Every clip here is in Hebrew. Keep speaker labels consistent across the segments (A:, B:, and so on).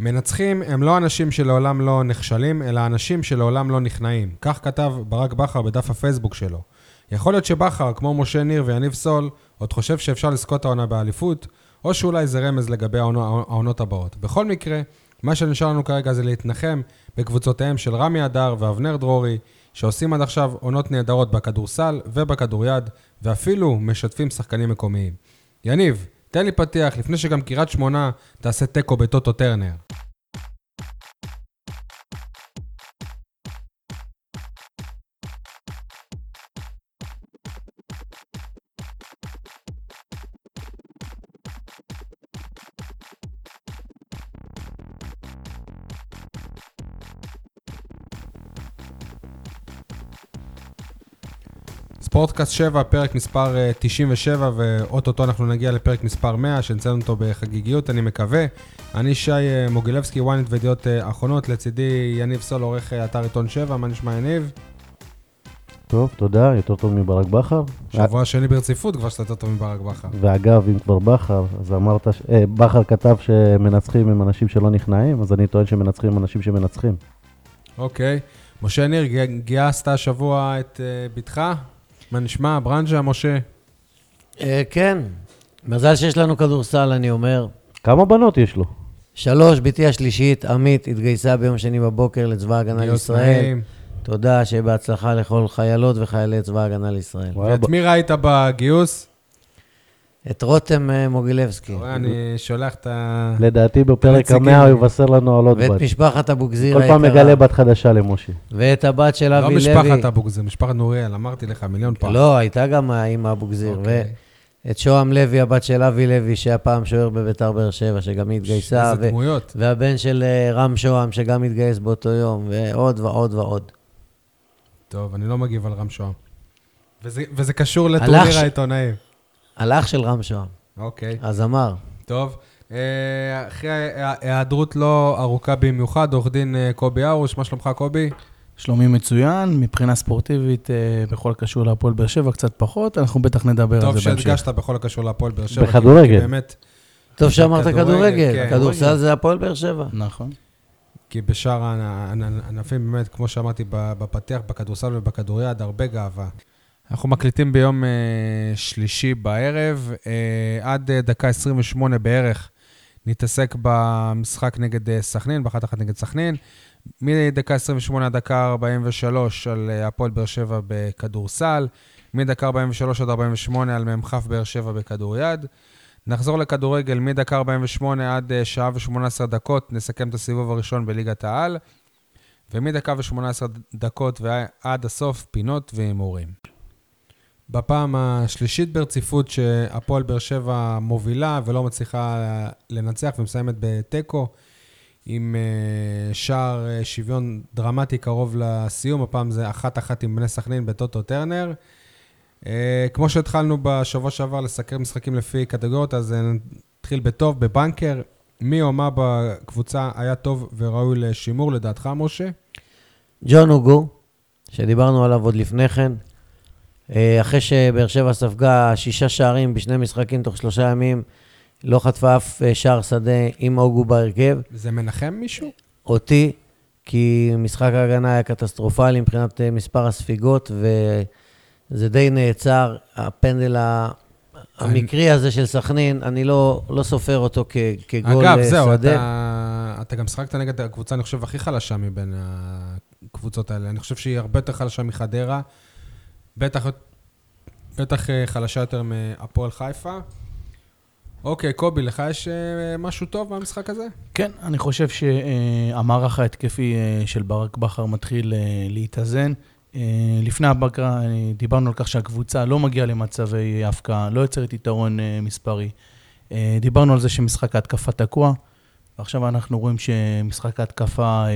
A: מנצחים הם לא אנשים שלעולם לא נכשלים, אלא אנשים שלעולם לא נכנעים. כך כתב ברק בכר בדף הפייסבוק שלו. יכול להיות שבכר, כמו משה ניר ויניב סול, עוד חושב שאפשר לזכות העונה באליפות, או שאולי זה רמז לגבי העונו- העונות הבאות. בכל מקרה, מה שנשאר לנו כרגע זה להתנחם בקבוצותיהם של רמי אדר ואבנר דרורי, שעושים עד עכשיו עונות נהדרות בכדורסל ובכדוריד, ואפילו משתפים שחקנים מקומיים. יניב, תן לי פתיח לפני שגם קריית שמונה תעשה תיקו בטוטו טרנר. ספורטקאסט 7, פרק מספר אה, 97, ואו-טו-טו אנחנו נגיע לפרק מספר 100, שנציין אותו בחגיגיות, אני מקווה. אני שי אה, מוגילבסקי, ynet וידיעות אה, אחרונות, לצידי יניב סול, עורך אה, אתר עיתון 7, מה נשמע יניב?
B: אה.
C: טוב, תודה, יותר טוב מברק בכר.
A: שבוע שני ברציפות כבר שאתה יותר טוב מברק בכר.
C: ואגב, אם כבר בכר, אז אמרת, ש... אה, בכר כתב שמנצחים הם אנשים שלא נכנעים, אז אני טוען שמנצחים הם אנשים שמנצחים.
A: אוקיי. משה ניר, גי- גייסת השבוע את אה, בתך? מה נשמע? ברנז'ה, משה?
B: אה, כן, מזל שיש לנו כדורסל, אני אומר.
C: כמה בנות יש לו?
B: שלוש, בתי השלישית, עמית, התגייסה ביום שני בבוקר לצבא ההגנה
A: גיוס
B: לישראל.
A: נעים.
B: תודה, שיהיה בהצלחה לכל חיילות וחיילי צבא ההגנה לישראל.
C: וואלה,
A: ואת
C: ב-
A: מי ראית בגיוס?
B: את רותם אה, מוגילבסקי,
A: אתה רואה, אני שולח את ה...
C: לדעתי בפרק
A: נציגים.
C: המאה הוא יבשר לנו על עוד
B: ואת
C: בת.
B: משפחת אבוגזיר
C: כל פעם
B: היקרה,
C: מגלה בת חדשה למשה.
B: ואת הבת של
A: לא
B: אבי לוי.
A: משפחת אבוק, זה משפחת נוריאל, אמרתי לך מיליון פעם.
B: לא, הייתה גם האמא אבוגזיר.
A: אוקיי.
B: ואת שוהם לוי, הבת של אבי לוי, שהיה פעם שוער בביתר באר שבע, שגם היא התגייסה.
A: איזה
B: ו-
A: דמויות.
B: והבן של אה, רם שוהם, שגם התגייס באותו יום, ועוד ועוד ועוד.
A: טוב, אני לא מגיב על רם שוהם. וזה, וזה קשור
B: הלך
A: לטורניר
B: ש-
A: העיתונאים.
B: על אח של רם שוהם,
A: אוקיי,
B: הזמר.
A: טוב. אה, אחרי היעדרות לא ארוכה במיוחד, עורך דין אה, קובי ארוש, מה שלומך קובי?
D: שלומי מצוין, מבחינה ספורטיבית, אה, בכל הקשור להפועל באר שבע, קצת פחות, אנחנו בטח נדבר על
A: טוב
D: זה בהמשך.
A: שהדגשת בכל הקשור להפועל באר שבע. כי-
C: בכדורגל.
A: כי באמת,
B: טוב שאמרת
A: כדורגל,
B: כדורגל,
A: כן.
B: הכדורסל זה הפועל באר שבע.
D: נכון.
A: כי בשאר הענ- הענ- הענפים, באמת, כמו שאמרתי ב- בפתיח, בכדורסל ובכדוריד, הרבה גאווה. אנחנו מקליטים ביום אה, שלישי בערב, אה, עד אה, דקה 28 בערך נתעסק במשחק נגד אה, סכנין, באחת אחת נגד סכנין. מדקה 28 עד דקה 43 על אה, הפועל באר שבע בכדורסל, מדקה 43 עד 48 על מ"כ באר שבע בכדוריד. נחזור לכדורגל מדקה 48 עד אה, שעה ו-18 דקות, נסכם את הסיבוב הראשון בליגת העל, ומדקה ו-18 דקות ועד הסוף, פינות והימורים. בפעם השלישית ברציפות שהפועל באר שבע מובילה ולא מצליחה לנצח ומסיימת בתיקו, עם אה, שער אה, שוויון דרמטי קרוב לסיום, הפעם זה אחת-אחת עם בני סכנין בטוטו טרנר. אה, כמו שהתחלנו בשבוע שעבר לסקר משחקים לפי קטגוריות, אז אה, נתחיל בטוב, בבנקר. מי או מה בקבוצה היה טוב וראוי לשימור, לדעתך, משה?
B: ג'ון הוגו, שדיברנו עליו עוד לפני כן, אה, אחרי שבאר שבע ספגה שישה שערים בשני משחקים תוך שלושה ימים, לא חטפה אף אה, שער שדה עם הוגו בהרכב,
A: זה מנחם מישהו?
B: אותי, כי משחק ההגנה היה קטסטרופלי מבחינת אה, מספר הספיגות, וזה די נעצר. הפנדל ה- המקרי הזה של סכנין, אני לא, לא סופר אותו כ, כגול
A: אגב,
B: אה,
A: זהו,
B: שדה.
A: אתה, אתה גם שחקת נגד הקבוצה, אני חושב, הכי חלשה מבין הקבוצות האלה. אני חושב שהיא הרבה יותר חלשה מחדרה, בטח, בטח אה, חלשה יותר מהפועל חיפה. אוקיי, קובי, לך יש אה, משהו טוב מהמשחק הזה?
D: כן, אני חושב שהמערך ההתקפי אה, של ברק בכר מתחיל אה, להתאזן. אה, לפני הבקרה אה, דיברנו על כך שהקבוצה לא מגיעה למצבי הפקעה, לא יוצרת יתרון אה, מספרי. אה, דיברנו על זה שמשחק ההתקפה תקוע, ועכשיו אנחנו רואים שמשחק ההתקפה אה,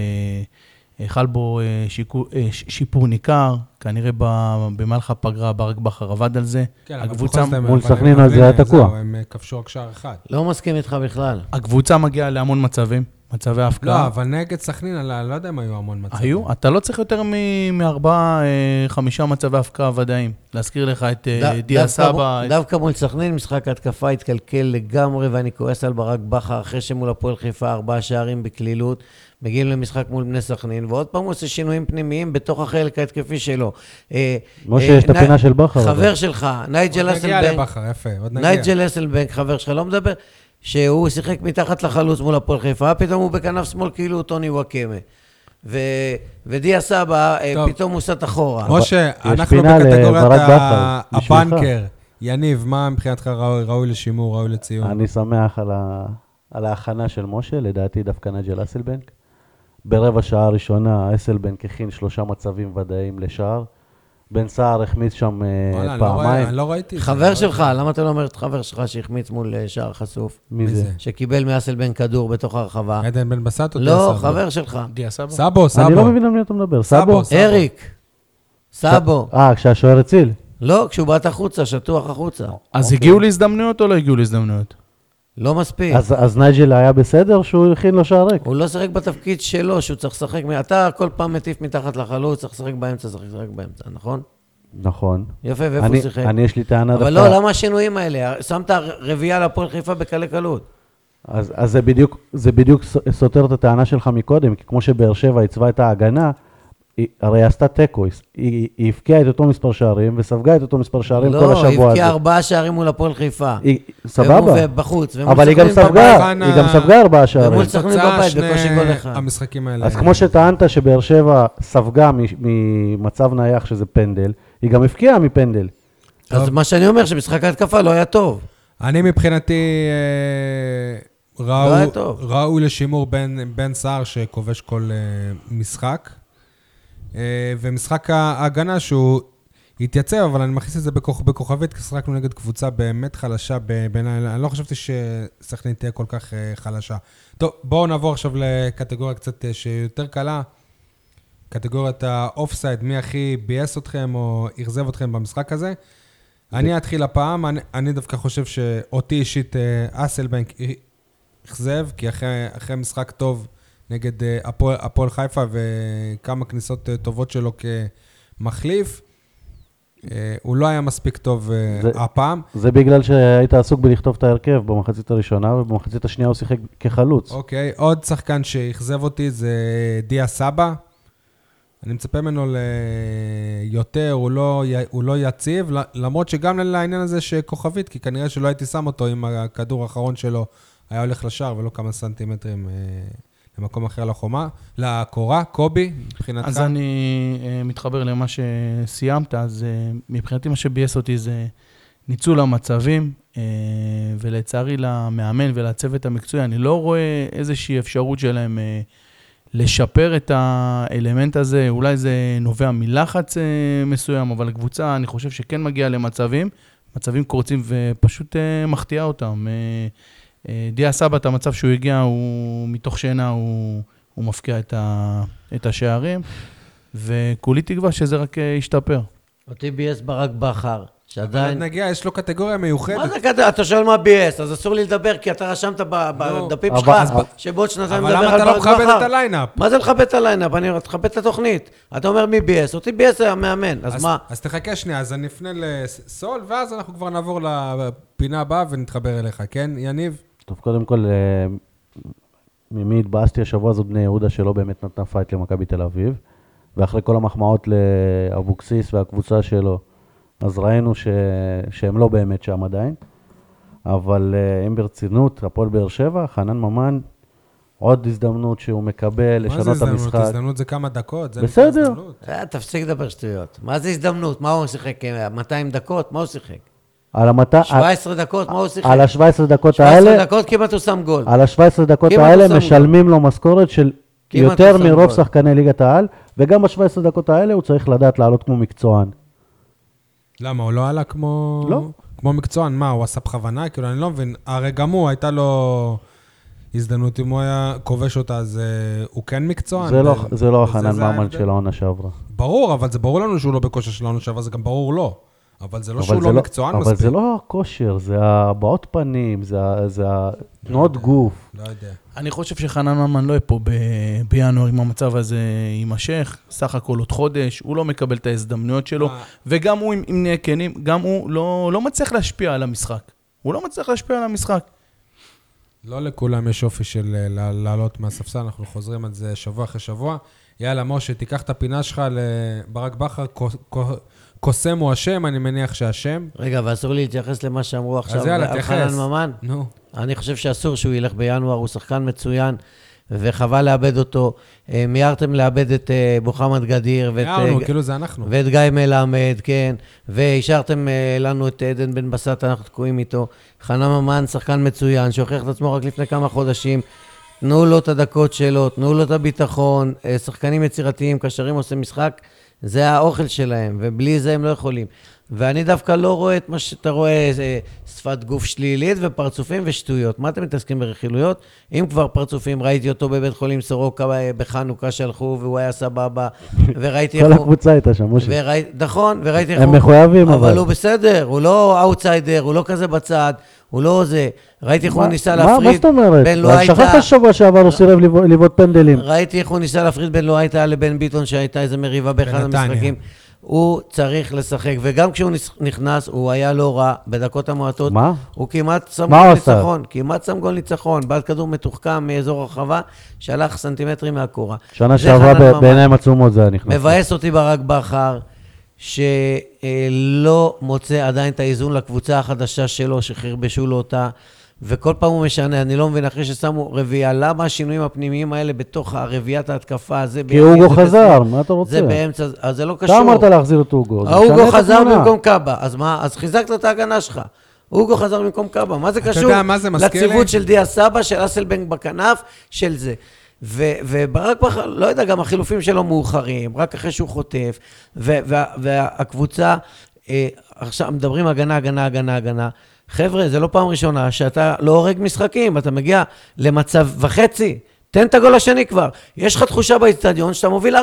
D: אה, חל בו אה, שיקו- אה, ש- שיפור ניכר, כנראה ב- במהלך הפגרה ברק בכר עבד על זה.
A: כן,
D: הקבוצה-
C: מול סכנין על זה היה תקוע.
A: הם אה, כבשו רק שער אחד.
B: לא מסכים איתך בכלל.
D: הקבוצה מגיעה להמון מצבים, מצבי
A: לא,
C: אוקיי.
D: ההפקעה.
A: אבל נגד סכנין, אני לא יודע אם היו המון מצבים.
D: היו? אתה לא צריך יותר מ- מארבעה, אה, חמישה מצבי הפקעה ודאיים. להזכיר לך את אה,
B: ד-
D: דיה
B: דווקא
D: סבא,
B: מול-
D: את-
B: דווקא מול סכנין, משחק התקפה התקלקל לגמרי, ואני כועס על ברק בכר, אחרי שמול הפועל חיפה ארבעה שערים בקלילות, מגיעים למשחק מול בני סכנין, ועוד פעם הוא עושה שינויים פנימיים בתוך החלק ההתקפי שלו. אה,
C: משה,
B: אה,
C: יש את
B: נ-
C: הפינה של בכר, אבל.
B: חבר שלך, נייג'ל
A: עוד נגיע
B: אסלבנק,
A: לבכר, יפה, עוד נגיע.
B: נייג'ל אסלבנק, חבר שלך, לא מדבר, שהוא שיחק מתחת לחלוץ מול הפועל חיפה, פתאום הוא בכנף שמאל כאילו הוא טוני וואקמה. ו... ודיה סבא, אה,
A: טוב.
B: פתאום הוא סט אחורה.
A: משה,
C: יש
A: אנחנו
C: פינה
A: בקטגוריית
C: לברק
A: ה-
C: בכר, בשבילך.
A: הבנקר. יניב, מה מבחינתך ראוי ראוי לשימור, ראוי לציון?
C: אני שמח על, ה... על ההכנה של משה, לדעתי דווקא נג'ל אסלבנק. ברבע שעה הראשונה אסלבנק הכין שלושה מצבים ודאיים לשער. בן סער החמיץ שם אה,
A: וואלה, אני לא רואה-
C: פעמיים.
A: אני לא ראיתי את זה.
B: חבר שלך, למה אתה לא אומר את חבר שלך שהחמיץ מול אה, שער חשוף?
C: מי
A: מי
C: זה?
A: זה?
B: שקיבל מאסלבן כדור בתוך הרחבה.
A: עדן בן בסט או
B: לא,
A: טסה?
B: חבר שלך.
D: דיה סבא?
A: סבו, סבו.
C: אני לא מבין על מי אתה מדבר. סבו?
A: סבו.
B: אריק. סאבו.
C: אה, כשהשוער הציל.
B: לא, כשהוא בעט החוצה, שטוח החוצה.
D: אז הגיעו להזדמנויות או לא הגיעו להזדמנויות?
B: לא מספיק.
C: אז, אז נייג'ל היה בסדר שהוא הכין לו שער ריק?
B: הוא לא שיחק בתפקיד שלו, שהוא צריך לשחק... מ- אתה כל פעם מטיף מתחת לחלוץ, צריך לשחק באמצע, צריך לשחק באמצע, נכון?
C: נכון.
B: יפה, ואיפה
C: אני,
B: הוא שיחק?
C: אני יש לי טענה דווקא.
B: אבל לא, למה השינויים האלה? שמת רביעייה להפועל חיפה בקלי קלות.
C: אז, אז זה, בדיוק, זה בדיוק ס- סותר את הטענה שלך מקודם, כי כמו שבאר שבע עיצבה את ההגנה, היא, הרי היא עשתה תיקו, היא- היא היא הבקיעה את אותו מספר שערים וספגה את אותו מספר שערים כל
B: לא,
C: השבוע
B: הבקיע
C: הזה.
B: ארבעה שערים מול הפועל חיפה.
C: היא,
B: ומול-
C: סבבה,
B: ובחוץ. ומול
C: אבל היא גם
B: סכנין
C: ספגה,
A: במבחן
C: היא גם
A: ה-
C: ספגה ארבעה שערים.
B: ומול סכנין בבית,
A: שני
B: בקושי גול אחד.
A: המשחקים האלה.
C: אז כמו שטענת שבאר שבע ספגה מ- ממצב נייח שזה פנדל, היא גם הבקיעה מפנדל.
B: אז מה שאני אומר, שמשחק ההתקפה לא היה טוב.
A: אני מבחינתי אה, ראו-
B: לא היה טוב.
A: ראוי לשימור בן- בן סער שכובש כל אה, משחק. אה, ומשחק ההגנה שהוא התייצב, אבל אני מכניס את זה בכוכ- בכוכבית, כי שיחקנו נגד קבוצה באמת חלשה ב- בעיניי. אני לא חשבתי שסכנין תהיה כל כך אה, חלשה. טוב, בואו נעבור עכשיו לקטגוריה קצת אה, שיותר קלה. קטגוריית האופסייד, מי הכי ביאס אתכם או אכזב אתכם במשחק הזה. אני אתחיל הפעם, אני, אני דווקא חושב שאותי אישית אה, אסלבנק אכזב, כי אחרי, אחרי משחק טוב נגד אה, הפועל הפועל חיפה וכמה כניסות אה, טובות שלו כמחליף, אה, הוא לא היה מספיק טוב אה,
C: זה-
A: הפעם.
C: זה בגלל שהיית עסוק בלכתוב את ההרכב במחצית הראשונה, ובמחצית השנייה הוא שיחק כחלוץ.
A: אוקיי, עוד שחקן שאכזב אותי זה דיה סבא. אני מצפה ממנו ליותר, הוא לא, י- הוא לא יציב, ל- למרות שגם לעניין הזה שכוכבית, כי כנראה שלא הייתי שם אותו אם הכדור האחרון שלו היה הולך לשער ולא כמה סנטימטרים אה, למקום אחר לחומה, לקורה, קובי, מבחינתך.
D: אז אני אה, מתחבר למה שסיימת, אז אה, מבחינתי מה שביאס אותי זה ניצול המצבים, אה, ולצערי למאמן ולצוות המקצועי, אני לא רואה איזושהי אפשרות שלהם אה, לשפר את האלמנט הזה, אולי זה נובע מלחץ אה, מסוים, אבל הקבוצה, אני חושב שכן מגיעה למצבים, מצבים קורצים ופשוט אה, מחטיאה אותם. אה, אה, דיה סבא, את המצב שהוא הגיע, הוא מתוך שינה, הוא, הוא מפקיע את, ה, את השערים, וכולי תקווה שזה רק אה, ישתפר.
B: אותי ביאס ברק בכר,
A: אבל
B: שעדיין...
A: נגיע, יש לו קטגוריה מיוחדת.
B: מה זה כזה? אתה שואל מה ביאס, אז אסור לי לדבר, כי אתה רשמת ב-
A: נו.
B: בדפים
C: אבל-
B: שלך,
C: אבל-
B: שבעוד שנתיים
A: אבל
B: נדבר על
A: למה
B: ברק
A: אתה
B: בכר.
A: לא מכבד את הליינאפ?
B: מה זה לכבד את הליינאפ? אני אומר, תכבד את התוכנית. אתה אומר מי ביאס, אותי ביאס היה מאמן, אז מה?
A: אז תחכה שנייה, אז אני אפנה לסול, ואז אנחנו כבר נעבור לפינה הבאה ונתחבר אליך, כן, יניב?
C: טוב, קודם כל, אה, ממי התבאסתי השבוע זאת בני יהודה, שלא באמת נתנה פייט למכבי תל אביב. ואחרי כל המחמאות לאבוקסיס והקבוצה שלו, אז ראינו ש... שהם לא באמת שם עדיין. אבל אה, אם ברצינות, הפועל באר שבע, חנן ממן, עוד הזדמנות שהוא מקבל
A: מה זה
C: לשנות את
A: הזדמנות?
C: המשחק.
A: הזדמנות זה כמה דקות, זה
C: בסדר.
A: נקרא הזדמנות.
B: אה, תפסיק לדבר שטויות. מה זה הזדמנות? מה הוא שיחק? אה, 200 דקות? מה הוא שיחק?
C: על, המת... על-
B: 17 דקות? מה הוא שיחק?
C: אה, על ה-17 דקות
B: 17
C: האלה,
B: דקות כמעט הוא שם גול.
C: על ה-17 דקות
B: כמעט הוא שם
C: האלה
B: גול.
C: משלמים לו משכורת של
B: כמעט
C: יותר
B: הוא שם
C: מרוב
B: גול.
C: שחקני ליגת העל, וגם ב-17 דקות האלה הוא צריך לדעת לעלות כמו מקצוען.
A: למה, הוא לא עלה כמו...
C: לא.
A: כמו מקצוען, מה, הוא עשה בכוונה? כאילו, אני לא מבין. הרי גם הוא, הייתה לו הזדמנות, אם הוא היה כובש אותה, אז אה, הוא כן מקצוען?
C: זה לא-
A: ו-
C: זה לא
A: וזה-
C: החנן
A: זה
C: ממן
A: ההבדל.
C: של העונה שעברה.
A: ברור, אבל זה ברור לנו שהוא לא בכושר של העונה שעברה, זה גם ברור לו. אבל זה לא שהוא לא מקצוען
C: אבל
A: מספיק.
C: אבל זה לא הכושר, זה הבעות פנים, זה ה- זה התנועות גוף.
A: לא יודע.
D: אני חושב שחנן ממן לא יהיה פה ב... בינואר אם המצב הזה יימשך, סך הכל עוד חודש, הוא לא מקבל את ההזדמנויות שלו,
A: מה?
D: וגם הוא, אם, אם נהיה כנים, גם הוא לא, לא מצליח להשפיע על המשחק. הוא לא מצליח להשפיע על המשחק.
A: לא לכולם יש אופי של אה, לע- לעלות מהספסל, אנחנו חוזרים על זה שבוע אחרי שבוע. יאללה, משה, תיקח את הפינה שלך לברק בכר, כו- כו- קוסם הוא אשם, אני מניח שאשם.
B: רגע, ואסור לי להתייחס למה שאמרו עכשיו
A: יאללה,
B: על
A: תתייחס.
B: חנן ממן?
A: נו.
B: אני חושב שאסור שהוא ילך בינואר, הוא שחקן מצוין, וחבל לאבד אותו. אה, מיהרתם לאבד את אה, מוחמד גדיר ואת,
A: הערנו,
B: אה,
A: כאילו זה אנחנו.
B: ואת גיא מלמד, כן, והשארתם אה, לנו את עדן בן בסט, אנחנו תקועים איתו. חנן ממן, שחקן מצוין, שהוכיח את עצמו רק לפני כמה חודשים. תנו לו את הדקות שלו, תנו לו את הביטחון, אה, שחקנים יצירתיים, קשרים עושה משחק, זה האוכל שלהם, ובלי זה הם לא יכולים. ואני דווקא לא רואה את מה שאתה רואה, אה, שפת גוף שלילית ופרצופים ושטויות. מה אתם מתעסקים ברכילויות? אם כבר פרצופים, ראיתי אותו בבית חולים סורוקה אה, בחנוכה שהלכו, והוא היה סבבה, וראיתי
C: כל הקבוצה הייתה שם, משה.
B: וראי, נכון, וראיתי
C: הם מחויבים,
B: אבל
C: אבל.
B: הוא בסדר, הוא לא אאוטסיידר, הוא לא כזה בצד, הוא לא זה. ראיתי איך הוא
C: מה-
B: ניסה
C: מה-
B: להפריד
C: מה זאת אומרת?
B: בין לא
C: אבל
B: לואייטה,
C: שכחת שבוע שעבר הוא סירב לבעוט- לבעוט פנדלים.
B: ראיתי איך הוא ניסה להפריד בין לואייטה לבין ביטון, שהייתה איזה מריבה באחד
A: בנתניה.
B: המשחקים. הוא צריך לשחק, וגם כשהוא נס- נכנס, הוא היה לא רע בדקות המועטות.
C: מה?
B: הוא כמעט שם
C: מה
B: גול
C: הוא עשה?
B: ניצחון, כמעט שם גול ניצחון, בעד כדור מתוחכם מאזור הרחבה, שהלך סנטימטרים מהקורה.
C: שנה
B: זה
C: שעברה
B: חנן
C: ב-
B: ממן.
C: בעיניים עצומות זה היה נכנס.
B: מבאס אותי ברק בכר, שלא מוצא עדיין את האיזון לקבוצה החדשה שלו, שחרבשו לו אותה, וכל פעם הוא משנה, אני לא מבין, אחרי ששמו רביעייה, למה השינויים הפנימיים האלה בתוך רביעיית ההתקפה, זה
C: כי
B: בימין, זה
C: אוגו
B: בשמאל,
C: חזר, מה אתה רוצה?
B: זה באמצע, אז זה לא
C: אתה
B: קשור.
C: אמרת להחזיר את אוגו. זה משנה
B: האוגו
C: את
B: חזר
C: התמונה.
B: במקום קאבה, אז מה, אז חיזקת את ההגנה שלך. אוגו חזר במקום קאבה, מה זה
A: אתה
B: קשור?
A: יודע מה זה מזכיר לי?
B: לציוות של דיה סבא, של אסלבנק בכנף, של זה. ו- וברק בכר, לא יודע, גם החילופים שלו מאוחרים, רק אחרי שהוא חוטף, ו- וה- והקבוצה, אה, עכשיו מדברים הגנה, הגנה, הגנה, הגנה. חבר'ה, זה לא פעם ראשונה שאתה לא הורג משחקים, אתה מגיע למצב וחצי. תן את הגול השני כבר. יש לך תחושה באיצטדיון שאתה מוביל 4-0,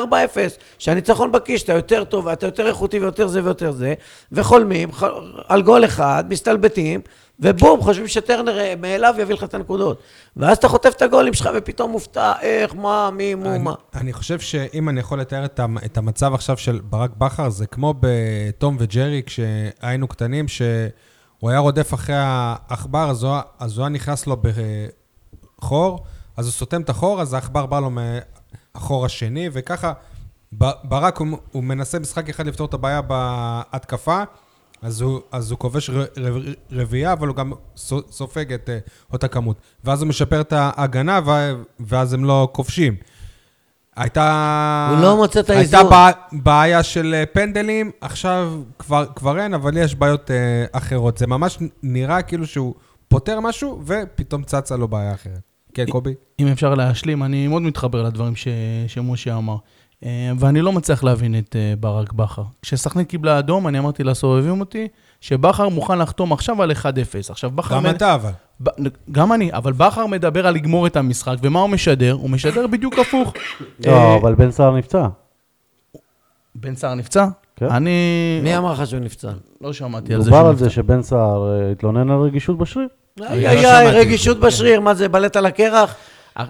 B: שהניצחון בכיס, שאתה יותר טוב, ואתה יותר איכותי ויותר זה ויותר זה, וחולמים ח... על גול אחד, מסתלבטים, ובום, חושבים שטרנר אה, מאליו יביא לך את הנקודות. ואז אתה חוטף את הגולים שלך ופתאום מופתע, איך, מה, מי, מו,
A: אני-
B: מה.
A: אני חושב שאם אני יכול לתאר את המ- את המצב עכשיו של ברק בכר, זה כמו בתום וג'רי כשהיינו קטנים, שהוא היה רודף אחרי העכבר, אז הוא היה- אז הוא היה נכנס לו בחור, אז הוא סותם את החור, אז העכבר בא לו מהחור השני, וככה ב- ברק הוא, הוא מנסה משחק אחד לפתור את הבעיה בהתקפה. אז הוא, אז הוא כובש ר- ר- רביעייה, אבל הוא גם סו- סופג את אה, אותה כמות. ואז הוא משפר את ההגנה, ו- ואז הם לא כובשים. הייתה...
B: הוא לא מוצא את
A: הייתה
B: האיזון.
A: בע- בעיה של אה, פנדלים, עכשיו כבר, כבר אין, אבל יש בעיות אה, אחרות. זה ממש נראה כאילו שהוא פותר משהו, ופתאום צצה לו בעיה אחרת. כן,
B: אה,
A: קובי?
D: אם אפשר להשלים, אני מאוד מתחבר לדברים ש... שמשה אמר. אה, ואני לא מצליח להבין את אה, ברק בכר. כשסכנין קיבלה אדום, אני אמרתי לסובבים אותי, שבכר מוכן לחתום עכשיו על 1-0. עכשיו,
B: אה,
D: בכר...
A: גם
D: מנ-
A: אתה, אבל.
D: ב- גם אני, אבל בכר מדבר על לגמור את המשחק, ומה הוא משדר? הוא משדר בדיוק הפוך. אה,
C: לא, אבל בן סער נפצע.
D: בן סער נפצע?
C: כן.
D: אני...
B: מי אמר לך שהוא נפצע?
D: לא שמעתי על זה
C: דובר
D: שהוא
C: על
D: נפצע.
C: זה שבן סער אה, התלונן על רגישות בשריר.
A: אני
B: איי,
A: לא
B: איי,
A: שמעתי.
B: איי, רגישות בשריר, מה זה, בלט על הקרח?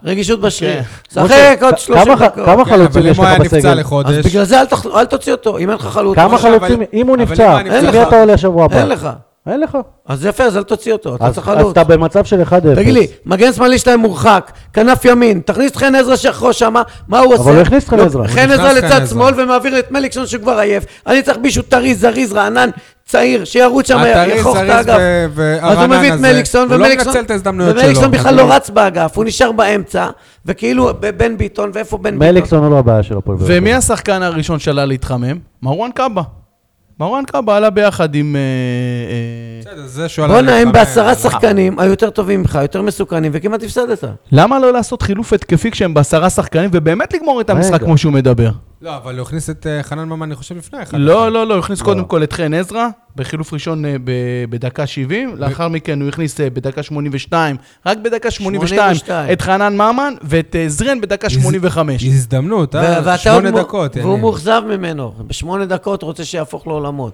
B: רגישות בשריר.
C: אה, אוקיי. משה,
B: שחק עוד
C: כ-
B: 30
C: כמה ח-
B: דקות.
C: כמה
A: כן, אבל
C: חלוצים
A: אם
C: יש
A: הוא היה
C: לך
A: נפצע
C: בסגל?
A: לחודש...
B: אז בגלל זה אל תח- אל תוציא אותו, אם אין לך חלוץ.
C: כמה
A: אבל-
C: חלוצים, אם הוא
A: אבל אם
C: נפצע,
A: הוא היה
C: למי
B: נפצע-
C: אתה עולה שבוע הבא?
B: אין לך.
C: אין לך.
B: אז יפה, אז אל תוציא אותו, אתה
C: אז
B: צריך
C: אז
B: חלוץ.
C: אתה במצב של 1-0.
B: תגיד לי, מגן שמאלי שלהם מורחק, כנף ימין, תכניס את חן עזרא שיחרוש שמה, מה הוא עושה?
C: הוא הכניס את חן
B: לא,
C: עזרא. הוא
B: חן
A: נכנס
B: עזרא
A: חן
B: לצד
A: עזרא.
B: שמאל ומעביר את מליקסון שהוא כבר עייף. אני צריך מישהו טרי, זריז, רענן, צעיר, שירוץ שם,
A: הטרי,
B: יחוך את
A: זריז
B: האגף.
A: ו-
B: אז הוא
A: והרענן
B: מביא את
A: הזה,
B: מליקסון,
A: הוא לא
B: ומליקסון-
A: מנצל את ההזדמנויות שלו.
B: ומליקסון בכלל לא רץ באגף, הוא נשאר באמצע, וכאילו ב- בן ביטון, ואיפה בן ביטון?
C: מליקסון הוא לא הבעיה של הפועל. באר
D: ומי השחקן הראשון שעלה להתחמם? מרואן קאבה. מרואן קאבה עלה ביחד עם... אה, אה,
A: בסדר, זה שהוא עלה
B: בואנה, הם
A: להתחמם,
B: בעשרה
A: אבל-
B: שחקנים, היו יותר טובים ממך, יותר מסוכנים, וכמעט הפסדת.
D: למה לא לעשות חילוף התקפי כשהם בעשרה שחקנים ובאמת לגמור את המשחק
C: רגע.
D: כמו שהוא מדבר?
A: לא, אבל הוא הכניס את אה, חנן ממן, אני חושב, לפני אחד.
D: לא, לא, לא, הוא הכניס קודם כל את חן עזרא, בחילוף ראשון אה, ב- בדקה 70, לאחר מכן הוא הכניס אה, בדקה 82, רק בדקה 82,
B: 82.
D: את חנן ממן ואת אה, זרן בדקה 85.
A: הזדמנות,
B: ו-
A: אה?
B: ואתה
A: שמונה
B: עוד מו-
A: דקות.
B: והוא
A: יניב.
B: מאוכזב ממנו, בשמונה דקות רוצה שיהפוך לעולמות.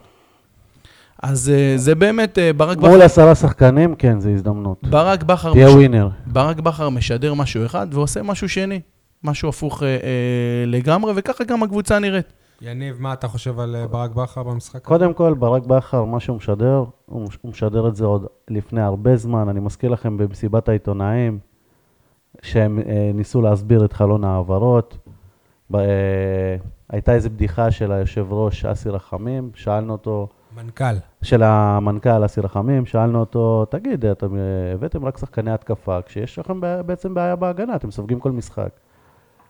D: אז אה, זה באמת, אה, ברק בכר...
C: מול עשרה שחקנים, כן, זו הזדמנות.
D: ברק בכר...
C: תהיה
D: מש-
C: ווינר.
D: ברק בכר משדר משהו אחד ועושה משהו שני, משהו הפוך אה, אה, לגמרי, וככה גם הקבוצה נראית.
A: יניב, מה אתה חושב על אה, ברק בכר במשחק?
C: קודם כל, ברק בכר, מה שהוא משדר, הוא מש- הוא משדר את זה עוד לפני הרבה זמן. אני מזכיר לכם במסיבת העיתונאים, שהם אה, ניסו להסביר את חלון ההעברות. ב- אה, הייתה איזו בדיחה של היושב ראש אסי רחמים, שאלנו אותו,
A: מנכ"ל.
C: של המנכ"ל אסי רחמים, שאלנו אותו, תגיד, אתם אה, הבאתם רק שחקני התקפה, כשיש לכם בעיה- בעצם בעיה בהגנה, אתם סופגים כל משחק.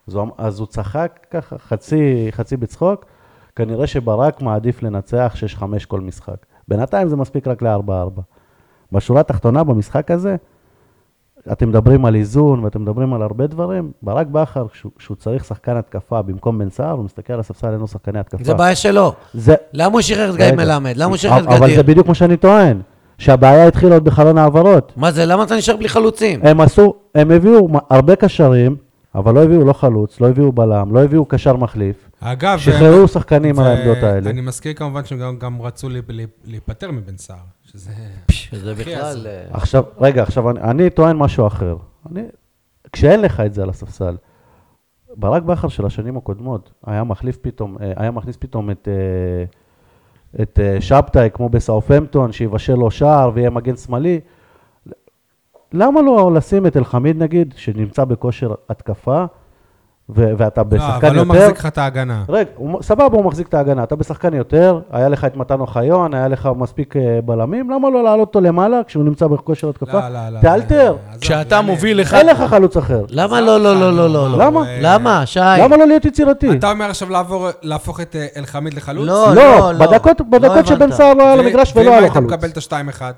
C: אז הוא, אמ- אז הוא צחק ככה, חצי, חצי בצחוק, כנראה שברק מעדיף לנצח 6-5 כל משחק. בינתיים זה מספיק רק ל-4-4. בשורה התחתונה, במשחק הזה, אתם מדברים על איזון ואתם מדברים על הרבה דברים, ברק בכר, כשהוא- כשהוא צריך שחקן התקפה במקום בן סער, הוא מסתכל על הספסל, אין לו שחקני התקפה.
B: זה בעיה שלו.
C: זה,
B: למה הוא שחרר את גיא
C: רגע.
B: מלמד? למה הוא שחרר את
C: אבל אבל זה
B: גדיר?
C: בדיוק מה שאני טוען, שהבעיה התחילה עוד בחלון ההעברות.
B: מה זה, למה אתה נשאר בלי חלוצים?
C: הם עשו, הם הביאו מ- הרבה קשרים, אבל לא הביאו לא חלוץ, לא הביאו בלם, לא הביאו קשר מחליף.
A: אגב...
C: שחררו
A: אה,
C: שחקנים
A: ו-
C: על העמדות האלה.
A: אני מזכיר כמובן שהם גם- גם רצו להיפ- להיפ- להיפטר מבן סער, שזה...
B: זה בכלל... אה,
C: עכשיו, רגע, עכשיו אני, אני טוען משהו אחר. אני, כשאין לך את זה על הספסל, ברק בכר של השנים הקודמות היה מחליף פתאום, אה, היה מכניס פתאום את, אה, את אה, שבתאי, כמו בסאופמפטון, שיבשל לו שער ויהיה מגן שמאלי. למה לא לשים את אלחמיד נגיד, שנמצא בכושר התקפה, ו- ואתה בשחקן
A: לא,
C: יותר...
A: אבל לא מחזיק לך את ההגנה.
C: רגע, הוא, סבבה, הוא מחזיק את ההגנה, אתה בשחקן יותר, היה לך את מתן אוחיון, היה לך מספיק אה, בלמים, למה לא להעלות אותו למעלה כשהוא נמצא בכושר התקפה?
A: לא, לא, לא.
C: תאלתר,
A: עזוב,
D: כשאתה
A: יניב.
D: מוביל אחד...
C: אין לך חלוץ אחר.
B: למה לא, לא, לא, לא, לא, לא?
C: למה?
B: למה, שי?
C: למה לא להיות יצירתי?
A: אתה אומר עכשיו לעבור- להפוך את אה, אלחמיד לחלוץ?
B: לא,
C: לא,
B: לא, לא.
C: בדקות,
B: לא
C: בדקות
B: הבנת.
C: שבן סער לא היה
A: ו-
C: למגרש ולא היה לו
A: ואם היית
C: חלוץ.
A: מקבל את השתיים אחד?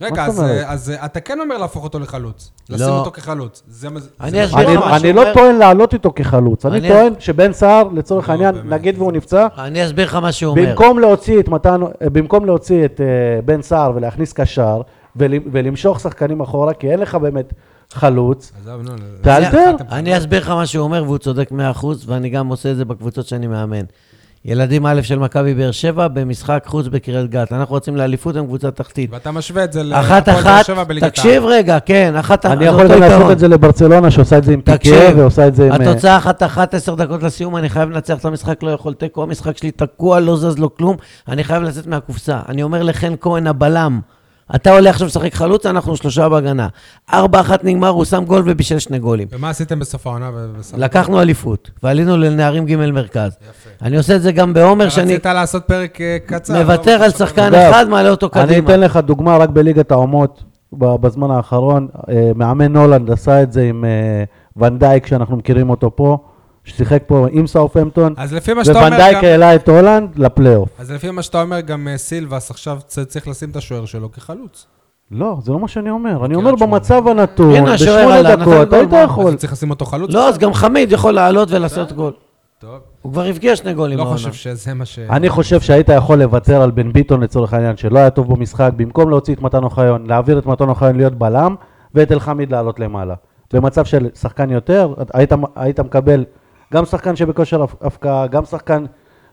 A: רגע,
C: מה זאת
A: אז,
C: אומרת?
A: אה, אז אה, אתה כן אומר להפוך אותו לחלוץ. לשים
B: לא.
A: אותו כחלוץ. זה מה זה...
B: אני
A: זה מה-
B: אסביר.
C: אני-
B: לך מה
C: אני
B: שהוא
C: לא
B: אומר.
C: טוען להעלות איתו כחלוץ, אני
B: אני-
C: טוען שבן סער, לצורך
A: לא,
C: העניין,
A: באמת,
C: נגיד
A: זה-
C: והוא נפצע,
B: אני אסביר לך מה שהוא אומר.
C: במקום להוציא את מתן, אה, במקום להוציא את אה, בן סער ולהכניס קשר, ול- ולמשוך שחקנים אחורה, כי אין לך באמת חלוץ,
A: עזוב, נו. זה-
C: תאלתר.
A: אתם-
B: אני אסביר לך מה שהוא אומר, והוא צודק 100%, ואני גם עושה את זה בקבוצות שאני מאמן. ילדים א' של מכבי באר שבע במשחק חוץ בקריית גת. אנחנו רוצים לאליפות, הם קבוצה תחתית.
A: ואתה משווה את זה
B: אחת
A: להפועל באר
B: אחת,
A: שבע בליגת העל.
B: תקשיב רגע, כן, אחת אחת,
C: אני
B: זה
C: יכול
B: אותו
C: גם לעשות
B: עיקרון.
C: את זה לברצלונה, שעושה את זה עם פיקה
B: תקשיב,
C: ועושה את זה עם... אה,
B: התוצאה אחת אחת, עשר דקות לסיום, אני חייב לנצח את המשחק, לא יכול תיקו, המשחק שלי תקוע, לא זז לו כלום, אני חייב לצאת מהקופסה. אני אומר לחן כהן הבלם, אתה עולה עכשיו לשחק חלוץ, אנחנו שלושה בהגנה. ארבע אחת נגמר, הוא שם גול ובישל שני גולים.
A: ומה עשיתם בסוף העונה? ו- וסך-
B: לקחנו אליפות, ועלינו לנערים ג' מרכז.
A: יפה.
B: אני עושה את זה גם בעומר, שאני
A: רצית לעשות פרק אה, קצר.
B: מוותר
A: לא?
B: על שחקן
C: אגב,
B: אחד, מעלה אותו
C: אני
B: קדימה.
C: אתן לך דוגמה רק בליגת האומות, ב- בזמן האחרון, אה, מאמן הולנד עשה את זה עם אה, ונדייק, שאנחנו מכירים אותו פה, ששיחק פה עם סאופהמפטון,
A: אז לפי אה, מה שאתה אומר
C: וונדייק
A: גם...
C: העלה את הולנד לפלייאוף.
A: אז לפי מה שאתה אומר, גם אה, סילבס עכשיו צ- צריך לשים את השוער שלו כחלוץ.
C: לא, זה לא מה שאני אומר, אני אומר
A: קריית שמונה.
C: במצב הנתון,
B: הנה, השוער
C: בשמונה
B: עלה, נתן
C: דקות,
B: גול,
C: היית
B: מה?
A: אז
C: לא יכול.
A: הוא צריך לשים אותו חלוץ?
B: לא, אז גם חמיד יכול לעלות ולעשות גול.
A: טוב.
B: הוא כבר הבקיע שני גולים
A: לא
B: העונה.
A: חושב שזה מה ש...
C: אני חושב שהיית יכול לוותר על בן ביטון לצורך העניין, שלא היה טוב במשחק, במקום להוציא את מתן אוחיון, להעביר את מתן אוחיון להיות בלם, ואת אלחמיד לעלות למעלה. במצב של שחקן יותר, היית, היית מקבל גם שחקן שבכושר הפ- הפקעה, גם שחקן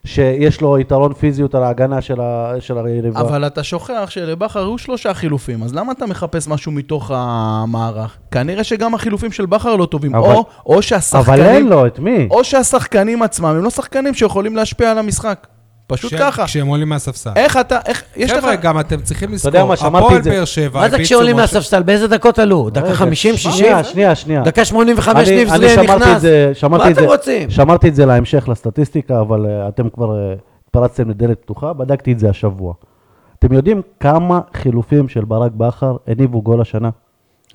C: שיש לו יתרון פיזיות על ההגנה של, ה, של היריבה.
D: אבל אתה שוכח שלבכר היו שלושה חילופים, אז למה אתה מחפש משהו מתוך המערך? כנראה שגם החילופים של בכר לא טובים,
C: אבל- לא-
D: או, או
C: אבל אין
D: שהשחקנים...
C: לו, את מי?
D: או שהשחקנים עצמם הם לא שחקנים שיכולים להשפיע על המשחק. פשוט
A: כש-
D: ככה.
A: כשהם עולים מהספסל.
C: אה,
D: איך אתה, איך, יש לך...
A: חבר'ה, גם אתם צריכים לזכור,
C: יודע מה, שמעתי
A: הפועל
C: את זה.
A: באר שבע,
B: מה זה
A: הרביצו
B: כשעולים
A: משהו-
B: מהספסל? באיזה דקות עלו? דקה
A: לא
C: רגע,
B: 50, 60?
C: שנייה, שנייה, שנייה.
B: דקה 85
C: אה. אני-
B: ניב
C: אני
B: זריאן
C: שמרתי את
B: נכנס.
C: זה- שמרתי
B: מה
C: את זה-
B: אתם רוצים?
C: שמרתי את זה להמשך, לסטטיסטיקה, אבל אה, אתם כבר אה, התפרצתם לדלת פתוחה, בדקתי את זה השבוע. אתם יודעים כמה חילופים של ברק בכר הניבו גול השנה?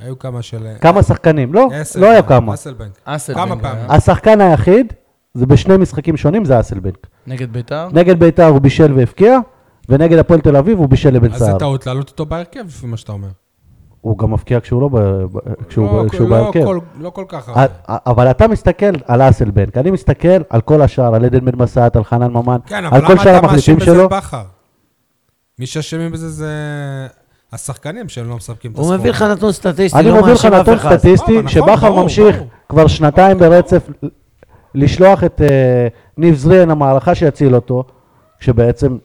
A: היו כמה של...
C: כמה שחקנים? לא,
A: עשר,
C: לא היה כמה. אה,
A: אסלבנק.
D: אסלבנק
A: כמה
D: היה.
A: פעמים?
C: השחקן היחיד, זה בשני משחקים שונים, זה אסלבנק.
D: נגד ביתר?
C: נגד ביתר הוא בישל והבקיע, ונגד הפועל תל אביב הוא בישל לבן
A: אז זה
C: סער.
A: טעות להעלות אותו בהרכב, לפי מה שאתה אומר.
C: הוא גם מבקיע כשהוא לא ב- ב- כשהוא
A: לא-
C: ב- כשהוא
A: לא
C: בהרכב.
A: כל- לא כל כך הרבה.
C: א- א- אבל אתה מסתכל על אסלבנק, אני מסתכל על כל השאר, על עדן בן מסעת, על חנן ממן,
A: כן, אבל
C: על כל
A: למה
C: שאר
A: אתה מאשים
C: המחליפים
A: בזה
C: שלו.
A: את בכר? מי שאשמים בזה זה השחקנים שהם לא מספקים את הספורט.
B: הוא מביא לך נתון סטטיסטי,
C: אני
B: לא
C: מביא לך
B: מאשים אף
C: נתון
B: אחד.
A: לא,
C: סטטיסטי,
A: אבל נכון,
C: שבכר
A: ברור,
C: ממשיך
A: ברור.
C: כבר שנתיים ברצף ל- לשלוח את אה, ניב זריאן למערכה שיציל אותו, כשבעצם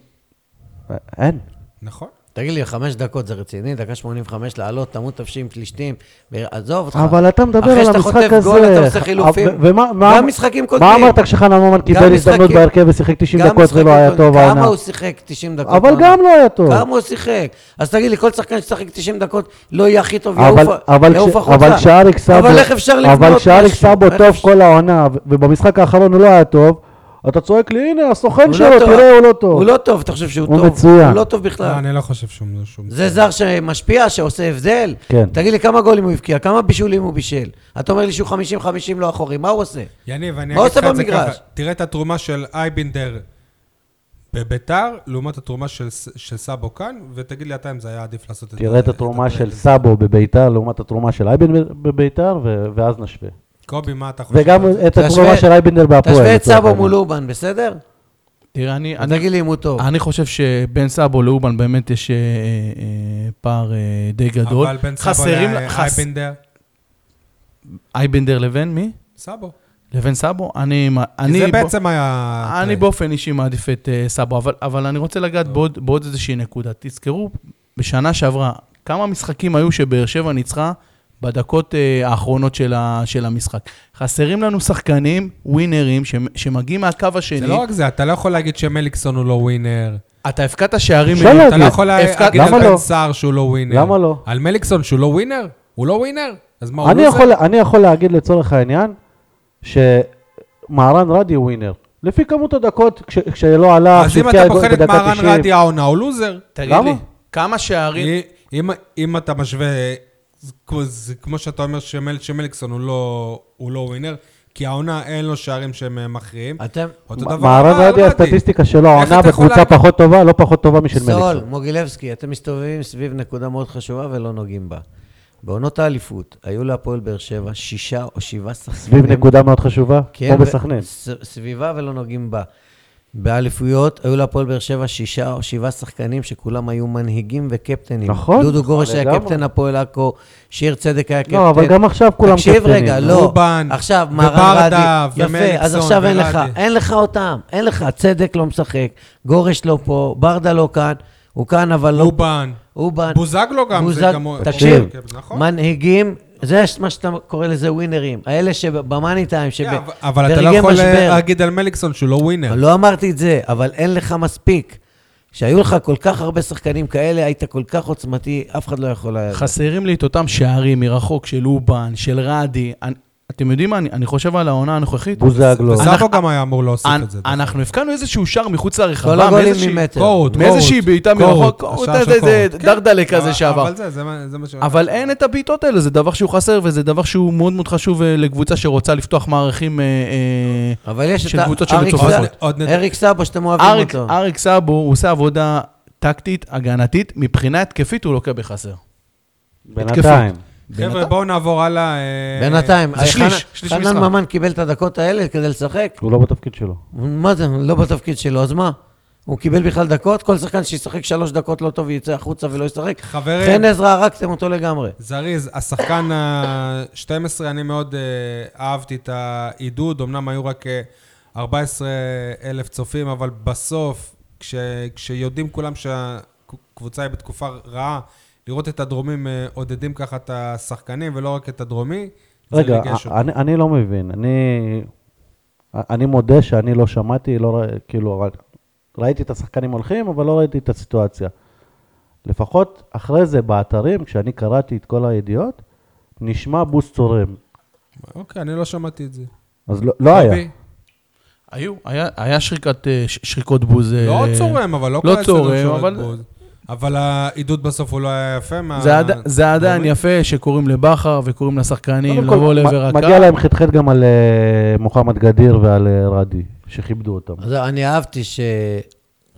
C: אה, אין.
A: נכון.
B: תגיד לי, חמש דקות זה רציני? דקה 85 לעלות, תמות תפשים, פלישתים, עזוב אותך.
C: אבל אתה מדבר
B: אחרי
C: על
B: שאתה
C: המשחק הזה.
B: חוטף גול, אתה עושה
C: ו-
B: חילופים.
C: ו- ומה- מה-
B: גם משחקים קודמים.
C: מה אמרת כשחנן ממן קיבל הזדמנות
B: משחקים-
C: בהרכב ושיחק 90
B: גם
C: דקות
B: משחקים
C: ולא היה
B: קודמים.
C: טוב
B: כמה
C: העונה?
B: הוא שיחק 90 דקות?
C: אבל
B: העונה?
C: גם לא היה טוב.
B: כמה הוא שיחק? אז תגיד לי, כל שחקן ששיחק 90 דקות לא יהיה הכי טוב,
C: אבל-
B: יעוף-
C: אבל
B: יעוף
C: כש-
B: החוצה.
C: אבל כשאריק סאבו,
B: אבל איך אפשר לבנות משהו?
C: אבל כשאריק סאבו
B: איך
C: טוב
B: אפשר-
C: כל העונה, ו- ובמשחק האחרון הוא לא היה טוב, אתה צועק לי, הנה, הסוכן
B: הוא
C: שלו,
B: לא טוב.
C: תראה, הוא לא טוב.
B: הוא לא טוב, אתה חושב שהוא
C: הוא
B: טוב.
C: מצוין.
B: הוא לא טוב
C: כן.
A: לא,
B: בכלל.
A: אני לא חושב שום... שום-
B: זה זר שמשפיע, שעושה הבדל?
C: כן.
B: תגיד לי, כמה גולים הוא הבקיע? כמה בישולים הוא בישל? אתה אומר לי שהוא 50-50 לא אחורי, מה הוא עושה?
A: יניב, אני
B: מה
A: אגיד
B: עושה
A: לך את זה ככה.
B: במגרש?
A: תראה את התרומה של אייבינדר בביתר, לעומת התרומה של ס- של סאבו כאן, ותגיד לי אתה אם זה היה עדיף לעשות את
C: תראה את התרומה של סאבו בביתר לעומת התרומה של אייבן בביתר, ו- ואז נשווה.
A: קובי, מה אתה חושב?
C: וגם
A: על זה?
C: את
B: תשווה-
C: התרומה של אייבנדר בהפועל.
B: תשווה את
C: לצורך
B: סאבו
C: העניין.
B: מול אובן, בסדר?
D: תראה, אני... אני-
B: תגיד לי אם הוא טוב.
D: אני חושב שבין סאבו לאובן באמת יש אה, אה, פער אה, די גדול.
A: אבל בין סאבו
D: חסרים- חס-
A: לאייבינדר,
D: אייבנדר לבין מי?
A: סאבו.
D: לבין סאבו? אני...
A: כי
D: אני
A: זה
D: בוא-
A: בעצם היה...
D: אני באופן אישי מעדיף את אה, סאבו, אבל, אבל אני רוצה לגעת בעוד, בעוד איזושהי נקודה. תזכרו, בשנה שעברה, כמה משחקים היו שבאר שבע ניצחה בדקות אה, האחרונות של, ה, של המשחק. חסרים לנו שחקנים, ווינרים, ש, שמגיעים מהקו השני.
A: זה לא רק זה, אתה לא יכול להגיד שמליקסון הוא לא ווינר.
D: אתה הבקעת שערים...
C: אפשר
D: מלא.
A: אתה לא
C: להגיד,
A: יכול
D: הפקד-
A: להגיד על
C: למה
A: בן
C: לא?
A: סער שהוא לא ווינר.
C: למה לא?
A: על מליקסון שהוא לא ווינר? הוא לא ווינר? אז מה, הוא
C: אני
A: לא זה?
C: יכול, אני יכול להגיד לצורך העניין, שמהרן רדי הוא ווינר. לפי כמות הדקות, כש, כשלא
A: אז
C: הלך,
A: אם
C: שהבקיע
A: אתה
C: גול
A: בוחן את
C: בדקה
A: מהרן
C: 90,
A: רדי העונה, הוא לוזר.
D: תגיד
C: למה?
D: לי, כמה שערים...
A: אם- אם אתה משווה, זה כמו- זה כמו שאתה אומר שמל- שמליקסון הוא לא- הוא לא ווינר, כי העונה אין לו שערים שהם אה, מכריעים.
B: אתם...
A: אותו דבר
C: מהרן
A: מהרן
C: רדי, הסטטיסטיקה שלו
A: איך
C: העונה
A: אתה יכול
C: בקבוצה
A: להגיד?
C: פחות טובה, לא פחות טובה משל
B: סול,
C: מליקסון.
B: מוגילבסקי, אתם מסתובבים סביב נקודה מאוד חשובה ולא נוגעים בה. בעונות האליפות היו להפועל באר שבע שישה או שבעה שחקנים.
C: סביב נקודה מאוד חשובה,
B: כן,
C: כמו
B: ו-
C: בסכנין.
B: ס- סביבה ולא נוגעים בה. באליפויות היו להפועל באר שבע שישה או שבעה שחקנים שכולם היו מנהיגים וקפטנים.
C: נכון,
B: דודו
C: נכון,
B: גורש היה
C: לגמרי.
B: קפטן הפועל עכו, שיר צדק היה קפטן.
C: לא, אבל גם עכשיו כולם קפטנים.
B: תקשיב רגע, לא.
A: רובן,
B: עכשיו, מהרן
A: וברדה,
B: רדי. יפה, אז
A: ומליקסון,
B: עכשיו אין לך,
A: ורדי.
B: אין לך אותם. אין לך, צדק לא משחק, גורש לא פה, ברדה לא כאן, הוא כאן אבל לא...
A: אובן.
B: אובן.
A: בוזגלו גם, זה גם הוא-
B: תקשיב,
A: אוקיי, נכון.
B: מנהיגים, זה מה שאתה קורא לזה ווינרים. האלה שבמאני טיים,
A: כן, אבל- אבל אתה לא
B: שבדרגי
A: יכול אה,
B: משבר.
A: להגיד על מליקסון שהוא לא ווינר.
B: לא אמרתי את זה, אבל אין לך מספיק. כשהיו לך כל כך הרבה שחקנים כאלה, היית כל כך עוצמתי, אף אחד לא יכול היה...
D: חסרים לי את אותם שערים מרחוק של אובן, של רדי. אני, אתם יודעים מה, אני, אני חושב על העונה הנוכחית.
C: בוזגלו.
A: וסבו גם היה אמור להוסיף
D: אנ-
A: את זה.
D: אנחנו הבקענו איזשהו שער מחוץ לרחבה,
B: כל הגולים
D: מאיזושהי-
B: ממטר.
A: קורות,
D: מאיזושהי
A: קורות,
D: בעיטה
A: קורות,
D: מרחוק, קורות,
A: השער של
D: איזה- איזה
A: קורות.
D: דרדלה
A: אבל-
D: כזה שעבר.
A: אבל זה, זה מה- זה מה ש...
D: אבל אין את הבעיטות האלה, זה דבר שהוא חסר, וזה דבר שהוא מאוד מאוד חשוב אה, לקבוצה שרוצה לפתוח מערכים... אה, אה,
B: אבל יש
D: של
B: את ה-
D: קבוצות
B: אריק
D: שמצופפות.
B: סאב-
A: עוד- עוד נדבר.
B: אריק סאבו שאתם אוהבים
D: אריק-
B: אותו.
D: אריק סאבו, הוא עושה עבודה טקטית, הגנתית, מבחינה התקפית הוא לוקה בחסר.
C: בינתיים.
A: חבר'ה, בואו נעבור הלאה. אה,
B: בינתיים,
D: זה
B: אה,
D: שליש,
B: חנן-
D: שליש
B: חנן
D: משחק.
B: ממן קיבל את הדקות האלה כדי לשחק?
C: הוא לא בתפקיד שלו.
B: מה זה, לא בתפקיד שלו, אז מה? הוא קיבל בכלל דקות? כל שחקן שישחק שלוש דקות לא טוב יצא החוצה ולא ישחק?
A: חברים.
B: חן עזרא, הרגתם אותו לגמרי.
A: זריז, השחקן ה-12, אני מאוד אה, אהבתי את העידוד, אמנם היו רק אה, 14 אלף צופים, אבל בסוף, כש, כשיודעים כולם שהקבוצה היא בתקופה רעה, לראות את הדרומים אה, עודדים ככה את השחקנים, ולא רק את הדרומי, זה
C: רגע,
A: ריגש אותי.
C: אני, אני לא מבין. אני, אני מודה שאני לא שמעתי, לא, ר- כאילו, אבל ראיתי את השחקנים הולכים, אבל לא ראיתי את הסיטואציה. לפחות אחרי זה באתרים, כשאני קראתי את כל הידיעות, נשמע בוסט צורם.
A: אוקיי, אני לא שמעתי את זה.
C: אז לא, לא היה.
A: קובי?
D: היו, היה- היה שריקת, אה, ש- שריקות בוז. אה,
A: לא צורם, אבל לא
D: לא
A: כועס עליו
D: צורם,
A: שהוא
D: אבל-
A: בוז. אבל העידוד בסוף הוא לא היה יפה. מה-
D: זה עד- זה עדיין
A: דרומי.
D: יפה שקוראים לבכר וקוראים לשחקנים
C: קודם כל,
D: לבוא
C: מ-
D: לעבר הקו.
C: מגיע להם חטחט גם על אה, מוחמד גדיר ועל אה, רדי, שכיבדו אותם.
B: אז אני אהבתי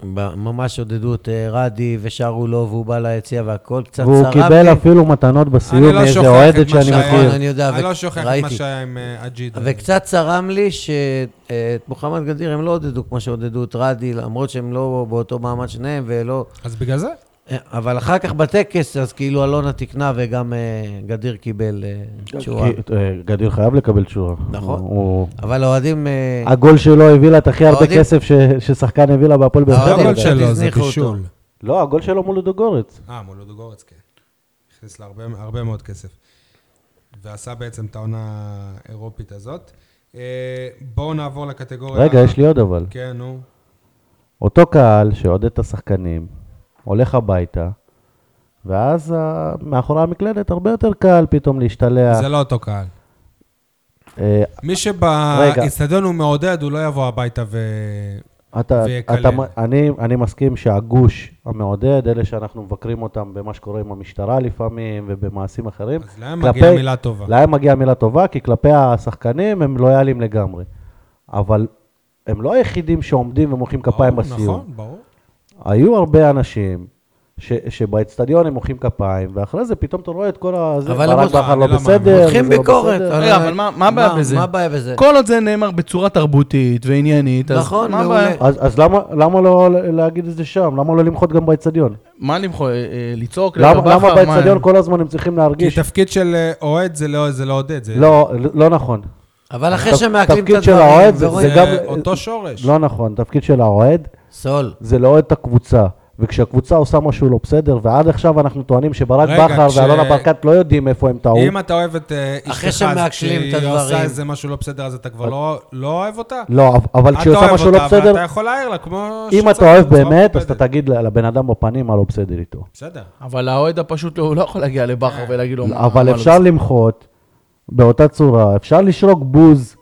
B: שממש עודדו את אה, רדי ושרו לו והוא בא ליציע והכל קצת צרם.
C: והוא קיבל
B: לי.
C: אפילו מתנות
A: אני
C: בסיום
A: לא
C: מאיזה
A: שוכח
C: אוהדת
A: את מה
C: שאני
A: שהיה.
C: מכיר.
B: אני יודע,
A: אני
B: ו-
A: לא שוכח את מה
B: ראיתי.
A: שהיה עם אה, אג'יד.
B: וקצת צרם לי שאת מוחמד גדיר הם לא עודדו כמו שעודדו את רדי, למרות שהם לא באותו מעמד שניהם ולא...
A: אז בגלל זה?
B: אה, אבל אחר כך בטקס, אז כאילו אלונה תיקנה וגם אה, גדיר קיבל אה, תשואה.
C: כי- אה, גדיר חייב לקבל תשואה.
B: נכון.
C: הוא-
B: אבל האוהדים... אה,
C: הגול שלו הביא לה את הכי הרבה
B: האוהדים-
C: כסף ש- ששחקן הביא לה בהפועל באר
A: זה
B: האוהדים
C: שבע.
A: הגול
B: קצת
A: שלו, זה
B: הזניחו לא, אותו.
A: בישול.
C: לא, הגול שלו מול לודוגורץ.
A: אה, מול לודוגורץ, כן. הכניס לה הרבה, הרבה מאוד כסף. ועשה בעצם את העונה האירופית הזאת. אה, בואו נעבור לקטגוריה...
C: רגע, יש לי עוד אבל.
A: כן, נו.
C: אותו קהל שעודד את השחקנים, הולך הביתה, ואז ה- מאחורי המקלדת הרבה יותר קל פתאום להשתלח.
A: זה לא אותו קהל.
C: אה,
A: מי
C: רגע.
A: שבאיצטדיון הוא מעודד, הוא לא יבוא הביתה ו...
C: אתה,
A: ויקלל.
C: אתה, אני, אני מסכים שהגוש המעודד, אלה שאנחנו מבקרים אותם במה שקורה עם המשטרה לפעמים ובמעשים אחרים,
A: אז להם מגיעה מילה טובה.
C: להם מגיעה מילה טובה, כי כלפי השחקנים הם לויאליים לגמרי. אבל הם לא היחידים שעומדים ומוחאים כפיים
A: ברור,
C: בסיום.
A: נכון, ברור.
C: היו הרבה אנשים ש, שבאצטדיון הם מוחאים כפיים, ואחרי זה פתאום אתה רואה את כל ה... זה,
B: אבל הם
C: ברק
B: מותחים,
C: בכר לא
A: אני לא מאמין.
C: בסדר,
B: פותחים
C: זה לא
B: ביקורת.
C: בסדר.
D: רגע, אבל מה- מה הבעיה בזה?
B: מה הבעיה בזה?
D: כל עוד זה נאמר בצורה תרבותית ועניינית, אז
B: נכון,
D: מה
B: מעולה.
D: הבעיה?
C: אז, אז למה, למה לא להגיד את זה שם? למה לא למחות גם באצטדיון?
D: מה למחוא, אה, אה, לצעוק
C: למה,
D: לבכר,
C: למה
D: מה-
C: באצטדיון כל הזמן הם צריכים
A: כי
C: להרגיש?
A: תפקיד של אה, אוהד זה לא זה לא עודד, זה
C: לא, לא נכון.
B: אבל אחרי
C: תפ-
B: שמעכלים את
C: תפקיד של
B: הדברים
C: האוהד זה-
A: זה
B: ורואים...
C: גם-
A: אותו שורש.
C: לא נכון. תפקיד של האוהד
B: סול.
C: זה לאוהד את הקבוצה. וכשהקבוצה עושה משהו לא בסדר, ועד עכשיו אנחנו טוענים שברק
A: רגע,
C: בכר
A: כש-
C: ואלונה ברקת לא יודעים איפה הם טעו.
A: אם אתה אוהב את אה,
B: אחרי
A: אשתך, אז
B: שמעכלים את
A: כשהיא עושה
B: הדברים.
A: איזה משהו לא בסדר, אז אתה כבר לא- לא אוהב אותה?
C: לא, אבל כשהיא עושה משהו לא
A: אתה אוהב אותה,
C: בסדר,
A: אבל אתה יכול לא להעיר לה, כמו
C: אם
A: שצריך,
C: אתה אוהב
A: בצורה
C: באמת, אז אתה
A: מכובדת.
C: תגיד לבן אדם בפנים מה לא בסדר איתו.
A: בסדר.
D: אבל האוהד הפשוט לא- הוא לא יכול להגיע לבכר ולהגיד לו... מה-
C: אה, אבל
D: מה לא
C: אפשר למחות באותה צורה, אפשר לשרוק בוז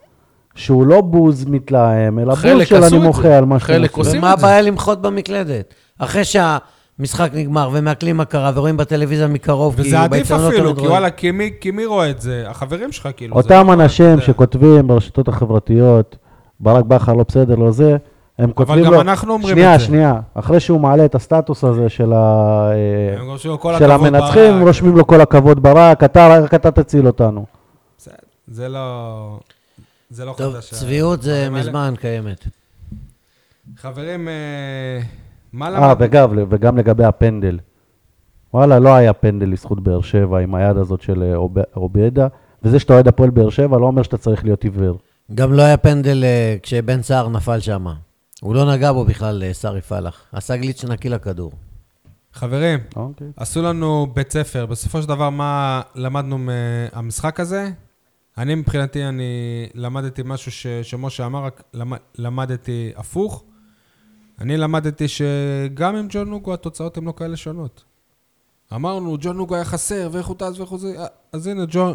C: שהוא לא בוז מתלהם, אלא
D: חלק
C: בוז של
D: עשו
C: אני
D: את
C: מוחה
D: זה.
C: על מה שאתם
D: חלק
C: עושים.
D: עושים.
B: ומה
D: את זה.
B: הבעיה למחות במקלדת? אחרי שהמשחק נגמר ומעכלים מה קרה ורואים בטלוויזיה מקרוב,
A: וזה עדיף
B: בהצטיינות
A: אפילו,
B: כאילו, לא תמיד
A: כי
B: רואים.
A: וואלה, כי מי- כי מי רואה את זה? החברים שלך, כאילו. זה-
C: אותם אנשים
A: זה-
C: שכותבים ברשתות החברתיות, ברק בכר לא בסדר, לא זה, הם כותבים לו...
A: גם אנחנו אומרים
C: שנייה,
A: את זה.
C: שנייה, אחרי שהוא מעלה את הסטטוס הזה של, ה... אה,
A: הם רושמים לו, "כל
C: של
A: הכבוד,
C: המנצחים,
A: ברק".
C: רושמים לו כל הכבוד ברק, אתה, רק אתה תציל אותנו.
A: בסדר, זה לא... זה לא
B: טוב,
A: חדש.
B: צביעות זה
A: הדברים האלה.
B: מזמן קיימת.
A: חברים, אה, מה
C: אה,
A: למדתם?
C: וגם, וגם לגבי הפנדל. וואלה, לא היה פנדל לזכות באר שבע עם היד הזאת של אה, אוב- עוביידה, וזה שאתה אוהד הפועל באר שבע לא אומר שאתה צריך להיות עיוור.
B: גם לא היה פנדל אה, כשבן סער נפל שם. הוא לא נגע בו בכלל, אה, סערי פלח. עשה גליץ' נקי לכדור.
A: חברים,
C: אוקיי.
A: עשו לנו בית ספר. בסופו של דבר, מה למדנו מהמשחק הזה? אני מבחינתי, אני למדתי משהו ש... שמשה אמר, רק למ... למדתי הפוך. אני למדתי שגם עם ג'ון נוגו התוצאות הן לא כאלה שונות. אמרנו, ג'ון נוגו היה חסר, ואיך הוא טס ואיך הוא זה... אה, אז הנה, ג'ון,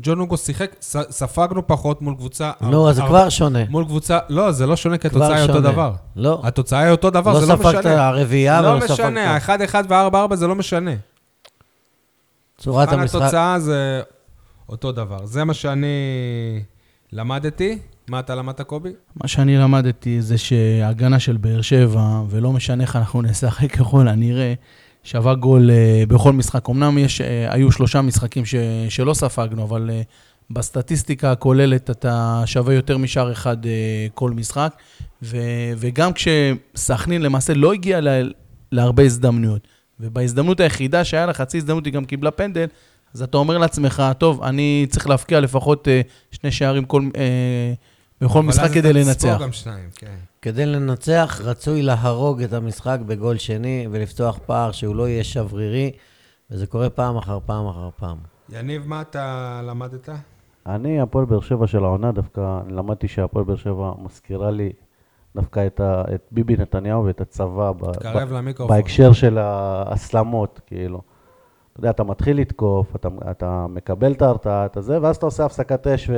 A: ג'ון נוגו שיחק, ס... ספגנו פחות מול קבוצה...
B: נו, לא, אז זה
A: הר-
B: כבר שונה.
A: מול קבוצה... לא, זה לא שונה, כי
B: כבר
A: התוצאה היא אותו
B: שונה.
A: דבר.
B: לא.
A: התוצאה היא אותו דבר,
B: לא
A: זה לא משנה.
B: ספגת הרביעייה ולא
A: לא משנה,
B: ספגת.
A: האחד, אחד וארבע, ארבע זה לא משנה.
B: צורת
A: כאן
B: המשחק...
A: התוצאה זה אותו דבר. זה מה שאני למדתי. מה אתה למדת, קובי?
D: מה שאני למדתי זה שההגנה של באר שבע, ולא משנה איך אנחנו נשחק ככל הנראה, שווה גול אה, בכל משחק. אמנם יש, אה, היו שלושה משחקים ש, שלא ספגנו, אבל אה, בסטטיסטיקה הכוללת אתה שווה יותר משאר אחד אה, כל משחק. ו, וגם כשסכנין למעשה לא הגיעה לה, להרבה הזדמנויות, ובהזדמנות היחידה שהיה לה, חצי הזדמנות היא גם קיבלה פנדל, אז אתה אומר לעצמך, טוב, אני צריך להבקיע לפחות אה, שני שערים כל, אה, בכל
A: אבל אז
D: משחק
A: אתה
D: כדי לנצח.
A: תספור גם שניים, כן.
B: כדי לנצח, רצוי להרוג את המשחק בגול שני ולפתוח פער שהוא לא יהיה שברירי, וזה קורה פעם אחר פעם אחר פעם.
A: יניב, מה אתה למדת?
C: אני, הפועל באר שבע של העונה, דווקא למדתי שהפועל באר שבע מזכירה לי דווקא את, ה, את ביבי נתניהו ואת הצבא. ב-
A: תתקרב
C: ב-
A: למיקרופון.
C: בהקשר של ההסלמות, כאילו. אתה יודע, אתה מתחיל לתקוף, אתה, אתה מקבל את ההרתעה, אתה זה, ואז אתה עושה הפסקת אש ו,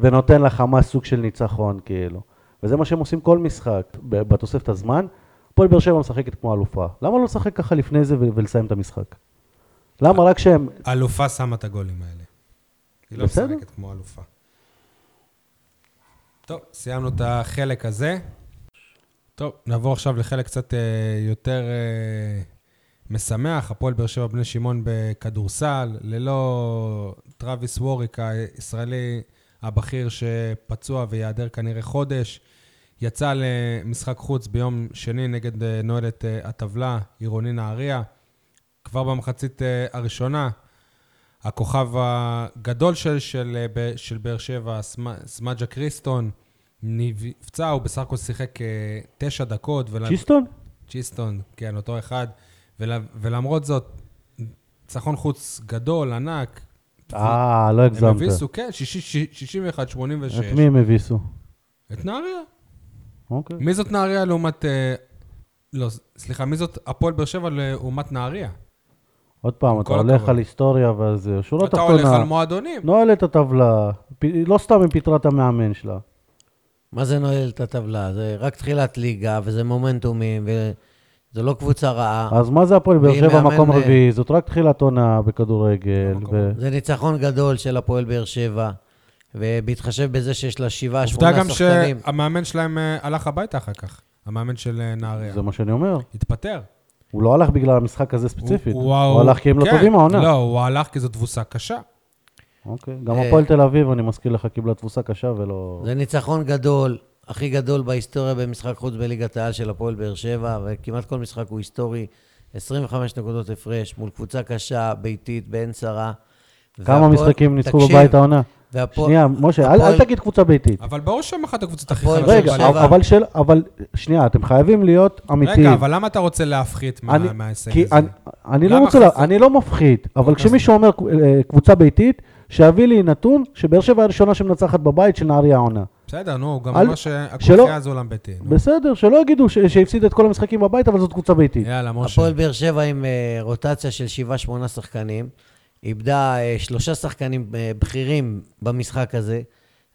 C: ונותן לחמאס סוג של ניצחון, כאילו. וזה מה שהם עושים כל משחק, ב- בתוספת הזמן. הפועל באר שבע משחקת כמו אלופה. למה לא לשחק ככה לפני זה ו- ולסיים את המשחק? למה רק שהם...
A: אלופה שמה את הגולים האלה. היא לא
C: בסדר.
A: משחקת כמו אלופה. טוב, סיימנו את החלק הזה. טוב, נעבור עכשיו לחלק קצת אה, יותר אה, משמח. הפועל באר שבע בני שמעון בכדורסל, ללא טראביס ווריק, הישראלי הבכיר שפצוע וייעדר כנראה חודש. יצא למשחק חוץ ביום שני נגד אה, נועלת אה, הטבלה, עירוני נהריה. כבר במחצית אה, הראשונה, הכוכב הגדול של, של, אה, ב- של באר שבע, סמ- סמג'ה קריסטון, נפצע, הוא בסך הכל שיחק אה, תשע דקות. ולה-
C: צ'יסטון?
A: צ'יסטון, כן, אותו אחד, ול, ולמרות זאת, ניצחון חוץ גדול, ענק.
C: אה, לא
A: הם
C: הגזמת.
A: הביסו, כן, 61-86.
C: את מי הם הביסו?
A: את נהריה.
C: אוקיי.
A: מי זאת נהריה לעומת... אה, לא, סליחה, מי זאת הפועל באר שבע לעומת נהריה?
C: עוד פעם,
A: עם
C: אתה
A: כל
C: הולך
A: הכבוד.
C: על היסטוריה ועל זה, שורה
A: אתה הולך על
C: לא תחתונה.
A: מועדונים.
C: נועל את הטבלה, פ- לא סתם היא פיטרה את המאמן שלה.
B: מה זה נועל את הטבלה? זה רק תחילת ליגה, וזה מומנטומים, וזו לא קבוצה
A: אה.
B: רעה.
C: אז מה זה הפועל באר
B: והיא
C: שבע
B: מאמן,
C: מקום
B: אה,
C: רביעי? זאת רק תחילת עונה בכדורגל.
A: במקום.
C: ו-
B: זה ניצחון גדול של הפועל באר שבע, ובהתחשב בזה שיש לה שבעה,
A: עובדה
B: שמונה
A: גם
B: שחקנים.
A: שהמאמן שלהם אה, הלך הביתה אחר כך. המאמן של אה, נהריה.
C: זה מה שאני אומר.
A: התפטר.
C: הוא לא הלך בגלל המשחק הזה ספציפית.
A: הוא- הוא-
C: הוא הלך כי הם לא
A: כן,
C: טובים העונה.
A: לא, הוא הלך כי זו תבוסה קשה.
C: אוקיי. גם
B: אה,
C: הפועל תל אביב, אני מזכיר לך, קיבלה תבוסה קשה ולא...
B: זה ניצחון גדול, הכי גדול בהיסטוריה במשחק חוץ בליגת העל של הפועל באר שבע, וכמעט כל משחק הוא היסטורי. 25 נקודות הפרש מול קבוצה קשה, ביתית, בעין צרה.
C: כמה
B: והפועל-
C: משחקים ניצחו
B: תקשיב,
C: בבית העונה?
B: והפועל-
C: שנייה, משה, אל-
B: הפועל-
C: אל תגיד קבוצה ביתית.
A: אבל ברור שהם אחת הקבוצות הכי
B: הפועל
A: חלשות.
B: באר
C: רגע,
A: בליגה.
B: שבע.
C: אבל של... אבל שנייה, אתם חייבים להיות אמיתיים.
A: רגע, אבל למה אתה רוצה להפחית מה-
C: אני-
A: מההישג
C: כי
A: הזה?
C: אני- אני לא
A: למה
C: רוצה, לה-
A: חסר?
C: אני לא מפחית, אבל כשמישהו אומר אה, קבוצה ביתית, שיביא לי נתון שבאר שבע הראשונה שמנצחת בבית של נהריה העונה.
A: בסדר, נו, גם
C: אל-
A: אמר שהקופייה
C: שלא-
A: הזו עולם ביתי. נו.
C: בסדר, שלא יגידו ש- שהפסיד את כל המשחקים בבית, אבל זאת קבוצה ביתית.
A: יאללה, משה.
B: הפועל באר שבע עם אה, רוטציה של שבעה, שמונה שחקנים. איבדה אה, שלושה שחקנים אה, בכירים במשחק הזה.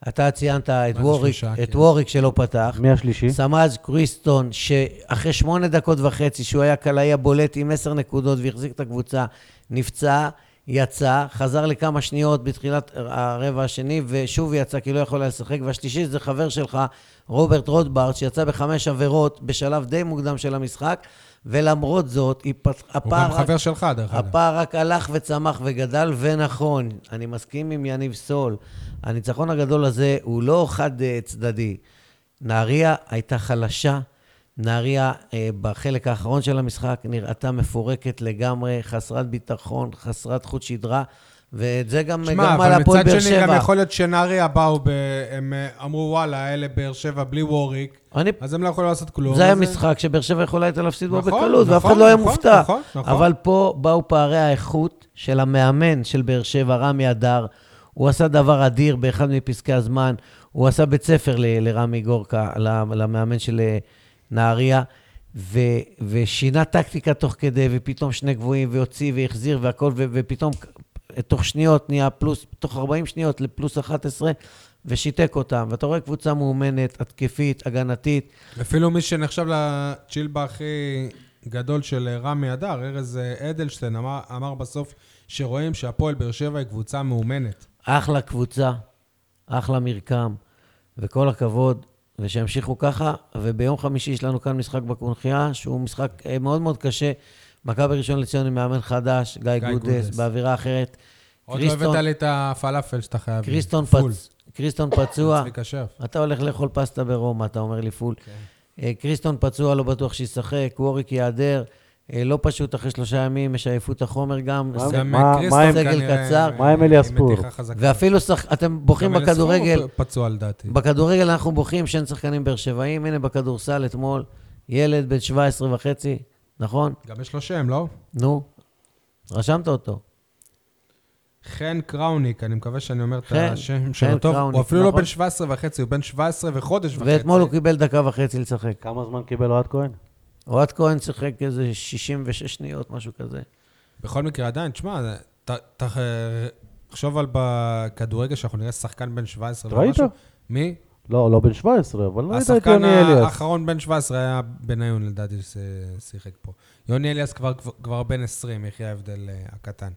B: אתה ציינת את
A: זה
B: ווריק,
A: שלושה?
B: את
A: כן.
B: ווריק שלא פתח.
C: מי השלישי?
B: סמאז קריסטון, שאחרי שמונה דקות וחצי, שהוא היה קלעי הבולט עם עשר נקודות והחזיק את הקבוצה, נפצע, יצא, חזר לכמה שניות בתחילת הרבע השני, ושוב יצא כי לא יכול היה לשחק. והשלישי זה חבר שלך, רוברט רוטברט, שיצא בחמש עבירות בשלב די מוקדם של המשחק, ולמרות זאת, היא פת-
A: הוא גם
B: הפער רק-
A: חבר שלך, דרך אגב.
B: הפער רק הלך וצמח וגדל, ונכון, אני מסכים עם יניב סול, הניצחון הגדול הזה הוא לא חד-צדדי. נהריה הייתה חלשה, נהריה אה, בחלק האחרון של המשחק נראתה מפורקת לגמרי, חסרת ביטחון, חסרת חוט שדרה, ואת זה גם
A: שמע,
B: גרמה
A: אבל
B: להפועל
A: מצד
B: באר
A: שני גם
B: שבע.
A: יכול להיות שנהריה באו, ב... הם אה, אמרו, וואלה, אלה באר שבע בלי ווריק,
B: אני...
A: אז הם לא יכולים לעשות כלום.
B: זה היה
A: אז-
B: משחק שבאר שבע יכולה הייתה להפסיד בו
A: נכון,
B: בקלות, ואף
A: נכון,
B: אחד לא היה
A: נכון,
B: מופתע.
A: נכון, נכון.
B: אבל פה באו פערי האיכות של המאמן של באר שבע, רמי אדר. הוא עשה דבר אדיר באחד מפסקי הזמן. הוא עשה בית ספר ל- לרמי גורקה, ל- למאמן של אה, נהריה, ו- ושינה טקטיקה תוך כדי, ופתאום שני גבוהים, והוציא והחזיר והכל, ו- ופתאום תוך שניות נהיה פלוס, תוך 40 שניות לפלוס 11, ושיתק אותם. ואתה רואה קבוצה מאומנת, התקפית, הגנתית.
A: אפילו מי שנחשב לצ'ילבה הכי גדול של אה, רמי אדר, ארז אה, אדלשטיין, אמר, אמר בסוף שרואים שהפועל באר שבע היא קבוצה מאומנת.
B: אחלה קבוצה, אחלה מרקם, וכל הכבוד, ושימשיכו ככה. וביום חמישי יש לנו כאן משחק בקונחייה, שהוא משחק אה, מאוד מאוד קשה. מכבי ראשון לציון עם מאמן חדש, גיא,
A: גיא
B: גודס,
A: גודס.
B: באווירה אחרת.
A: עוד לא הבאת לי את הפלאפל שאתה חייב. לי.
B: קריסטון,
A: פול.
B: פצ... קריסטון פצוע.
A: צביקה שף.
B: אתה הולך לאכול פסטה ברומא, אתה אומר לי פול. אה, קריסטון פצוע, לא בטוח שישחק, ווריק ייעדר. אה, לא פשוט, אחרי שלושה ימים יש עייפות החומר גם.
C: מה-
B: זה-
A: גם
C: מה-
A: אה, קריסטון
C: מה עם-
B: סגל
A: כנראה,
B: קצר.
A: אה,
C: מה עם
A: אה,
C: אליאס
A: עם מתיחה
C: פור?
A: חזקה.
B: ואפילו שחק... אתם בוכים
A: גם אליאס פור
B: בכדורגל.
A: הוא פ- פצוע לדעתי.
B: בכדורגל אנחנו בוכים שאין שחקנים באר שבעים, הנה בכדורסל אתמול, ילד בן 17 וחצי, נכון?
A: גם יש לו שם, לא?
B: נו, רשמת אותו.
A: חן קראוניק, אני מקווה שאני אומר את
B: חן,
A: השם
B: חן
A: שלו טוב.
B: קראוניק,
A: הוא אפילו לא
B: נכון.
A: בן 17 וחצי, הוא בן 17 וחודש וחצי.
B: ואתמול הוא קיבל דקה וחצי לשחק.
C: כמה זמן קיבל אוהד כהן?
B: אוהד כהן שיחק איזה 66 שניות, משהו כזה.
A: בכל מקרה, עדיין, תשמע, זה- ת- ת- אה, תחשוב על בכדורגל שאנחנו נראה שחקן בן 17
C: ראית?
A: ומשהו. מי?
C: לא, לא בן 17, אבל לא ראית את
A: השחקן
C: יוני אליאס.
A: האחרון בן 17 היה בניון, לדעתי, ששיחק פה. יוני אליאס כבר- כבר בן 20, יחי ההבדל אה, הקטן.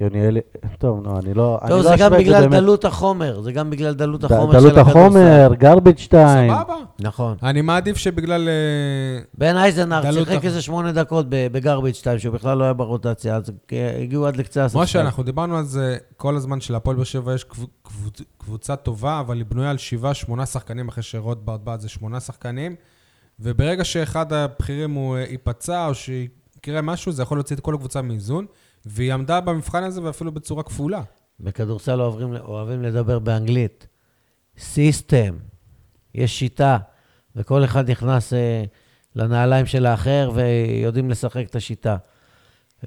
C: יוני אליאס, טוב, נו, אני לא... אני
B: טוב,
C: לא
B: זה גם
C: אשווה את
B: בגלל
C: באמת.
B: דלות החומר, זה גם בגלל דלות
C: ד-
B: החומר של
C: דלות
B: הכדורסל.
C: החומר, garbage time.
A: סבבה.
B: נכון.
A: אני מעדיף שבגלל... אה,
B: בן אייזנארט
A: דלות
B: שיחק
A: הח-
B: איזה שמונה דקות בגרביץ' 2, שהוא בכלל לא היה ברוטציה, אז אה, הגיעו עד לקצה הספסל.
A: משה, אנחנו דיברנו על זה כל הזמן שלהפועל באר שבע יש קב- קבוצ- קבוצה טובה, אבל היא בנויה על שבעה, שמונה שחקנים, אחרי שרוטברט בעד זה שמונה שחקנים, וברגע שאחד הבכירים הוא אה, ייפצע או שיקרה משהו, זה יכול להוציא את כל הקבוצה מאיזון, והיא עמדה במבחן הזה ואפילו בצורה כפולה.
B: בכדורסל אוהבים, אוהבים לדבר באנגלית. סיסטם, יש שיטה, וכל אחד נכנס אה, לנעליים של האחר, ויודעים לשחק את השיטה.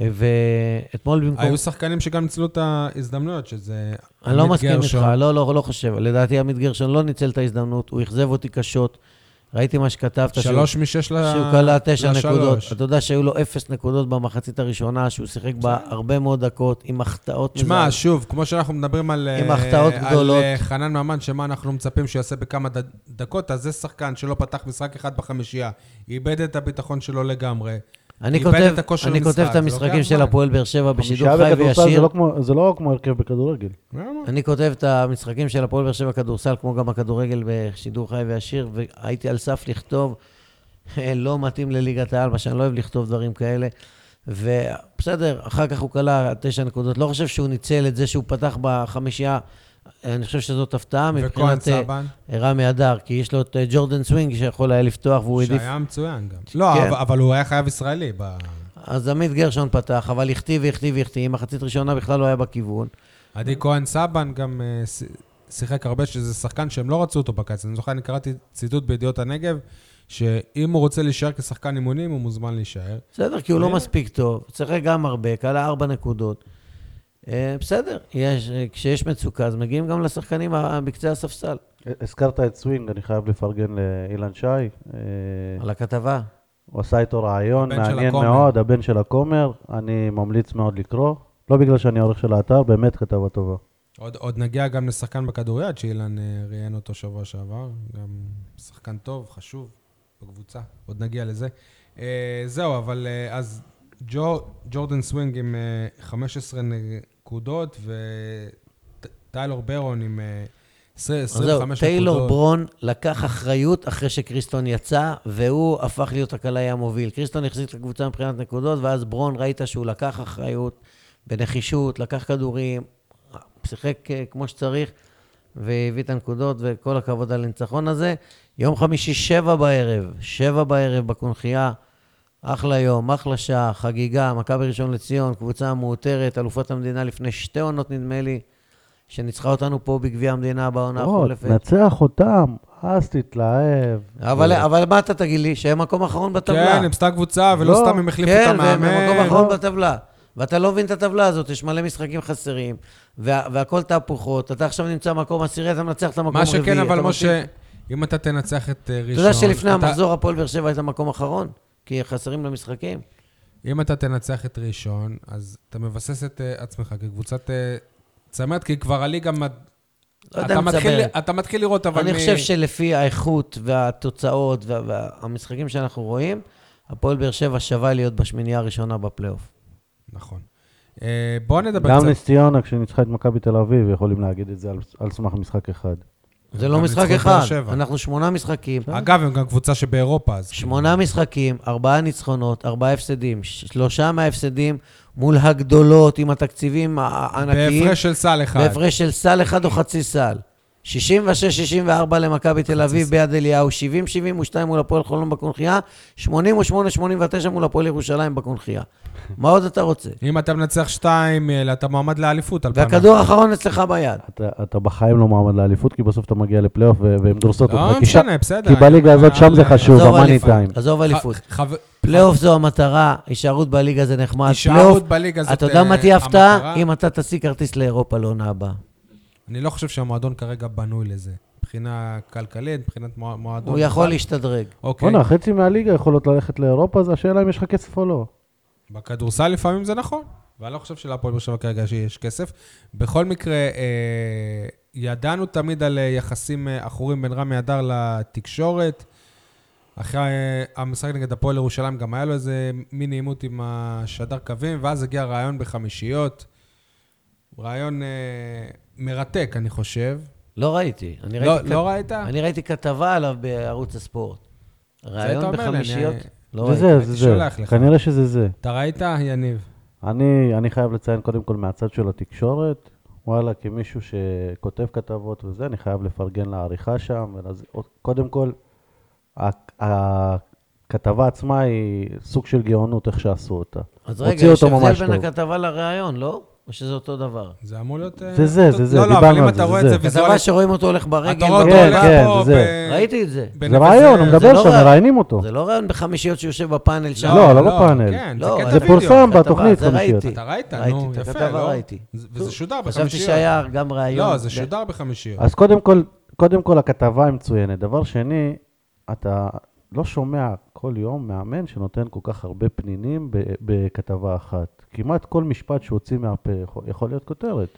B: ואתמול במקום...
A: היו שחקנים שגם ניצלו את ההזדמנויות, שזה...
B: אוקיי. אני לא
A: עמית
B: מסכים איתך,
A: גרשון.
B: לא, לא, לא חושב. לדעתי עמית גרשון לא ניצל את ההזדמנות, הוא אכזב אותי קשות. ראיתי מה שכתבת, שהוא-
A: שלוש לא, משש ל...
B: שהוא כלה תשע
A: לשלוש.
B: נקודות. אתה יודע שהיו לו אפס נקודות במחצית הראשונה, שהוא שיחק בה הרבה מאוד דקות, עם החטאות
A: תשמע,
B: מזעזעות.
A: שוב, כמו שאנחנו מדברים על...
B: עם
A: אה,
B: החטאות גדולות.
A: על אה, חנן ממן, שמה אנחנו לא מצפים שהוא יעשה בכמה ד- דקות, אז זה שחקן שלא פתח משחק אחד בחמישייה, איבד את הביטחון שלו לגמרי.
B: אני
A: איבד
B: כותב,
A: את הכושר
B: אני
A: למשחק,
B: כותב את
A: זה
B: המשחקים
A: לוקח
B: של
A: זמן.
B: הפועל באר שבע בשידור
C: חמישייה
B: חי
C: בכדורסל זה
B: וישיר.
C: לא כמו- זה לא כמו הרכב בכדורגל.
B: אני כותב את המשחקים של הפועל באר שבע כדורסל, כמו גם הכדורגל בשידור חי וישיר, והייתי על סף לכתוב, לא מתאים לליגת העל, מה שאני לא אוהב לכתוב דברים כאלה. ובסדר, אחר כך הוא כלה תשע נקודות. לא חושב שהוא ניצל את זה שהוא פתח בחמישייה. אני חושב שזאת הפתעה
A: וכהן
B: מבחינת אה,
A: סבן,
B: רמי אדר, כי יש לו את אה, ג'ורדן סווינג שיכול היה לפתוח והוא העדיף
A: שהיה מצוין גם. לא,
B: כן.
A: אבל- אבל הוא היה חייב ישראלי. ב-
B: אז עמית גרשון פתח, אבל החטיא והחטיא והחטיא, מחצית ראשונה בכלל לא היה בכיוון.
A: עדי כהן סבן גם אה, ש- שיחק הרבה, שזה שחקן שהם לא רצו אותו בקיץ. אני זוכר, אני קראתי ציטוט בידיעות הנגב, שאם הוא רוצה להישאר כשחקן אימונים, הוא מוזמן להישאר.
B: בסדר, כי הוא לא מספיק טוב, הוא שיחק גם הרבה, כלה ארבע נקודות. אה, בסדר, יש, אה, כשיש מצוקה, אז מגיעים גם לשחקנים ה- בקצה הספסל.
C: הזכרת את סווינג, אני חייב לפרגן לאילן שי. אה,
B: על הכתבה.
C: הוא עשה איתו רעיון,
A: הבן של
C: מעניין
A: הכומר.
C: מאוד, הבן של הכומר, אני ממליץ מאוד לקרוא. לא בגלל שאני עורך של האתר, באמת כתבה טובה.
A: עוד, עוד נגיע גם לשחקן בכדוריד, שאילן אה, ראיין אותו שבוע שעבר. גם שחקן טוב, חשוב, בקבוצה. עוד נגיע לזה. אה, זהו, אבל אה, אז ג'ו, ג'ורדן סווינג עם אה, 15 נקודות, וטיילור ברון עם אה, 20,
B: אז זהו,
A: 25
B: טיילור
A: נקודות.
B: ברון לקח אחריות אחרי שקריסטון יצא, והוא הפך להיות הקלעי המוביל. קריסטון החזיק את הקבוצה מבחינת נקודות, ואז ברון, ראית שהוא לקח אחריות בנחישות, לקח כדורים, שיחק אה, כמו שצריך, והביא את הנקודות, וכל הכבוד על הניצחון הזה. יום חמישי, שבע בערב, שבע בערב בקונכייה. אחלה יום, אחלה שעה, חגיגה, מכבי ראשון לציון, קבוצה המעוטרת, אלופת המדינה לפני שתי עונות נדמה לי, שניצחה אותנו פה בגביע המדינה בעונה
C: עוד,
B: החולפת.
C: נצח אותם, אז תתלהב.
B: אבל, אבל מה אתה תגיד לי? שהם מקום אחרון בטבלה.
A: כן, הם סתם קבוצה, ולא
C: לא,
A: סתם הם החליפו את
B: כן, והם במקום
A: המאמן.
B: אחרון בטבלה. ואתה לא מבין את הטבלה הזאת, יש מלא משחקים חסרים, וה, והכל תהפוכות. אתה עכשיו נמצא מקום עשירי, אתה מנצח את המקום
A: מה
B: רביעי.
A: שכן, אבל
B: אתה
A: משה, אם אתה תנצח את אה, ראשון...
B: אתה יודע שלפני
A: אתה-
B: המחזור הפועל באר שבע הייתה מקום אחרון, כי חסרים לה משחקים.
A: אם אתה תנצח את ראשון, אז אתה מבסס את אה, עצמך כקבוצת אה, צמרת, כי כבר הליגה... מד-
B: לא יודע
A: אתה
B: אם
A: מתחיל-
B: צמרת.
A: אתה מתחיל לראות, אבל...
B: אני
A: מ-
B: חושב שלפי האיכות והתוצאות וה- והמשחקים שאנחנו רואים, הפועל באר שבע שווה להיות בשמינייה הראשונה בפלייאוף.
A: נכון. אה, בואו נדבר
C: גם
A: קצת...
C: נס ציונה, כשניצחה את מכבי תל אביב, יכולים להגיד את זה על, על סמך משחק אחד.
B: זה לא
A: גם
B: משחק
A: ניצחו את באר
B: אחד,
A: שבע.
B: אנחנו שמונה משחקים.
A: אגב, הם גם קבוצה שבאירופה, אז...
B: שמונה משחקים, ארבעה ניצחונות, ארבעה הפסדים. ש- שלושה מההפסדים מול הגדולות עם התקציבים ה- הענקיים.
A: בהפרש של סל אחד.
B: בהפרש של סל אחד או חצי סל. 66-64 למכבי תל אביב ביד אליהו, 70-72 מול הפועל חולון בקונכייה, 88-89 מול הפועל ירושלים בקונכייה. מה עוד אתה רוצה?
A: אם אתה מנצח שתיים, אה, אתה מועמד לאליפות. על פניו.
B: והכדור האחרון אצלך ביד.
C: אתה, אתה בחיים לא מועמד לאליפות, כי בסוף אתה מגיע לפלייאוף ו- והם דורסות אותך.
A: לא
C: כי שם-
A: משנה, בסדר.
C: כי בליגה הזאת שם זה
A: אבל-
C: חשוב,
B: עזוב
C: המאני
B: אליפות,
C: טיים.
B: עזוב אליפות.
A: ח- חב-
B: פלייאוף זו המטרה, הישארות בליגה זה נחמד.
A: הישארות
B: פלייאוף-
A: בליגה זאת,
B: אתה יודע מה
A: אה,
B: תהיה
A: המטרה?
B: הפתעה? אם אתה תשיג כרטיס לאירופה לעונה הבאה.
A: אני לא חושב שהמועדון כרגע בנוי לזה. מבחינה כלכלית, מבחינת מוע- מועדון.
B: הוא יכול להשתדרג.
A: אוקיי.
C: בוא'נה, חצי מהליגה יכולות ללכת לאירופה, אז השאלה אם יש לך כסף או לא.
A: בכדורסל לפעמים זה נכון, ואני לא חושב שלהפועל באר שבע כרגע שיש כסף. בכל מקרה, אה, ידענו תמיד על אה, יחסים אה, עכורים בין רמי אדר לתקשורת. אחרי אה, המשחק נגד הפועל ירושלים גם היה לו איזה מיני עימות עם השדר קווים, ואז הגיע רעיון בחמישיות. רעיון אה, מרתק, אני חושב.
B: לא ראיתי. אני
A: לא-
B: ראיתי
A: לא
B: כת-
A: ראית?
B: אני ראיתי כתבה עליו בערוץ הספורט.
A: אומר
B: ראיון
A: לי,
B: בחמישיות?
A: אני-
B: לא
C: זה
B: ראיתי.
C: זה, זה
A: הייתי שולח
C: זה.
A: לך.
C: כנראה שזה זה.
A: אתה ראית, יניב?
C: אני, אני חייב לציין קודם כל מהצד של התקשורת, וואלה, כמישהו שכותב כתבות וזה, אני חייב לפרגן לעריכה שם. ולז... קודם כל, ה- הכתבה עצמה היא סוג של גאונות, איך שעשו אותה.
B: אז
C: הוציאו
B: רגע, יש
C: אותו ממש
B: הבדל בין
C: טוב.
B: הכתבה לראיון, לא? או שזה אותו דבר?
A: זה אמור להיות... אה,
C: זה זה, זה זה,
A: לא, לא,
C: דיברנו
A: אבל אם
C: על
A: אתה
C: זה,
A: רואה
C: זה
A: את זה
C: זה.
A: ויזואלית...
B: כתבה שרואים אותו הולך
A: אתה
B: ברגל,
A: רואה אותו
C: כן,
A: הולך
C: כן,
A: פה
C: זה.
A: ב-
B: ראיתי את זה.
A: בנפש
C: זה רעיון, הוא
A: זה-
C: מדבר
B: לא
C: שם,
B: רע-
C: מראיינים אותו.
B: זה לא רעיון בחמישיות שיושב בפאנל שם.
C: לא, לא בפאנל.
A: כן,
B: לא,
A: זה קטע
C: זה
A: וידאו.
C: פורסם
B: כתבה,
C: בתוכנית
B: זה
C: חמישיות.
B: ראיתי.
A: אתה ראית?
B: ראיתי,
A: נו,
B: את
A: יפה,
B: הכתבה
A: לא?
B: ראיתי.
A: זה- וזה שודר
B: חשבתי
A: בחמישיות.
B: שהיה גם ראיון.
A: לא, זה
B: ב-
A: שודר
B: כן.
A: בחמישיות.
C: אז קודם כל, קודם כל הכתבה מצוינת. דבר שני, אתה לא שומע כל יום מאמן שנותן כל כך הרבה פנינים ב- בכתבה אחת. כמעט כל משפט שהוציא מהפה יכול, יכול להיות כותרת.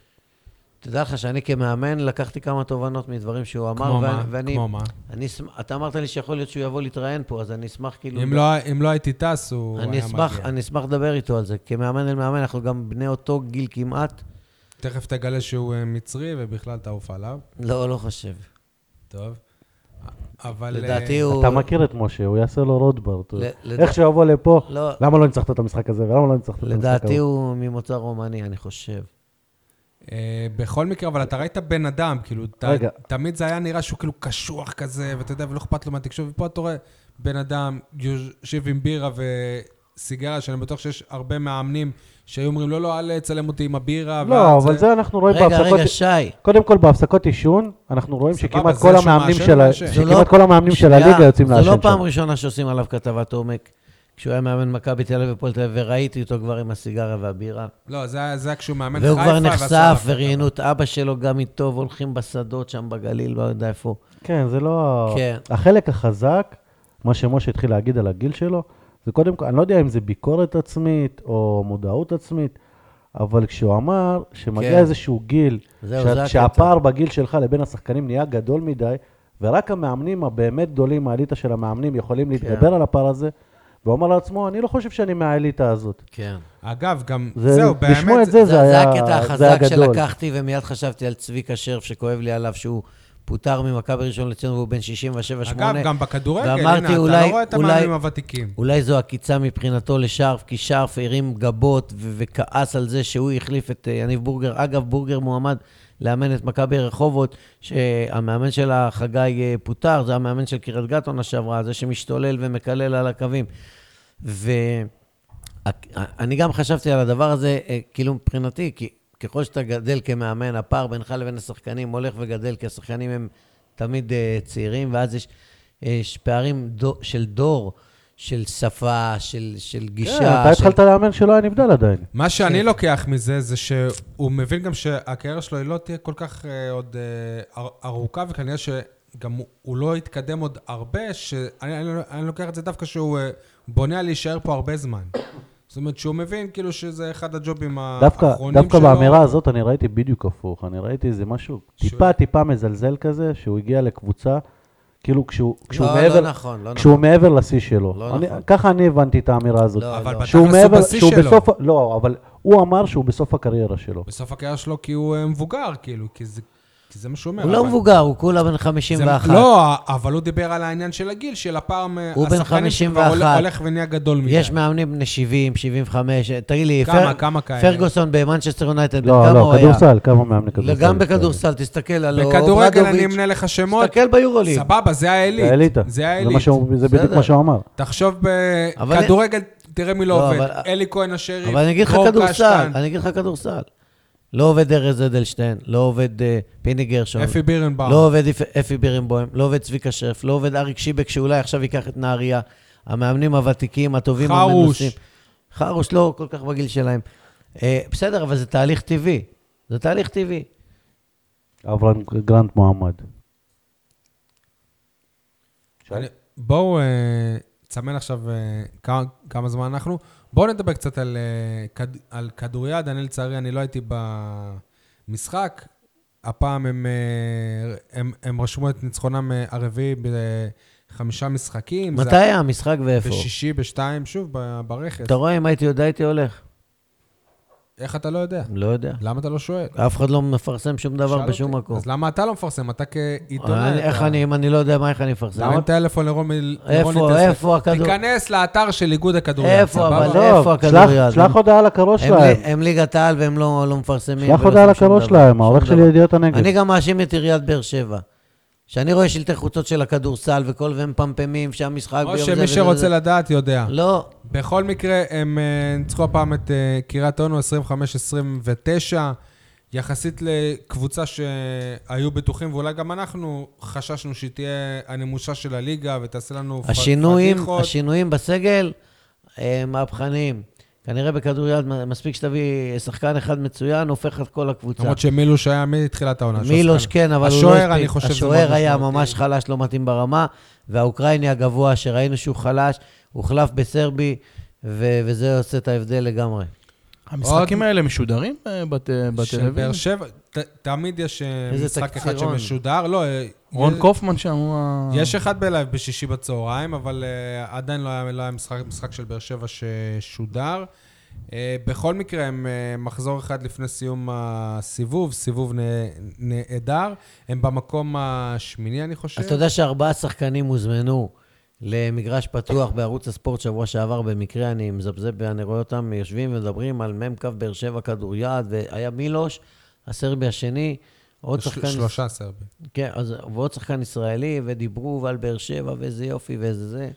B: תדע לך שאני כמאמן לקחתי כמה תובנות מדברים שהוא אמר,
A: כמו
B: ואני-
A: מה?
B: ואני...
A: כמו מה?
B: אני אשמח, אתה אמרת לי שיכול להיות שהוא יבוא להתראיין פה, אז אני אשמח כאילו...
A: אם לא- אם לא הייתי טס, הוא היה
B: אני
A: מגיע.
B: אשמח, אני אשמח לדבר איתו על זה. כמאמן אל מאמן, אנחנו גם בני אותו גיל כמעט.
A: תכף תגלה שהוא אה, מצרי ובכלל תעוף עליו.
B: לא, לא חושב.
A: טוב. אבל... אה,
B: לדעתי הוא...
C: אתה מכיר את משה, הוא יעשה לו רודברט.
B: ל- לד-
C: איך שהוא יבוא לפה,
B: לא.
C: למה לא ניצחת את המשחק הזה ולמה לא ניצחת את המשחק ההוא?
B: לדעתי הוא ממוצא רומני, אני חושב.
A: אה, בכל מקרה, אבל אתה ראית בן אדם, כאילו, ת,
C: רגע.
A: תמיד זה היה נראה שהוא כאילו קשוח כזה, ואתה יודע, ולא אכפת לו מהתקשורת, ופה אתה רואה בן אדם יושב עם בירה וסיגריה, שאני בטוח שיש הרבה מאמנים שהיו אומרים, לא, לא, אל תצלם אותי עם הבירה. ואל
C: לא, אבל זה אנחנו רואים
B: רגע,
C: בהפסקות...
B: רגע, שי.
C: קודם כל, בהפסקות עישון, אנחנו רואים
A: סבבה,
C: שכמעט
A: זה
C: כל
A: שהוא
C: המאמנים
A: מעשן,
C: של ה-
A: מעשן.
B: זה לא-
C: שכמעט כל המאמנים של
B: שנייה,
C: הליגה יוצאים לעשן
B: זו
C: שם.
B: לא פעם ראשונה שעושים עליו כתבת עומק, כשהוא היה מאמן מכבי תל אביב ופועל תל אביב, וראיתי אותו כבר עם הסיגריה והבירה.
A: לא, זה היה זה היה כשהוא מאמן
B: והוא
A: חיפה.
B: כבר
A: ועשה
B: נחשף,
A: עליו.
B: וראיינו את אבא שלו גם איתו, והולכים בשדות שם בגליל, לא יודע איפה.
C: כן, זה לא...
B: כן.
C: החלק החזק, מה שמשה התחיל להגיד על הגיל שלו, זה קודם כל, אני לא יודע אם זה ביקורת עצמית או מודעות עצמית, אבל כשהוא אמר שמגיע
B: כן.
C: איזשהו גיל,
B: זהו,
C: שה-
B: זה הקטע.
C: שהפער בגיל שלך לבין השחקנים נהיה גדול מדי, ורק המאמנים הבאמת גדולים, האליטה של המאמנים,
B: כן.
C: יכולים להתגבר על הפער הזה, והוא אמר לעצמו, אני לא חושב שאני מהאליטה הזאת.
B: כן.
A: אגב, גם,
C: זה-
A: זהו, באמת...
C: לשמוע את זה,
B: זה, זה,
C: היה-
B: היה הקטע
C: זה היה
B: החזק
C: גדול.
B: שלקחתי, ומייד חשבתי על צביקה שרף, שכואב לי עליו, שהוא פוטר ממכבי ראשון לציון והוא בן 67-8.
A: אגב, גם בכדורגל,
B: ואמרתי,
A: הנה, אתה
B: אולי-
A: לא רואה את
B: אולי-
A: המאמנים הוותיקים.
B: אולי זו עקיצה מבחינתו לשרף, כי שרף הרים גבות ו- וכעס על זה שהוא החליף את אה, יניב בורגר. אגב, בורגר מועמד לאמן את מכבי רחובות, שהמאמן שלה, חגי אה, פוטר, זה המאמן של קריית גת עונה שעברה, זה שמשתולל ומקלל על הקווים. ואני גם חשבתי על הדבר הזה, אה, כאילו מבחינתי, כי ככל שאתה גדל כמאמן, הפער בינך לבין השחקנים הולך וגדל, כי השחקנים הם תמיד אה, צעירים, ואז יש, אה, יש פערים דו, של דור, של שפה, של, של גישה.
C: כן, אתה
B: של...
C: התחלת לאמן שלא היה נבדל עדיין.
A: מה
B: כן.
A: שאני לוקח מזה, זה שהוא מבין גם שהקריירה שלו היא לא תהיה כל כך אה, עוד אה, אר- ארוכה, וכנראה שגם הוא- הוא לא יתקדם עוד הרבה, שאני אני, אני לוקח את זה דווקא שהוא אה, בונה על להישאר פה הרבה זמן. זאת אומרת, שהוא מבין כאילו שזה אחד הג'ובים
C: דווקא,
A: האחרונים שלו.
C: דווקא באמירה הזאת אני ראיתי בדיוק הפוך, אני ראיתי איזה משהו טיפה טיפה מזלזל כזה, שהוא הגיע לקבוצה, כאילו כשהוא, כשהוא
B: לא,
C: מעבר,
B: לא נכון, לא
C: כשהוא
B: נכון.
C: מעבר לשיא שלו.
B: לא
C: אני,
B: נכון.
C: ככה אני הבנתי את האמירה הזאת.
B: לא,
A: אבל
B: לא.
A: בתכלס
C: שהוא
A: הוא
C: מעבר,
A: בשיא
C: שהוא
A: שלו.
C: בסוף, לא, אבל הוא אמר שהוא בסוף הקריירה שלו.
A: בסוף הקריירה שלו כי הוא אה, מבוגר, כאילו, כי זה, כי זה מה שהוא אומר.
B: הוא לא
A: אבל-
B: מבוגר, הוא כולה בן
A: זה-
B: 51.
A: לא, אבל הוא דיבר על העניין של הגיל, של הפעם... אה,
B: הוא בן
A: השחקנים שכבר
B: 51.
A: הולך- הולך ונהיה גדול מדי.
B: יש מאמנים בני 70, 75, אה, תגיד לי,
A: כמה, כמה כאלה?
B: פרגוסון במנצ'סטר יונייטד, בן
C: לא,
B: כמה
C: לא,
B: הוא היה?
C: כדורסל, כמה מאמני כדורסל.
B: גם
C: יש כאלה.
B: בכדורסל, תסתכל על
A: כן. בכדורגל אני
B: אוברדוביץ'.
A: אמנה לך שמות.
B: לא, תסתכל ביורוליג.
A: סבבה, זה האליט.
C: זה האליטה.
A: זה
C: זה מה
A: האליט.
C: שהוא- זה בדיוק
B: בסדר.
C: מה שהוא אמר.
A: תחשוב
B: אבל-
A: בכדורגל, תראה מי לא
B: לא,
A: עובד.
B: אבל-
A: אלי כהן השריף,
B: אבל אני אגיד לך
A: דרור
B: כדורסל,
A: קשטן,
B: אני אגיד לך כדורסל. לא עובד ארז אדלשטיין, לא עובד אה, פיני גרשון.
A: אפי בירנבאום.
B: לא עובד אפ- אפי בירנבוים, לא עובד צביקה שרף, לא עובד אריק שיבק, שאולי עכשיו ייקח את נהריה. המאמנים הוותיקים, הטובים,
A: חרוש.
B: המנוסים. חרוש לא כל כך בגיל שלהם. אה, בסדר, אבל זה תהליך טבעי. זה תהליך טבעי.
C: אברהם גרנט מועמד.
A: אני- בואו אה, תסמן עכשיו אה, כמה- כמה זמן אנחנו. בואו נדבר קצת על, אה, כד- על כדוריד. אני לצערי, אני לא הייתי במשחק. הפעם הם, אה, הם, הם רשמו את ניצחונם אה, הרביעי בחמישה משחקים.
B: מתי
A: כן, זה
B: היה המשחק ואיפה? הוא?
A: בשישי, בשתיים, שוב, ב- ברכס.
B: אתה רואה, אם הייתי יודע, הייתי הולך.
A: איך אתה לא יודע?
B: לא יודע.
A: למה אתה לא שואל?
B: אף אחד לא מפרסם שום דבר
A: שאל
B: בשום
A: אותי.
B: מקום.
A: אז למה אתה לא מפרסם? אתה כעיתונאי.
B: אני- איך
A: אתה-
B: אני, אם אני לא יודע מה, איך אני אפרסם?
A: תרים טלפון לרוני
B: איפה,
A: לרוני טסלר.
B: איפה הכדור-
A: תיכנס לאתר של איגוד הכדורגל,
B: איפה,
A: סבבה?
B: אבל לא- איפה
C: טוב,
B: הכדוריד?
C: שלח- שלח הודעה לקראש
B: הם,
C: לא שלהם.
B: לי- הם ליגת העל והם לא, לא מפרסמים.
C: שלח
B: ולא
C: הודעה
B: עושים שום
C: לקראש
B: דבר,
C: שלהם,
B: שום
C: העורך של
B: דבר.
C: ידיעות הנגב.
B: אני גם מאשים את עיריית באר שבע, כשאני רואה שלטי חוצות של הכדורסל וכל והם מפמפמים, שהמשחק
A: או שמי שרוצה לדעת יודע.
B: לא,
A: בכל מקרה, הם אה, ניצחו הפעם את אה, קריית אונו 25-29, יחסית לקבוצה שהיו בטוחים, ואולי גם אנחנו חששנו שהיא תהיה הנמושה של הליגה ותעשה לנו פ-
B: השינויים,
A: פדיחות.
B: השינויים בסגל אה, מהפכניים. כנראה בכדוריד מ- מספיק שתביא שחקן אחד מצוין, הופך את כל הקבוצה.
A: למרות שמילוש היה מתחילת העונה.
B: מילוש
A: שהשחקן-
B: כן, אבל הוא לא
A: השוער,
B: הספיק.
A: אני חושב, זה מאוד
B: השוער היה
A: משמעותי.
B: ממש חלש, לא מתאים ברמה, והאוקראיני הגבוה, שראינו שהוא חלש, הוחלף בסרבי, ו- וזה עושה את ההבדל לגמרי.
D: המשחקים האלה משודרים אה, בת-
A: של באר
D: בטלוויזיה?
A: שבע, ת- תמיד יש אה,
B: איזה
A: משחק אחד
B: תקצירון.
A: שמשודר. לא, אה,
D: רון
A: יש-
D: קופמן שם הוא ה...
A: יש אחד בלייב בשישי בצהריים, אבל uh, עדיין לא היה, לא היה משחק, משחק של באר שבע ששודר. Uh, בכל מקרה, הם uh, מחזור אחד לפני סיום הסיבוב, סיבוב נ, נהדר. הם במקום השמיני, אני חושב.
B: אתה יודע שארבעה שחקנים הוזמנו למגרש פתוח בערוץ הספורט שבוע שעבר, במקרה אני מזבזב, אני רואה אותם יושבים ומדברים על מ"כ באר שבע כדוריד, והיה מילוש, הסרבי השני, עוד
A: של-
B: שחקן...
A: שלושה סרבים.
B: כן, אז, ועוד שחקן ישראלי, ודיברו על באר שבע, ואיזה יופי, ואיזה זה.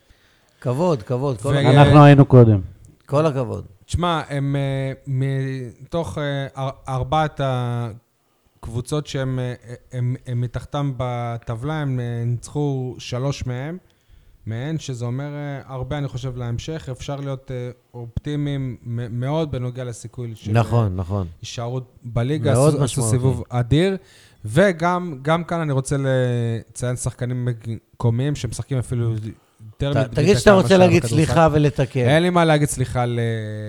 B: כבוד, כבוד, כל,
A: ו-
B: הכבוד,
C: אנחנו היינו קודם.
B: כל הכבוד.
A: תשמע, הם אה, מתוך אה, אר- ארבעת הקבוצות שהם אה, הם- הם מתחתם בטבלה, הם אה, ניצחו שלוש מהם, מהן, שזה אומר אה, הרבה, אני חושב, להמשך. אפשר להיות אה, אופטימיים מ- מאוד בנוגע לסיכוי של אה,
B: נכון, נכון.
A: הישארות בליגה.
B: מאוד
A: עשו- עשו
B: משמעותי.
A: סיבוב אדיר. וגם גם כאן אני רוצה לציין שחקנים מקומיים שמשחקים אפילו יותר
B: ת-
A: מדקה
B: תגיד שאתה
A: מאשר
B: רוצה להגיד
A: בכדורסל.
B: סליחה ולתקן.
A: אין לי מה להגיד סליחה ל...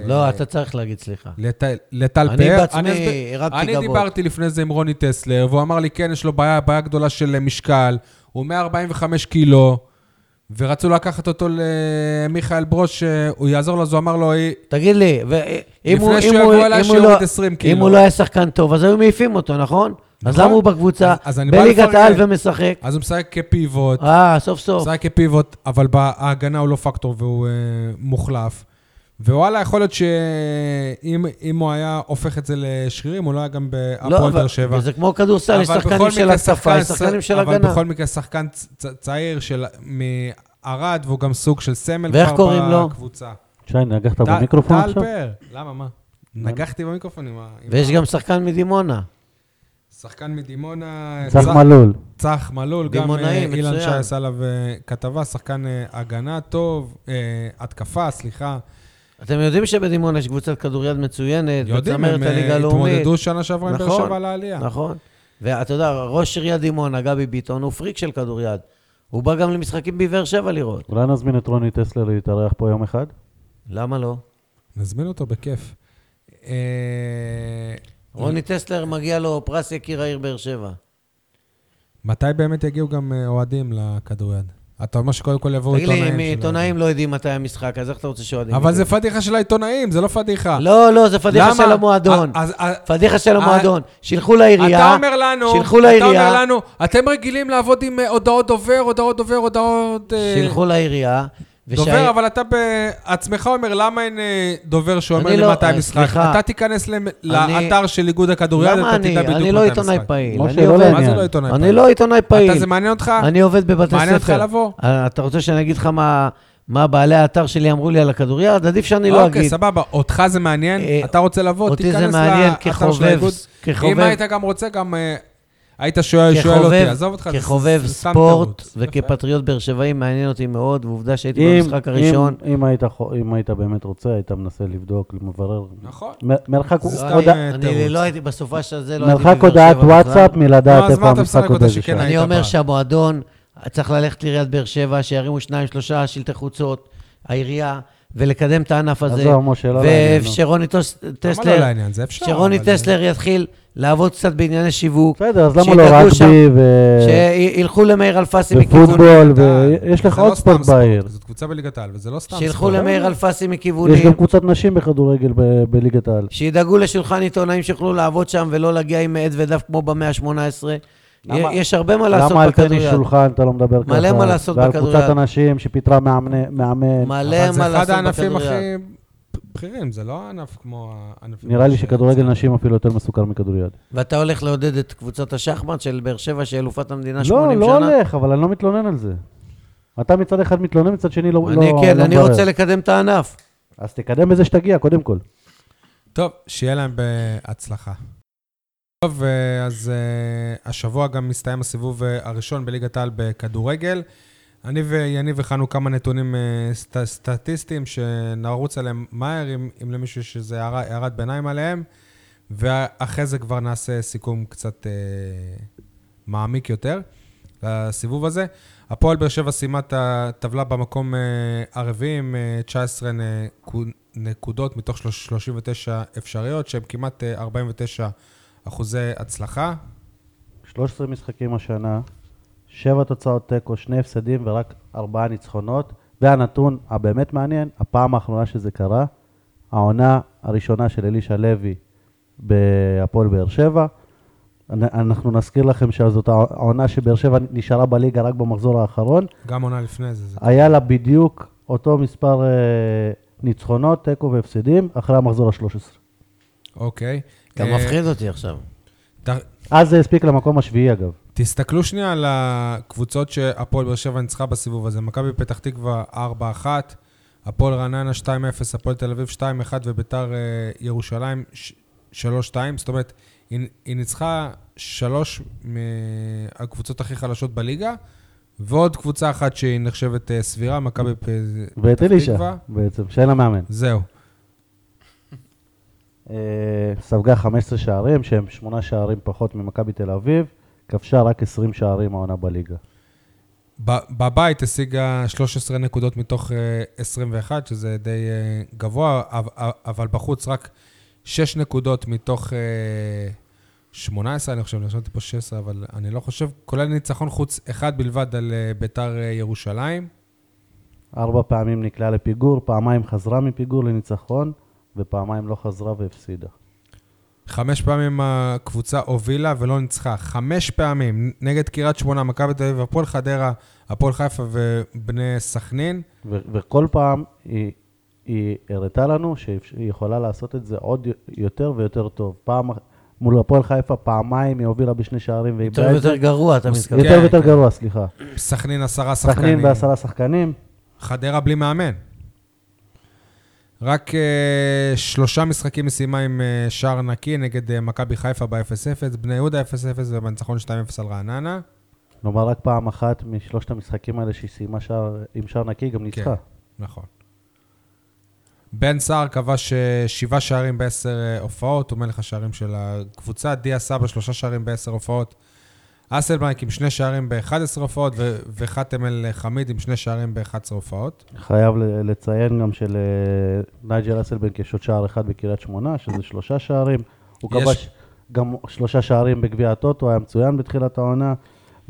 B: לא, אתה צריך להגיד סליחה.
A: לט- לטל
B: אני
A: פאר.
B: בעצמי
A: הסב-
B: הרמתי
A: אני
B: גבות.
A: דיברתי לפני זה עם רוני טסלר, והוא אמר לי, כן, יש לו בעיה, בעיה גדולה של אה, משקל, הוא 145 קילו, ורצו לקחת אותו למיכאל ברוש, שהוא יעזור לו, אז הוא אמר לו, "אה, "אי,
B: תגיד לי, ואם הוא,
A: לפני שהוא
B: אם הוא,
A: יבוא אליי,
B: אם הוא
A: שיוריד
B: לא,
A: 20
B: אם
A: קילו.
B: הוא לא היה שחקן טוב, אז היו מעיפים אותו, נכון? אז
A: נכון.
B: למה הוא בקבוצה,
A: אז- אז אני בא
B: בליגת
A: לפרגן.
B: העל ומשחק?
A: אז הוא משחק כפיבוט,
B: אה, סוף סוף.
A: משחק כפיבוט, אבל בהגנה הוא לא פקטור והוא אה, מוחלף. ווואלה, יכול להיות שאם אם הוא היה הופך את זה לשרירים, הוא לא היה גם בהפועל באר שבע.
B: זה כמו כדורסל, יש
A: אבל
B: שחקנים
A: בכל
B: של
A: מקרה
B: התקפה, יש
A: שחקן-
B: שחקנים של
A: אבל
B: הגנה.
A: בכל מקרה שחקן צ- צ- צעיר של... מערד, והוא גם סוג של סמל
B: ואיך קוראים לו?
A: בקבוצה.
C: שי, נגחת
A: טל-
C: במיקרופון
A: טל
C: עכשיו?
A: פאר. למה, מה? נגחתי במיקרופון עם ה... עם
B: ויש
A: ה-
B: גם שחקן מדימונה.
A: שחקן מדימונה,
C: צח
A: צח-
B: אה.
C: מלול.
A: צח מלול, גם אה,
B: דימונאי,
A: אילן
B: מצוין.
A: שי עשה עליו אה, כתבה, שחקן אה, הגנה טוב, אה, התקפה, סליחה.
B: אתם יודעים שבדימונה יש קבוצת כדוריד מצוינת,
A: יודעים,
B: בצמרת
A: הם
B: הליגה
A: אה,
B: הלאומית.
A: התמודדו שנה שעברה עם באר
B: נכון,
A: שבע על העלייה.
B: נכון. ואתה יודע, ראש עיריית דימונה, גבי ביטון, הוא פריק של כדוריד. הוא בא גם למשחקים בבאר שבע לראות.
C: אולי נזמין את רוני טסלר להתארח פה יום אחד?
B: למה לא?
A: נזמין אותו בכיף. אה,
B: רוני טסלר מגיע לו פרס יקיר העיר באר שבע.
A: מתי באמת יגיעו גם אה, אוהדים לכדוריד? אתה אומר שקודם כל יבואו
B: תגיד
A: עיתונאים.
B: לי, אם
A: של
B: עיתונאים לא יודעים מתי המשחק, אז איך אתה רוצה שאוהדים?
A: ה- אבל
B: ידעו?
A: זה פדיחה של העיתונאים, זה לא פדיחה.
B: לא, לא, זה פדיחה
A: למה?
B: של המועדון.
A: אז- אז-
B: פדיחה של
A: אה,
B: המועדון. שילכו לעירייה.
A: אתה אומר לנו,
B: שילכו
A: אתה אומר
B: לעירייה.
A: לנו, אתם רגילים לעבוד עם אה, הודעות דובר, הודעות דובר, הודעות... אה,
B: שילכו לעירייה. ושה-
A: דובר, אבל אתה בעצמך אומר, למה אין אה, דובר שאומר
B: אני
A: לי
B: לא-
A: מתי
B: אה,
A: משחק?
B: סליחה.
A: אתה תיכנס למ- לאתר של איגוד הכדוריד,
B: למה
A: אתה
B: אני?
A: תדע בדיוק מתי המשחק.
B: אני לא עיתונאי פעיל.
C: משה, לא
B: אני
A: מה
B: עובד-
A: זה
C: עניין.
A: לא עיתונאי
B: אני לא עיתונאי פעיל.
A: אתה, זה מעניין אותך?
B: אני עובד בבתי ספר.
A: מעניין אותך לבוא?
B: אה, אתה רוצה שאני אגיד לך מה- מה בעלי האתר שלי אמרו לי על הכדוריד? עדיף שאני לא
A: אוקיי,
B: אגיד.
A: סבבה. אותך זה מעניין?
B: אה,
A: אתה רוצה לבוא?
B: אותי זה
A: תיכנס
B: מעניין
A: לאתר של
B: כחובב,
A: האיגוד.
B: כחובב.
A: אם היית גם רוצה, גם אה, היית שואל שואל
B: כחובב-
A: אותי. עזוב אותך, זה
B: כחובב
A: ס- סתם
B: ספורט
A: תירוץ.
B: וכפטריוט באר שבעי מעניין אותי מאוד, ועובדה שהייתי
C: אם-
B: במשחק
C: אם-
B: הראשון.
C: אם היית חו- אם היית באמת רוצה, היית מנסה לבדוק, לברר.
A: נכון.
C: מ- מרחק
A: זה
B: לא,
A: סתם,
C: הודעה-
A: אה,
B: אני
A: תירוץ.
B: לא הייתי בסופה של זה, לא הייתי
C: מרחק
B: בבאר
C: הודעת
B: שבע לא,
C: וואטסאפ
B: בכלל.
A: נו, אז
C: מלדעת
A: מה
C: איפה
A: אתה
C: המשחק
A: מסלק
C: עוד
A: אותה
C: איזה
A: שכן
C: שעה.
A: היית
B: אני אומר
A: בא.
B: שהמועדון, צריך ללכת לעיריית באר שבע, שירימו שניים, שלושה שלטי חוצות, העירייה, ולקדם את הענף הזה.
C: עזוב, משה, לא לעניין, נו.
B: ושרוני טוס-
A: למה לא
B: טסלר,
A: לעניין? זה אפשר.
B: שרוני
A: אבל-
B: טסלר יתחיל לעבוד קצת בענייני שיווק,
C: בסדר, אז למה
B: שידאגו
C: לא
B: שם-
C: רגבי ו-
B: שילכו למאיר אלפסי מכיוון...
C: ופוטבול,
A: אה,
C: ויש לך
A: זה לא
C: עוד
A: סתם
C: ספורט בעיר.
A: זאת קבוצה בליגת העל, וזה לא סתם
B: שילכו
A: ספורט.
B: למאיר אלפסי
C: יש
B: מכיוונים.
C: גם קבוצת נשים בכדורגל ב- בליגת העל.
B: שידאגו לשולחן עיתונאים שיוכלו לעבוד שם ולא להגיע עם עט ודף כמו במאה ה-18.
C: למה-
B: יש הרבה מה לעשות
C: למה על טניס
B: בכדוריד.
C: שולחן אתה לא מדבר ככה?
B: מלא מה לעשות
C: ועל
B: בכדוריד.
C: קבוצת הנשים שפיטרה מאמנה- מאמן.
B: מלא
A: אבל
B: מה
A: זה אחד
B: לעשות
A: הענפים הכי
B: בכדוריד.
A: בכירים, זה לא ענף כמו הענפים...
C: נראה לי
A: ש-
C: שכדורגל נשים אפילו יותר מסוכר מכדוריד.
B: ואתה הולך לעודד את קבוצת השחמט של באר שבע, שהיא אלופת המדינה 80
C: לא,
B: שנה?
C: לא הולך, אבל אני לא מתלונן על זה. אתה מצד אחד מתלונן, מצד שני לא...
B: אני
C: לא-
B: כן,
C: לא
B: אני
C: מברר.
B: רוצה לקדם את הענף.
C: אז תקדם בזה שתגיע, קודם כל.
A: טוב, שיהיה להם בהצלחה. טוב, אה, אז אה, השבוע גם מסתיים הסיבוב אה, הראשון בליגת העל בכדורגל. אני ויניב הכנו כמה נתונים אה, סט, סטטיסטיים שנרוץ עליהם מהר, אם, אם למישהו שזה הערה- הערת ביניים עליהם, ואחרי זה כבר נעשה סיכום קצת אה, מעמיק יותר לסיבוב הזה. הפועל באר שבע סיימה את הטבלה במקום אה, הרביעי עם אה, 19 נקו- נקודות מתוך שלוש- 39 אפשריות, שהם כמעט אה, 49 אחוזי הצלחה.
C: 13 משחקים השנה, 7 תוצאות תיקו, 2 הפסדים ורק 4 ניצחונות. והנתון הבאמת מעניין, הפעם האחרונה שזה קרה, העונה הראשונה של אלישע לוי בהפועל באר שבע. אנ- אנחנו נזכיר לכם שזאת העונה שבאר שבע נשארה בליגה רק במחזור האחרון.
A: גם עונה לפני זה. זה.
C: היה לה בדיוק אותו מספר אה, ניצחונות, תיקו והפסדים, אחרי המחזור ה-13.
A: אוקיי.
B: אתה
A: אה,
B: מפחיד אותי עכשיו.
A: ת-
C: אז זה הספיק למקום השביעי אגב.
A: תסתכלו שנייה על הקבוצות שהפועל באר שבע ניצחה בסיבוב הזה. מכבי פתח תקווה 4-1, הפועל רעננה 2-0, הפועל תל אביב 2-1 וביתר אה, ירושלים ש- 3-2. זאת אומרת, היא היא ניצחה שלוש מהקבוצות הכי חלשות בליגה, ועוד קבוצה אחת שהיא נחשבת אה, סבירה, מכבי פ-
C: ואת
A: פתח
C: אלישע,
A: תקווה.
C: בעצם, שאין לה מאמן.
A: זהו.
C: אה, ספגה 15 שערים, שהם 8 שערים פחות ממכבי תל אביב, כבשה רק 20 שערים העונה בליגה.
A: ב- בבית השיגה 13 נקודות מתוך אה, 21, שזה די אה, גבוה, אב- אב- אבל בחוץ רק 6 נקודות מתוך אה, 18, אני חושב, נרשמתי פה 16, אבל אני לא חושב, כולל ניצחון חוץ אחד בלבד על אה, ביתר אה, ירושלים.
C: ארבע פעמים נקלעה לפיגור, פעמיים חזרה מפיגור לניצחון, ופעמיים לא חזרה והפסידה.
A: חמש פעמים הקבוצה הובילה ולא ניצחה. חמש פעמים נגד קריית שמונה, מכבי תל אביב, הפועל חדרה, הפועל חיפה ובני סכנין.
C: ו- וכל פעם היא, היא הראתה לנו שהיא יכולה לעשות את זה עוד י- יותר ויותר טוב. פעם אח- מול הפועל חיפה, פעמיים היא הובילה בשני שערים
B: יותר
C: ואיבדה את זה.
B: ויותר גרוע, אתה מתכוון.
C: יותר
A: כן,
C: ויותר
A: כן.
C: גרוע, סליחה.
A: סכנין עשרה שחקנים.
C: סכנין בעשרה שחקנים.
A: חדרה בלי מאמן. רק uh, שלושה משחקים היא סיימה עם uh, שער נקי נגד uh, מכבי חיפה ב-0-0, בני יהודה 0-0 ובניצחון 2-0 על רעננה.
C: כלומר, רק פעם אחת משלושת המשחקים האלה שהיא סיימה שער, עם שער נקי, גם ניצחה.
A: נכון. בן סער כבש אה, שבעה שערים בעשר אה, הופעות, הוא מלך השערים של הקבוצה. דיה סבא, שלושה שערים בעשר הופעות. אסלבנק עם שני שערים ב-11 הופעות, ו- וחאתם אל חמיד עם שני שערים ב-11 הופעות.
C: חייב ל- לציין גם שלנייג'ל אסלבנק יש עוד שער אחד בקריית שמונה, שזה שלושה שערים. הוא
A: יש.
C: כבש גם שלושה שערים בגביע הטוטו, היה מצוין בתחילת העונה.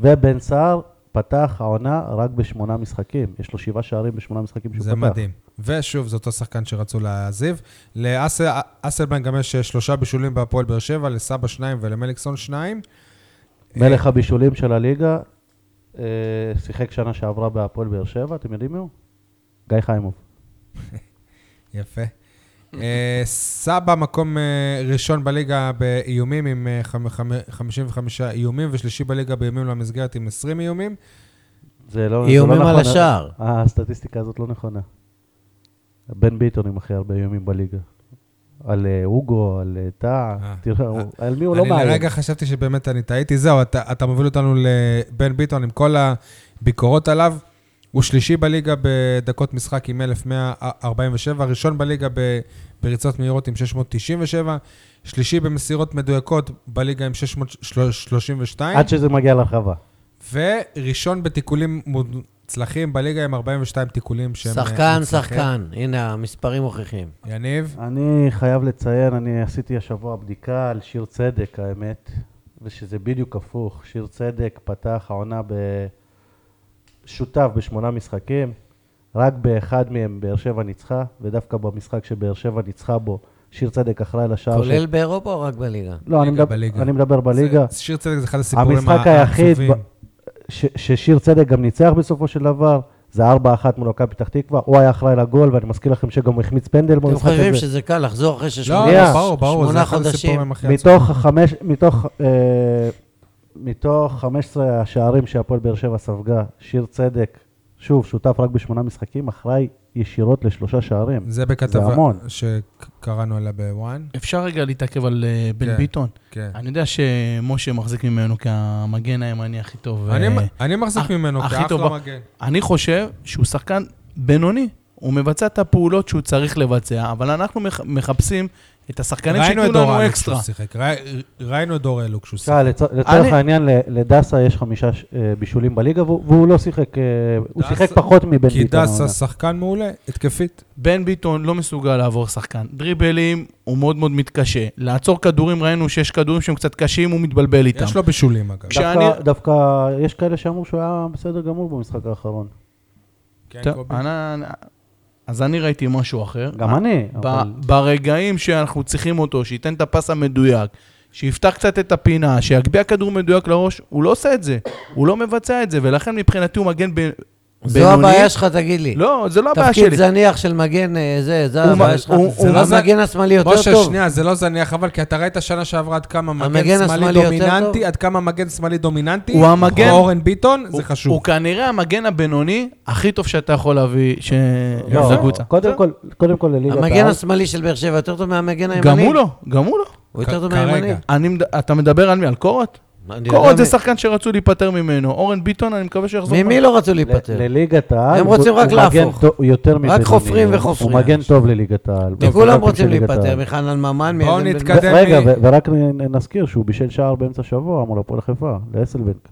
C: ובן סער פתח העונה רק בשמונה משחקים. יש לו שבעה שערים בשמונה משחקים שהוא פתח.
A: זה מדהים. ושוב, זה אותו שחקן שרצו להעזיב. לאסלבנק גם יש אה, שלושה בישולים בהפועל באר שבע, לסבא שניים ולמליקסון שניים.
C: מלך הבישולים של הליגה, אה, שיחק שנה שעברה בהפועל באר שבע, אתם יודעים מי הוא? גיא חיימוב.
A: יפה. אה, סבא מקום אה, ראשון בליגה באיומים עם אה, חמ- חמ- 55 איומים, ושלישי בליגה באיומים למסגרת עם 20 איומים.
C: זה לא, זה לא
B: איומים
C: נכון.
B: על השער.
C: הסטטיסטיקה הזאת לא נכונה. בן ביטון עם הכי הרבה איומים בליגה. על אה, אוגו, על אה, טאה,
A: אה.
C: תראה, הוא- על מי הוא לא
A: אני
C: מאיים.
A: לרגע חשבתי שבאמת אני טעיתי. זהו, אתה, אתה מוביל אותנו לבן ביטון עם כל הביקורות עליו. הוא שלישי בליגה בדקות משחק עם 1,147, ראשון בליגה ב- בריצות מהירות עם 697, שלישי במסירות מדויקות בליגה עם 632,
C: עד שזה מגיע לרחבה.
A: וראשון בתיקולים מוצלחים בליגה עם 42 תיקולים שהם... אה,
B: שחקן,
A: מוצלחים.
B: שחקן. הנה, המספרים מוכיחים.
A: יניב,
C: אני חייב לציין, אני עשיתי השבוע בדיקה על שיר צדק, האמת, ושזה בדיוק הפוך. שיר צדק פתח העונה ב- שותף בשמונה משחקים, רק באחד מהם באר שבע ניצחה, ודווקא במשחק שבאר שבע ניצחה בו, שיר צדק אחראי לשער. של-
B: כולל באירופה או רק בליגה?
C: לא, אני
A: בליגה,
C: מדבר-
A: בליגה.
C: אני מדבר בליגה.
A: זה- שיר צדק זה אחד הסיפורים
C: המשחק היחיד
A: העצובים.
C: ב- ש- ששיר צדק גם ניצח בסופו של דבר, זה 4-1 מול מכבי פתח תקווה, הוא היה אחראי לגול, ואני מזכיר לכם שגם הוא החמיץ פנדל
B: אתם
C: במשחק
B: חושבים
C: הזה.
B: שזה קל לחזור אחרי
A: לא,
B: ששמונה
C: שנייה.
A: ברור, ברור, זה
B: שמונה
A: אחד
B: חודשים.
A: הסיפורים הכי עצובים.
C: מתוך חמש, מתוך, אה, מתוך 15 השערים שהפועל באר שבע ספגה, שיר צדק, שוב, שותף רק בשמונה משחקים, אחראי ישירות לשלושה שערים.
A: זה בכתבה
C: המון.
A: שקראנו עליה בוואן.
D: אפשר רגע להתעכב על אה,
A: כן.
D: בן ביטון.
A: כן.
D: אני יודע שמשה מחזיק ממנו כמגן הימני הכי טוב.
A: אני-
D: אה,
A: אני מחזיק
D: אה,
A: ממנו
D: הכי
A: כאחלה
D: טוב ב-
A: מגן.
D: אני חושב שהוא שחקן בינוני. הוא מבצע את הפעולות שהוא צריך לבצע, אבל אנחנו מח- מחפשים את השחקנים
A: ראינו
D: שייתנו
A: את דור
D: לנו
A: אלו כשהוא
D: אקסטרה.
A: שיחק, ראי- ראינו את דור אלו כשהוא שיחק.
C: תראה, לצ- לצורך
D: אני-
C: העניין, ל- לדסה יש חמישה ש- אה, בישולים בליגה, והוא והוא לא שיחק, אה, הוא
A: דסה-
C: שיחק פחות מבן ביטון.
A: כי דסה
C: העונה.
A: שחקן מעולה, התקפית.
D: בן ביטון לא מסוגל לעבור שחקן. דריבלים, הוא מאוד מאוד מתקשה. לעצור כדורים, ראינו שיש כדורים שהם קצת קשים, הוא מתבלבל איתם.
A: יש לו בישולים, אגב.
D: כש-
C: דווקא-
D: כשאני-
C: דווקא יש כאלה שאמרו שהוא היה בסדר גמור במשחק האחרון.
A: כן,
D: טוב,
A: קובי?
D: אני- אז אני ראיתי משהו אחר.
B: לא,
C: גם אני,
D: ב-
C: אבל...
D: ברגעים שאנחנו צריכים אותו, שייתן את הפס המדויק, שיפתח קצת את הפינה, שיגביה כדור מדויק לראש, הוא לא עושה את זה. הוא לא מבצע את זה, ולכן מבחינתי הוא מגן ב- בינוני.
B: זו הבעיה שלך, תגיד לי.
D: לא, זה לא הבעיה
B: תפקיד
D: שלי.
B: זניח של מגן אה, זה, זה
D: הוא
B: הבעיה
D: מ-
B: שלך.
D: הוא-
A: הוא-
B: זה לא
A: זה-
B: המגן השמאלי יותר
A: משה,
B: טוב.
A: שנייה, זה לא זניח, אבל כי אתה ראית שנה שעברה עד כמה
B: המגן
A: מגן שמאלי
B: השמאלי יותר
A: דומיננטי,
B: טוב?
A: עד כמה מגן שמאלי דומיננטי.
D: הוא המגן-
A: אורן ביטון,
D: הוא-
A: זה חשוב.
D: הוא כנראה המגן הבינוני הכי טוב שאתה יכול להביא ש...
C: לא,
D: לקבוצה.
C: קודם כל, קודם כל לליגת
B: המגן
C: העל.
B: השמאלי של באר שבע יותר טוב מהמגן הימני.
D: גם הוא לא, גם הוא לא.
B: הוא
A: כ-
B: יותר טוב
A: כרגע.
B: מהימני.
D: אני, מד- אתה מדבר על מי? על קורות?
B: אני יודע
D: קורות זה
B: מי-
D: שחקן שרצו להיפטר ממנו. אורן ביטון, אני מקווה שיחזור.
B: ממי לא רצו להיפטר?
C: ל- לליגת העל,
B: הם
C: הוא-
B: רוצים רק
C: הוא מגן
B: להפוך.
C: טוב- הוא יותר מבינוני,
B: חופרים
C: הוא-
B: וחופרים.
C: הוא מגן טוב לליגת העל.
B: וכולם
C: בשחקנים
B: רוצים
C: לא, של ליגת
B: להיפטר,
C: העל.
B: מחנן ממן,
A: בואו
B: מעדן בן-
A: נתקדם.
C: ו- רגע,
A: אקדמי.
C: ו- ורק נ- נזכיר שהוא בישל שער באמצע השבוע מול הפועל חיפה, לאסלבנק.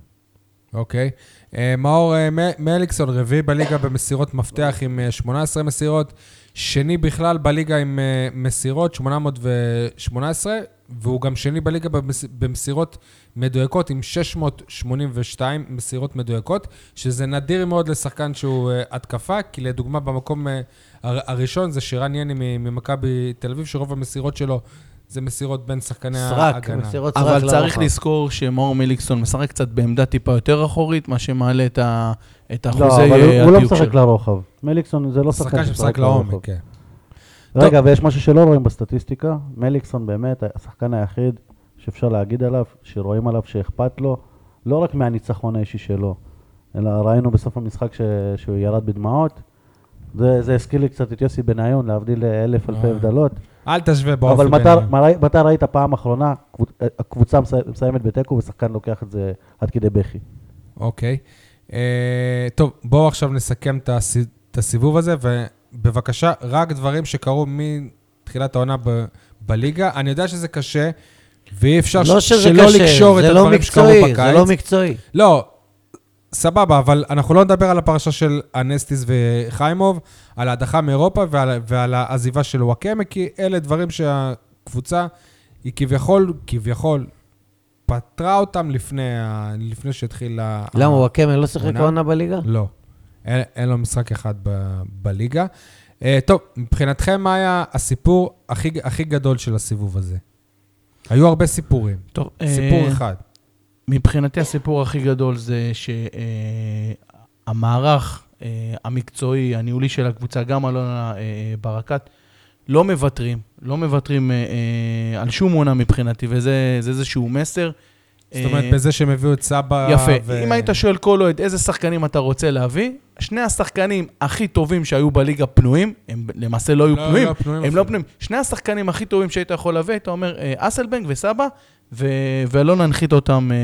A: אוקיי. אה, מאור אה, מ- מליקסון, רביעי בליגה במסירות מפתח עם אה, 18 מסירות, שני בכלל בליגה עם אה, מסירות, 818, והוא גם שני בליגה במס- במסירות מדויקות עם 682 מסירות מדויקות, שזה נדיר מאוד לשחקן שהוא אה, התקפה, כי לדוגמה במקום אה, הר- הראשון זה שירן יני מ- ממכבי תל אביב, שרוב המסירות שלו זה מסירות בין שחקני
B: סרק,
A: ההגנה.
B: מסירות סרק
D: אבל צריך
B: לרוחב.
D: לזכור שמאור מליקסון משחק קצת בעמדה טיפה יותר אחורית, מה שמעלה את ה- את
C: לא,
D: אחוזי
C: אבל הוא-
D: אה,
C: הוא לא
D: הדיוק
C: משחק
D: שלו.
C: לרוחב. מליקסון זה לא
A: שחקן
C: שחקן
A: שמשחק לעומק, כן.
C: רגע, ויש משהו שלא רואים בסטטיסטיקה. מליקסון באמת השחקן היחיד שאפשר להגיד עליו, שרואים עליו שאכפת לו, לא רק מהניצחון האישי שלו, אלא ראינו בסוף המשחק ש... שהוא ירד בדמעות. זה, זה הזכיר לי קצת את יוסי בניון, להבדיל אלף אלפי
A: אה.
C: הבדלות.
A: אל תשווה באופי
C: אבל מתי-
A: ביניהם.
C: מתי- מתי ראית פעם אחרונה, קבוצ- אה, הקבוצה מסי- מסיימת בתיקו ושחקן לוקח את זה עד כדי בכי.
A: אוקיי. אה, טוב, בואו עכשיו נסכם את הסי- את הסיבוב הזה, ובבקשה, רק דברים שקרו מתחילת העונה ב- בליגה. אני יודע שזה קשה, ואי אפשר
B: לא
A: ש-
B: שזה
A: שלא
B: קשה,
A: לקשור את
B: זה לא
A: הדברים שקרו
B: מקצועי, זה
A: בקיץ.
B: לא מקצועי.
A: לא, סבבה, אבל אנחנו לא נדבר על הפרשה של אנסטיס וחיימוב, על ההדחה מאירופה ועל, ועל העזיבה של וואקמה, כי אלה דברים שהקבוצה, היא כביכול, כביכול, פתרה אותם לפני, ה- לפני שהתחיל ה...
B: למה, וואקמה לא שיחק
A: אה. עונה?
B: העונה בליגה?
A: לא. אין, אין לו משחק אחד ב, בליגה. אה, טוב, מבחינתכם, מה היה הסיפור הכי, הכי גדול של הסיבוב הזה? היו הרבה סיפורים.
D: טוב,
A: סיפור
D: אה,
A: אחד.
D: מבחינתי הסיפור הכי גדול זה שהמערך אה, המקצועי, הניהולי של הקבוצה, גם אלונה אה, ברקת, לא מוותרים, לא מוותרים אה, אה, על שום עונה מבחינתי, וזה זה איזשהו מסר.
A: זאת אומרת,
D: אה,
A: בזה שהם הביאו את סבא...
D: יפה. ו... אם היית שואל כל אוהד איזה שחקנים אתה רוצה להביא, שני השחקנים הכי טובים שהיו בליגה פנויים, הם למעשה לא היו
A: לא,
D: פנויים,
A: לא פנויים
D: הם
A: אפילו.
D: לא פנויים. שני השחקנים הכי טובים שהיית יכול להביא, היית אומר, אה, אסלבנג וסבא, ו... ולא ננחית אותם אה,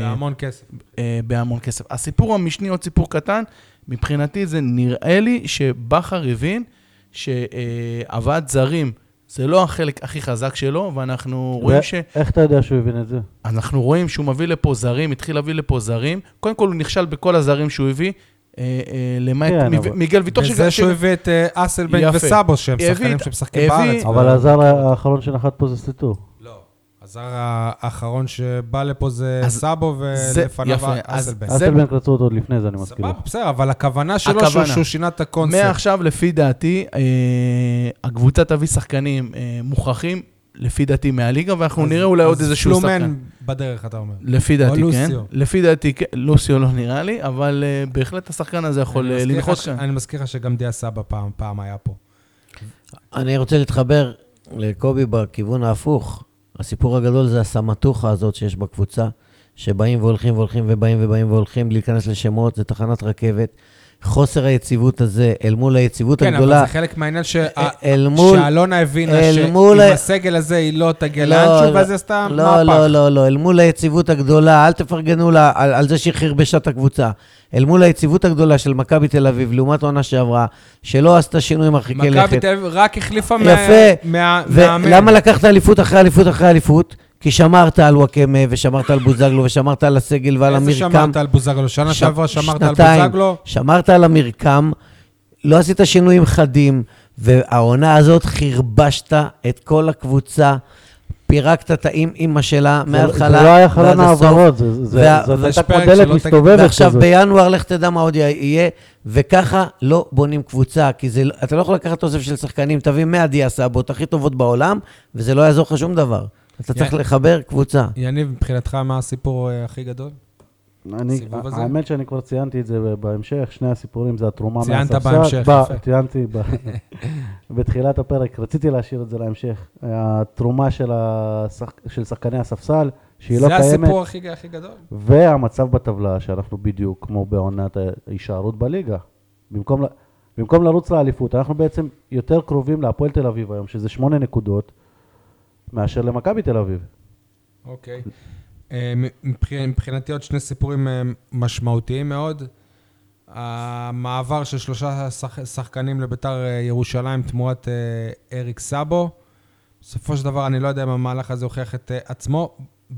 A: זה
D: אה,
A: המון כסף.
D: אה, בהמון כסף. הסיפור המשני, עוד סיפור קטן, מבחינתי זה נראה לי שבכר הבין שהבאת זרים זה לא החלק הכי חזק שלו, ואנחנו רואים
C: ו-
D: ש...
C: איך אתה יודע שהוא הבין את זה?
D: אנחנו רואים שהוא מביא לפה זרים, התחיל להביא לפה זרים. קודם כל, הוא נכשל בכל הזרים שהוא הביא, אה, אה, למעט
C: כן,
D: מ-
C: אבל-
D: מיגל ויטור.
A: בזה שהוא הביא את אה, אסלבנק
D: יפה.
A: וסבו, שהם
D: הביא
A: שחקנים
D: את-
A: שמשחקים
D: הביא-
A: בארץ.
C: אבל הזר האחרון שנחת פה זה סטטור.
A: לא. הזר האחרון שבא לפה זה
D: אז-
A: סאבו
D: זה-
A: ולפניו
D: יפה, אז-
A: אסלבנק.
D: אז- זה-
C: אסלבנק רצו אותו עוד לפני זה, אני מזכיר
A: סבבה,
C: לך.
A: בסדר, אבל הכוונה שלו שהוא-
D: הכוונה.
A: שהוא שינה את הקונספט.
D: מעכשיו, לפי דעתי, אה, הקבוצה תביא שחקנים אה, מוכחים. לפי דעתי, מהליגה, ואנחנו
A: אז-
D: נראה אולי
A: אז
D: עוד איזשהו שחקן.
A: פלומן בדרך, אתה אומר.
D: לפי
A: או
D: דעתי, כן.
A: לוסיו.
D: לפי דעתי, כן. לוסיו לא נראה לי, אבל אה, בהחלט השחקן הזה יכול
A: אני
D: אה,
A: מזכיר לך
D: לנחות
A: ש-
D: כאן.
A: אני מזכיר לך שגם דיה סבא פעם- פעם היה פה. לא.
B: אני רוצה להתחבר לקובי בכיוון ההפוך. הסיפור הגדול זה הסמטוחה הזאת שיש בקבוצה, שבאים והולכים והולכים ובאים ובאים והולכים, בלי להיכנס לשמות, זה תחנת רכבת. חוסר היציבות הזה אל מול היציבות
A: כן, אבל
B: הגדולה.
A: זה חלק מהעניין ש-
B: אה,
A: אה,
B: אל מול...
A: שאלונה הבינה
B: אל
A: שעם
B: מול ה-
A: הסגל הזה היא לא תגיע
B: לא,
A: לאנשהו,
B: לא,
A: ואז היא עשתה
B: לא,
A: מהפך.
B: לא, לא, לא, אל מול היציבות הגדולה, אל תפרגנו לה על, על זה שהיא חרבשה את הקבוצה. אל מול היציבות הגדולה של מכבי תל אביב, לעומת העונה שעברה, שלא עשתה שינוי מרחיקי לכת.
A: מכבי תל אביב רק החליפה מה-
B: כן, יפה.
A: מה- מהמאמן.
B: ולמה לקחת אליפות אחרי אליפות אחרי אליפות? כי שמרת על וואקמה, ושמרת על בוזגלו, ושמרת על הסגל ועל המרקם.
A: איזה שמרת על בוזגלו? שנה
B: ש-
A: שעברה שמרת על
B: שנתיים.
A: בוזגלו?
B: שמרת על המרקם, לא עשית שינויים חדים, והעונה הזאת חרבשת את כל הקבוצה, פירקת את האימא שלה
C: זה-
B: מההתחלה
C: זה לא היה
B: ועד
C: חלון
B: הסוף.
C: העברות, זה- זה-
B: וה-
C: זאת
A: ויש
C: הייתה
A: פרק
C: כמו דלת
A: שלא תגיד-
C: מסתובבת
B: ועכשיו
C: כזאת.
B: בינואר, לך תדע מה עוד יהיה, וככה לא בונים קבוצה, כי זה, לא- אתה לא יכול לקחת אוסף של שחקנים, תביא 100 דיאסבות הכי טובות בעולם, וזה לא יעזור לך שום דבר. אתה צריך
A: יא-
B: לחבר קבוצה.
A: יניב, מבחינתך מה הסיפור אה, הכי גדול?
C: אני-
A: הסיבוב הזה?
C: האמת שאני כבר ציינתי את זה בהמשך, שני הסיפורים זה התרומה
A: ציינת
C: מהספסל.
A: בהמשך,
C: ב-
A: יפה.
C: ציינתי ב- בתחילת הפרק, רציתי להשאיר את זה להמשך. התרומה של השחק- של שחקני הספסל, שהיא לא
A: זה
C: קיימת,
A: הסיפור הכי הכי גדול?
C: והמצב בטבלה, שאנחנו בדיוק כמו בעונת ההישארות בליגה. במקום, ל- במקום לרוץ לאליפות, אנחנו בעצם יותר קרובים להפועל תל אביב היום, שזה שמונה נקודות, מאשר למכבי תל אביב.
A: אוקיי. אה, מבח- מבחינתי עוד שני סיפורים אה, משמעותיים מאוד. המעבר של שלושה שח- שחקנים לביתר אה, ירושלים תמורת אה, אריק סאבו. בסופו של דבר, אני לא יודע אם המהלך הזה הוכיח את אה, עצמו.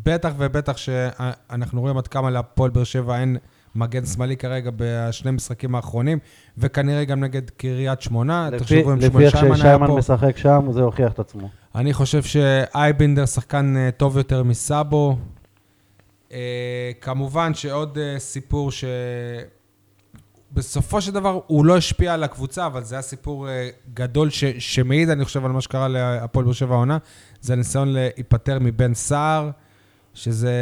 A: בטח ובטח שאנחנו רואים עד כמה להפועל באר שבע אין מגן שמאלי כרגע בשני המשחקים האחרונים, וכנראה גם נגד קריית שמונה. תחשבו אם
C: לפי
A: שמואל
C: איך
A: שיימן היה
C: ששיימן
A: פה.
C: משחק שם, זה הוכיח את עצמו.
A: אני חושב שאייבינדר שחקן אה, טוב יותר מסאבו. אה, כמובן שעוד אה, סיפור ש... בסופו של דבר הוא לא השפיע על הקבוצה, אבל זה היה סיפור אה, גדול ש... שמעיד, אני חושב, על מה שקרה להפועל באר שבע העונה. זה הניסיון להיפטר מבן סער, שזה...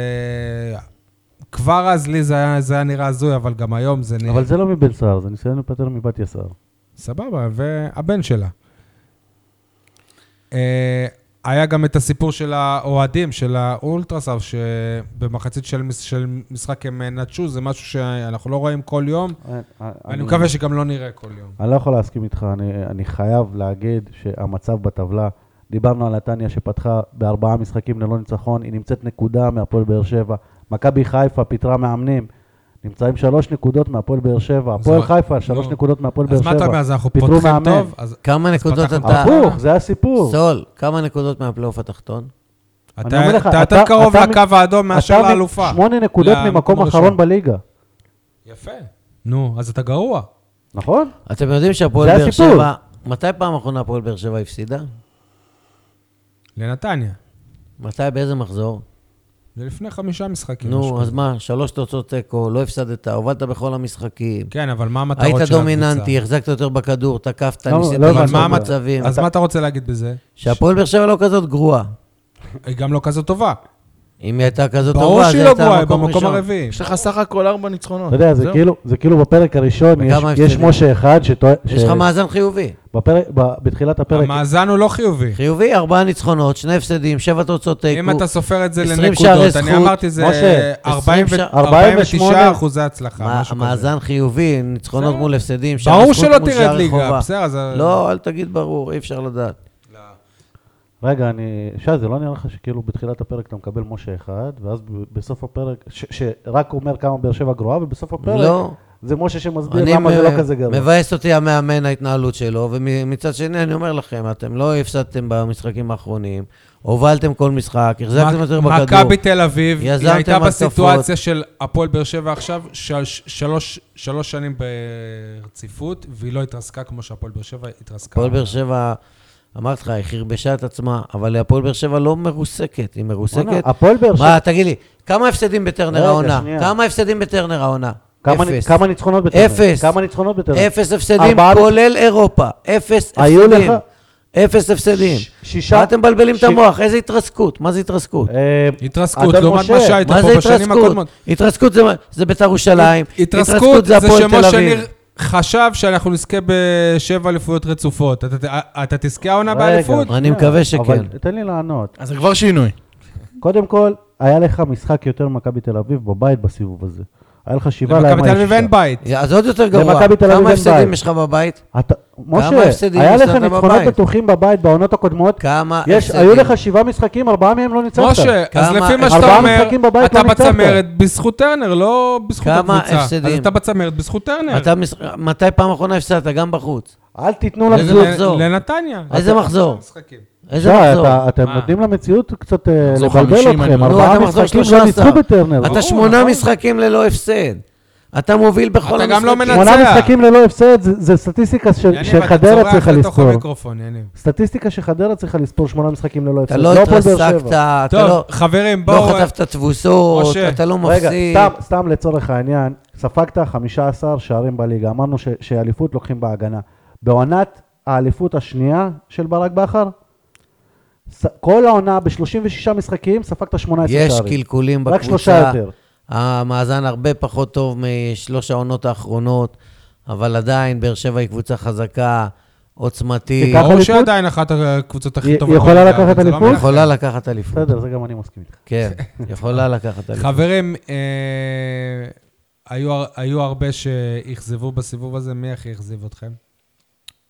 A: כבר אז לי זה היה, זה היה נראה הזוי, אבל גם היום זה נראה...
C: אבל זה לא מבן סער, זה ניסיון להיפטר מבת יסער.
A: סבבה, והבן שלה. אה, היה גם את הסיפור של האוהדים, של האולטרסאב, שבמחצית של, מש- של משחק הם אה, נטשו, זה משהו שאנחנו לא רואים כל יום, ואני מקווה שגם לא נראה כל יום.
C: אני לא יכול להסכים איתך, אני, אני חייב להגיד שהמצב בטבלה, דיברנו על נתניה שפתחה בארבעה משחקים ללא ניצחון, היא נמצאת נקודה מהפועל באר שבע. מכבי חיפה פיטרה מאמנים, נמצאים שלוש נקודות מהפועל באר שבע.
A: אז
C: הפועל
A: מה-
C: חיפה,
A: לא.
C: שלוש נקודות מהפועל באר
A: אז מה אתה אומר,
C: שבע.
A: אז אנחנו
C: פיטרו
A: פותחים
C: מאמן.
A: טוב? אז
B: כמה נקודות
A: פתחנו
B: אתה...
C: הפוך, זה הסיפור.
B: סול, כמה נקודות מהפלייאוף התחתון?
A: אתה
C: אני אומר לך,
A: אתה יותר
C: אתה-
A: קרוב
C: אתה-
A: לקו האדום מאשר
C: אתה מ-
A: לאלופה.
C: שמונה נקודות
A: למקום
C: ממקום
A: הראשון.
C: אחרון בליגה,
A: יפה. נו, אז אתה גרוע.
C: נכון?
B: אתם יודעים שהפועל
C: זה
B: באר
C: הסיפור.
B: שבע... מתי פעם אחרונה הפועל באר שבע הפסידה?
A: לנתניה.
B: מתי, באיזה מחזור?
A: זה לפני חמישה משחקים. כן, משהו
B: נו, אז
A: כזה.
B: מה, שלוש תוצאות תיקו, לא הפסדת, הובלת בכל המשחקים.
A: כן, אבל מה המטרות של
B: היית
A: הקבוצה?
B: דומיננטי, החזקת יותר בכדור, תקפת,
C: לא,
B: ניסית
C: לא
B: למצוא
C: הבנתי.
A: אבל מה
B: מצבים.
A: אז מה אתה רוצה להגיד בזה?
B: שהפועל באר שבע לא כזאת גרועה.
A: היא גם לא כזאת טובה.
B: אם היא הייתה כזאת
A: ברור
B: טובה, אז
A: שהיא
B: היא
A: לא
B: הייתה
A: גרועה, היא
B: במקום
A: במקום
B: ראשון.
A: הרביעי.
D: יש לך סך הכל ארבע ניצחונות.
B: נכון.
C: אתה יודע, זה
D: זהו.
C: כאילו- זה כאילו בפרק הראשון, יש-
B: וכמה
C: יש
B: הפסדים?
C: משה אחד שטוען...
B: יש לך מאזן חיובי.
C: בתחילת הפרק
A: המאזן הוא לא חיובי.
B: חיובי, ארבעה ניצחונות, שני הפסדים, שבע תוצאות תיקו.
A: אם אתה סופר את זה
B: 20
A: לנקודות,
B: שערי
A: אני
B: זכות,
A: אמרתי זה
C: משה,
A: 40 ו-
B: 20
A: 49
C: 48
A: אחוזי הצלחה, משהו כזה.
B: המאזן חיובי, ניצחונות
A: בסדר.
B: מול הפסדים, שער
A: ברור
B: זכות
A: שלא
B: מול שער
A: תרד ליגה,
B: חובה.
A: בסדר, אז...
B: לא, אל תגיד ברור, אי אפשר לדעת.
C: רגע, אני... שי, זה לא נראה לך שכאילו בתחילת הפרק אתה מקבל משה אחד, ואז ב- בסוף הפרק, ש- שרק אומר כמה באר שבע גרועה, ובסוף הפרק
B: לא.
C: זה משה שמסביר
B: אני
C: למה זה לא
B: מ-
C: כזה גרוע.
B: מבאסת אותי המאמן ההתנהלות שלו, ומצד שני אני אומר לכם, אתם לא הפסדתם במשחקים האחרונים, הובלתם כל משחק, החזקתם יותר בכדור.
A: מכבי תל אביב, היא
B: יזמתם
A: הייתה
B: התקפות.
A: בסיטואציה של הפועל באר שבע עכשיו, שלוש- שלוש שלוש שנים ברציפות, והיא לא התרסקה כמו שהפועל באר שבע התרסקה.
B: הפועל באר שבע, אמרתי לך, היא חרבשה את עצמה, אבל הפועל באר שבע לא מרוסקת, היא
C: בואנה,
B: מרוסקת.
C: הפועל באר שבע,
B: מה, תגיד לי, כמה הפסדים בטרנר
C: רגע,
B: העונה?
C: שנייה.
B: כמה הפסדים בטרנר העונה?
C: כמה נ-
B: אפס.
C: כמה ניצחונות בטרנר?
B: אפס.
C: כמה ניצחונות בטרנר?
B: אפס הפסדים,
C: ארבעה-
B: כולל אירופה. אפס
C: היו
B: הפסדים.
C: לך-
B: אפס הפסדים.
C: שישה...
B: מה אתם מבלבלים את
C: ש-
B: המוח? איזה התרסקות? מה זה התרסקות?
C: אה,
A: התרסקות,
C: אדון
A: לעומת
C: משה,
A: מה שהייתה
B: מה
A: פה
B: זה
A: בשנים
B: התרסקות?
A: הקודמות.
B: התרסקות זה- זה בית"ר ירושלים,
A: התרסקות זה
B: הפועל תל
A: שמשה
B: אביב.
A: ניר חשב שאנחנו נזכה בשבע אליפויות רצופות. אתה- אה, אתה- אתה תזכה העונה
C: רגע,
A: באליפות?
B: אני
C: שנייה,
B: מקווה שכן.
C: אבל תן לי לענות.
D: אז זה כבר שינוי.
C: קודם כל, היה לך משחק יותר ממכבי תל אביב בבית בסיבוב הזה. היה לך שבעה
A: למכבי
C: להם
A: תל
C: היה
A: אביב
C: שישה.
A: אין בית.
B: אז עוד יותר גרוע.
C: למכבי תל אביב
B: כמה
C: אין
B: הפסדים
C: בית.
B: יש לך בבית?
C: אתה, משה,
B: הפסדים
C: היה
B: יש
C: לך
B: לך
C: ניצחונות
B: בבית?
C: בטוחים בבית בעונות הקודמות.
B: כמה
C: יש,
B: הפסדים?
C: היו לך שבעה משחקים, ארבעה מהם לא ניצחת.
A: משה, אז
B: כמה-
A: לפי מה שאתה
C: ארבעה
A: אומר,
C: משחקים בבית
A: אתה
C: לא ניצחת.
A: בצמרת בזכות טרנר, לא בזכות
B: כמה
A: הקבוצה. אז
B: הפסדים?
A: אתה בצמרת בזכות טרנר.
B: אתה מש- מתי פעם אחרונה הפסדת? גם בחוץ.
C: אל תיתנו
A: איזה
C: למציאות.
A: ל-
B: מחזור?
A: לנתניה.
B: איזה
A: אתה-
B: מחזור?
A: משחקים.
B: איזה
C: שי,
B: מחזור?
C: לא, אתה- אתם
A: מה?
C: נותנים למציאות קצת אה,
D: מחזור
C: לבלבל
D: 50, אני
C: אתכם.
D: לא-
C: ארבעה
B: אתה מחזור
C: משחקים לא
B: 13.
C: ניצחו בטרנר.
A: ברור,
B: אתה שמונה
A: נכון.
B: משחקים ללא הפסד. אתה מוביל בכל
A: אתה גם לא
B: המשחקים.
A: מנצח.
C: שמונה משחקים ללא הפסד, זה- זה סטטיסטיקה של-
A: יניב, אתה
C: שחדרה
A: צורח
C: צריכה
A: לתוך
C: לספור.
A: המיקרופון, יניב.
C: סטטיסטיקה שחדרה צריכה לספור שמונה משחקים ללא הפסד.
B: אתה לא
C: הפועל באר
B: התרסקת,
C: שבע.
B: אתה
A: טוב,
B: לא...
A: חברים,
B: לא
A: בואו...
B: חטפת תבוסות,
A: משה.
B: אתה לא מפסיד.
C: רגע, סתם, סתם לצורך העניין, ספגת 15 שערים בליגה. אמרנו ש- שאליפות לוקחים בהגנה. בעונת האליפות השנייה של ברק בכר, ס- כל העונה ב-36 משחקים ספגת 18
B: יש
C: שערים. רק
B: קלקולים בקבוצה.
C: שלושה יותר.
B: המאזן הרבה פחות טוב משלוש העונות האחרונות, אבל עדיין באר שבע היא קבוצה חזקה, עוצמתית,
C: תיקח-
A: ברור
C: אליפות?
A: שעדיין אחת הקבוצות הכי
C: היא-
A: טובות.
C: יכולה
A: בליגה,
C: לקחת
A: אבל זה לא
C: אליפות?
A: מנחם.
B: יכולה לקחת אליפות.
C: בסדר, זה גם אני מסכים איתך.
B: כן, יכולה לקחת אליפות.
A: חברים, אה, היו הר- היו הרבה שאכזבו בסיבוב הזה, מי הכי אכזב אתכם?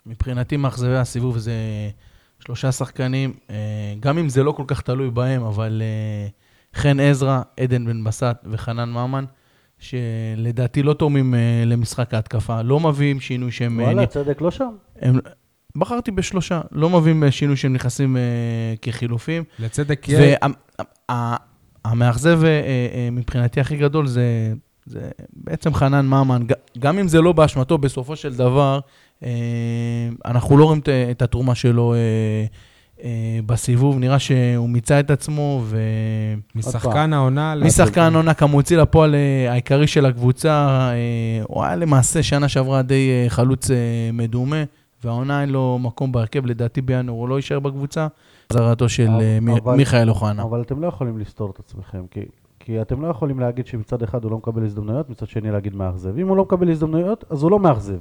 D: מבחינתי מאכזבי הסיבוב זה שלושה שחקנים, אה, גם אם זה לא כל כך תלוי בהם, אבל אה, חן עזרא, עדן בן בסט וחנן ממן, שלדעתי לא תורמים אה, למשחק ההתקפה, לא מביאים שינוי שהם... אה,
C: וואלה,
D: נ-
C: צדק לא שם.
D: הם... בחרתי בשלושה, לא מביאים אה, שינוי שהם נכנסים אה, כחילופים.
A: לצדק
C: כן.
A: יהיה...
D: והמאכזב אה, מבחינתי הכי גדול זה, זה בעצם חנן ממן, ג- גם אם זה לא באשמתו, בסופו של דבר, אה, אנחנו לא רואים את- את התרומה שלו אה, אה, בסיבוב, נראה שהוא מיצה את עצמו,
A: משחקן העונה...
D: ומשחקן עונה כמוציא לפועל אה, העיקרי של הקבוצה, אה, הוא היה למעשה שנה שעברה די אה, חלוץ אה, מדומה. והעונה אין לו מקום בהרכב, לדעתי בינואר הוא לא יישאר בקבוצה. חזרתו של אה, מי-
C: אבל-
D: מיכאל
B: נכון.
D: אוחנה.
C: אבל אתם לא יכולים לסתור את עצמכם, כי, כי אתם לא יכולים להגיד שמצד אחד הוא לא מקבל הזדמנויות, מצד שני להגיד מאכזב. אם הוא לא מקבל הזדמנויות, אז הוא לא מאכזב.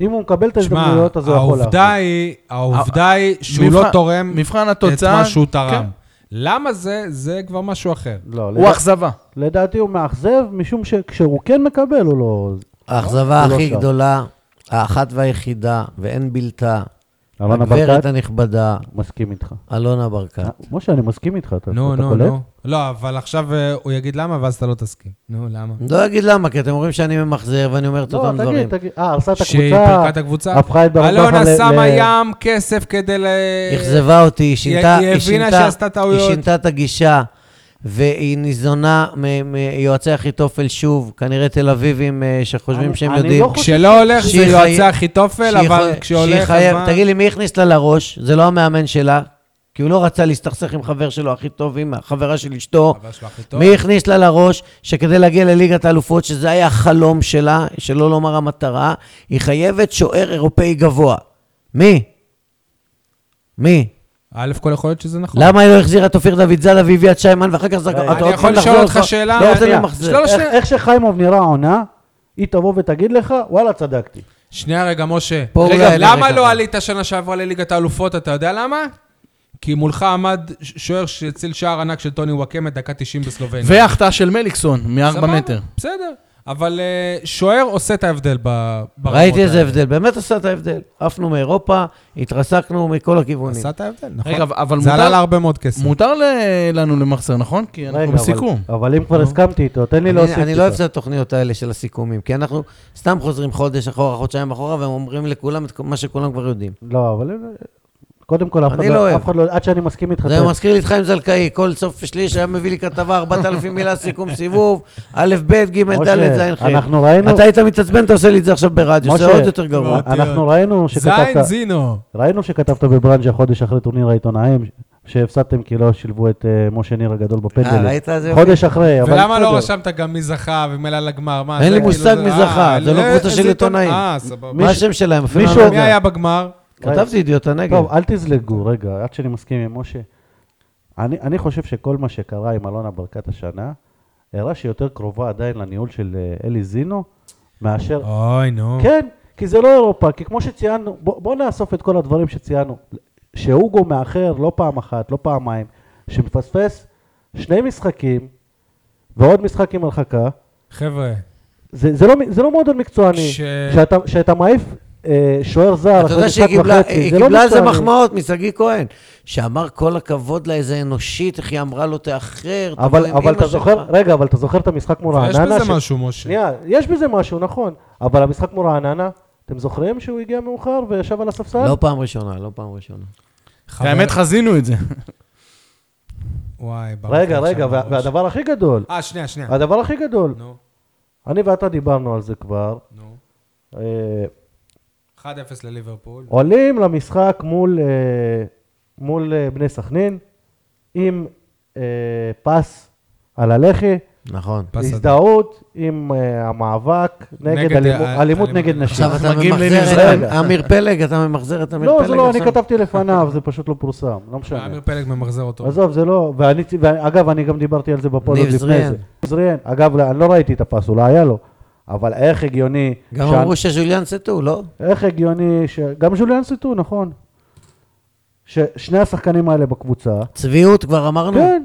C: אם הוא מקבל את
A: תשמע,
C: ההזדמנויות, אז הוא יכול אה, לאכזב.
A: העובדה היא, העובדה היא שהוא
D: מבחן-
A: לא תורם
D: מבחן
A: את
D: התוצאה,
A: מה שהוא תרם.
D: כן.
A: למה זה? זה כבר משהו אחר.
C: לא,
D: הוא
C: לדע...
D: אכזבה.
C: לדעתי הוא מאכזב, משום שכשהוא כן מקבל, הוא לא...
B: האכזבה
C: הוא לא
B: הכי
C: שם.
B: גדולה, האחת והיחידה, ואין בלתה,
C: אלונה
B: הגברת
C: ברקת, אה.
B: הנכבדה,
C: מסכים איתך.
B: אלונה ברקת.
C: משה, אני מסכים איתך, אתה
A: נו,
C: אתה
A: נו,
C: קולט?
A: נו. לא, אבל עכשיו אה, הוא יגיד למה, ואז אתה לא תסכים. נו, למה?
B: לא אגיד למה, כי אתם אומרים שאני ממחזר ואני אומר את אותם
C: לא,
B: דברים.
C: תגיד, תגיד. אה, הרסה את
A: שהיא
C: הקבוצה,
A: פירקה את הקבוצה.
C: הפכה את ברק בכר
A: אלונה
C: ל-
A: שמה
C: ל-
A: ים כסף כדי ל...
B: אכזבה אותי, היא שינתה...
A: היא הבינה
B: שינתה-
A: שהיא עשתה טעויות.
B: היא שינתה את הגישה, והיא ניזונה מ- מיועצי אחיתופל שוב, כנראה תל אביבים אה, שחושבים
C: אני-
B: שהם
C: אני
B: יודעים.
C: לא חושב
A: כשלא הולך זה
B: שהיא חי-
A: יועצי אחיתופל,
B: שהיא
A: אבל
B: חו- שהיא
A: כשהולך, אז
B: חייבת-
A: מה?
B: תגיד לי, מי הכניס לה לראש? זה לא המאמן שלה, כי הוא לא רצה להסתכסך עם חבר שלו הכי טוב, עם החברה של אשתו.
A: חבר שלו הכי טוב.
B: מי הכניס לה לראש שכדי להגיע לליגת האלופות, שזה היה החלום שלה, שלא לומר המטרה, היא חייבת שוער אירופאי גבוה. מי? מי?
A: א', כל יכול להיות שזה נכון.
B: למה היא לא החזירה את אופיר דוד זאדה והביאה את שיימן, ואחר כך זרקה...
C: רגע,
B: אתה
A: אני
B: עוד
A: יכול
B: פעם
A: לשאול
B: לחזור
A: אותך
B: לך-
A: שאלה?
B: לא רוצה
A: שנייה.
B: למחזר.
A: לא,
C: איך-
A: שנייה.
C: איך שחיימוב נראה העונה, היא תבוא ותגיד לך, וואלה, צדקתי.
A: שנייה רגע, משה.
B: פה
A: רגע,
B: אולי לא
A: למה
B: רגע.
A: לא עלית שנה שעברה לליגת האלופות, אתה יודע למה? כי מולך עמד ש- שוער שהציל שער ענק של טוני וואקמה, דקה 90 בסלובניה.
D: והחטאה של מליקסון, מארבע
A: סבבה,
D: מטר.
A: בסדר. אבל אה, שוער עושה את ההבדל ב- ברמות
B: ראיתי איזה
A: האלה.
B: הבדל, באמת עשה את ההבדל. עפנו מאירופה, התרסקנו מכל הכיוונים.
A: עשה את ההבדל, נכון.
D: רגע, אבל
A: זה עלה לה
D: מותר-
A: הרבה מאוד כסף.
D: מותר ל- לנו למחסר, נכון? כי
C: רגע,
D: אנחנו
C: אבל-
D: בסיכום.
C: אבל אם כבר הסכמתי איתו, תן לי
B: אני-
C: להוסיף.
B: אני לא
C: טיפה.
B: אוהב את התוכניות האלה של הסיכומים, כי אנחנו סתם חוזרים חודש אחורה, חודשיים אחורה, והם אומרים לכולם את כל- מה שכולם כבר יודעים.
C: לא, אבל... הם- קודם כל, אף
B: אני
C: אחד
B: לא
C: לא-
B: אוהב.
C: אף אחד לא... עד שאני מסכים איתך...
B: זה
C: אתה-
B: מזכיר לי את חיים זלקאי, כל סוף שליש היה מביא לי כתבה 4,000 מילה סיכום סיבוב, א', ב', ג', ד',
C: משה,
B: ז', ח'.
C: אנחנו ראינו...
B: אתה היית מתעצבן, אתה עושה לי את זה עכשיו ברדיו, זה
C: משה,
B: עוד יותר
A: לא,
B: גרוע.
C: אנחנו ראינו
A: זין
C: שכתבת...
A: זינו.
C: ראינו שכתבת בברנז'ה חודש אחרי טורניר העיתונאים, ש- שהפסדתם כי לא שילבו את אה, משה ניר הגדול
B: אה,
C: בפנדלים.
B: ראית? זה יופי.
C: חודש אחרי, אבל
A: ולמה לא
C: בסדר.
A: רשמת גם מי זכה ומי עלה לגמר? מה,
B: אין
A: זה
B: לי
A: כאילו
B: מושג
A: זה-
B: מי
A: אה,
B: זכה, זה לא
A: אה,
B: קבוצה
A: איזה עיתון-
B: של עיתונאים.
A: אה, סבבה.
B: מה השם שלהם? אפילו
C: מישהו-
B: אני לא
A: מי
B: יודע.
A: היה בגמר?
B: כתבתי ידיעות הנגב.
C: טוב, אל תזלגו, רגע, עד שאני מסכים עם משה. אני, אני חושב שכל מה שקרה עם אלונה ברקת השנה, הראה שהיא יותר קרובה עדיין לניהול של אה, אלי זינו, מאשר...
A: אוי, נו.
C: כן, כי זה לא אירופה, כי כמו שציינו, בוא, בוא נאסוף את כל הדברים שציינו. שהוגו מאחר לא פעם אחת, לא פעמיים, שמפספס שני משחקים ועוד משחק עם הרחקה,
A: חבר'ה,
C: זה, זה, לא, מ- זה לא מועדון מקצועני.
A: ש-
C: ש... שאתה, שאתה מעיף אה, שוער זר
B: אתה
C: אחרי
B: יודע
C: משחק
B: שהיא קיבלה-
C: וחצי,
B: היא
C: זה לא
B: קיבלה על זה
C: מקצועני.
B: מחמאות משגיא כהן, שאמר כל הכבוד לה, איזה אנושית, איך היא אמרה לו, תאחר, תבוא
C: אבל,
B: עם
C: אבל
B: אמא
C: אתה זוכר,
B: שלך."
C: רגע, אבל אתה זוכר את המשחק מול
A: אה, יש
C: רעננה?
A: בזה משהו, משה.
C: שנייה, יש בזה משהו, נכון. אבל המשחק מול רעננה, אתם זוכרים שהוא הגיע מאוחר וישב על הספסל?
B: לא פעם ראשונה, לא פעם ראשונה.
A: חבר-
D: האמת, חזינו את זה.
A: וואי, ברוך
C: רגע,
A: השם,
C: רגע, וה-
A: בראש.
C: והדבר הכי גדול,
A: אה, שנייה, שנייה.
C: כן. הדבר הכי גדול,
A: נו,
C: אני ואתה דיברנו על זה כבר,
A: נו.
C: אה,
A: 1-0 לליברפול.
C: עולים למשחק מול, אה, מול אה, בני סכנין עם אה, פס על הלחי,
B: נכון.
A: פס אדום.
C: הזדהות עם אה, המאבק נגד
A: נגד
C: אלימות-
A: ה-
C: אלימות
A: אלימות
C: נגד נשים.
B: עכשיו אתה
D: מגיעים
B: ממחזר את אמ-
C: לישראל.
B: אמיר פלג, אתה ממחזר את אמיר פלג.
C: לא, זה לא, אני
B: עכשיו.
C: כתבתי לפניו, זה פשוט לא פורסם, לא משנה.
A: עמיר פלג ממחזר אותו.
C: עזוב, זה לא, ואני, אגב, אני גם דיברתי על זה בפוד
B: ניב
C: עוד לפני
B: זריאן.
C: זה. זריאן. אגב, לא- אני לא ראיתי את הפס, אולי היה לו, אבל איך הגיוני...
B: גם
C: שאנ-
B: אמרו שז'וליאן סטו, לא?
C: איך הגיוני ש... גם ז'וליאן סטו, נכון. ששני השחקנים האלה בקבוצה,
B: צביעות כבר אמרנו?
C: כן,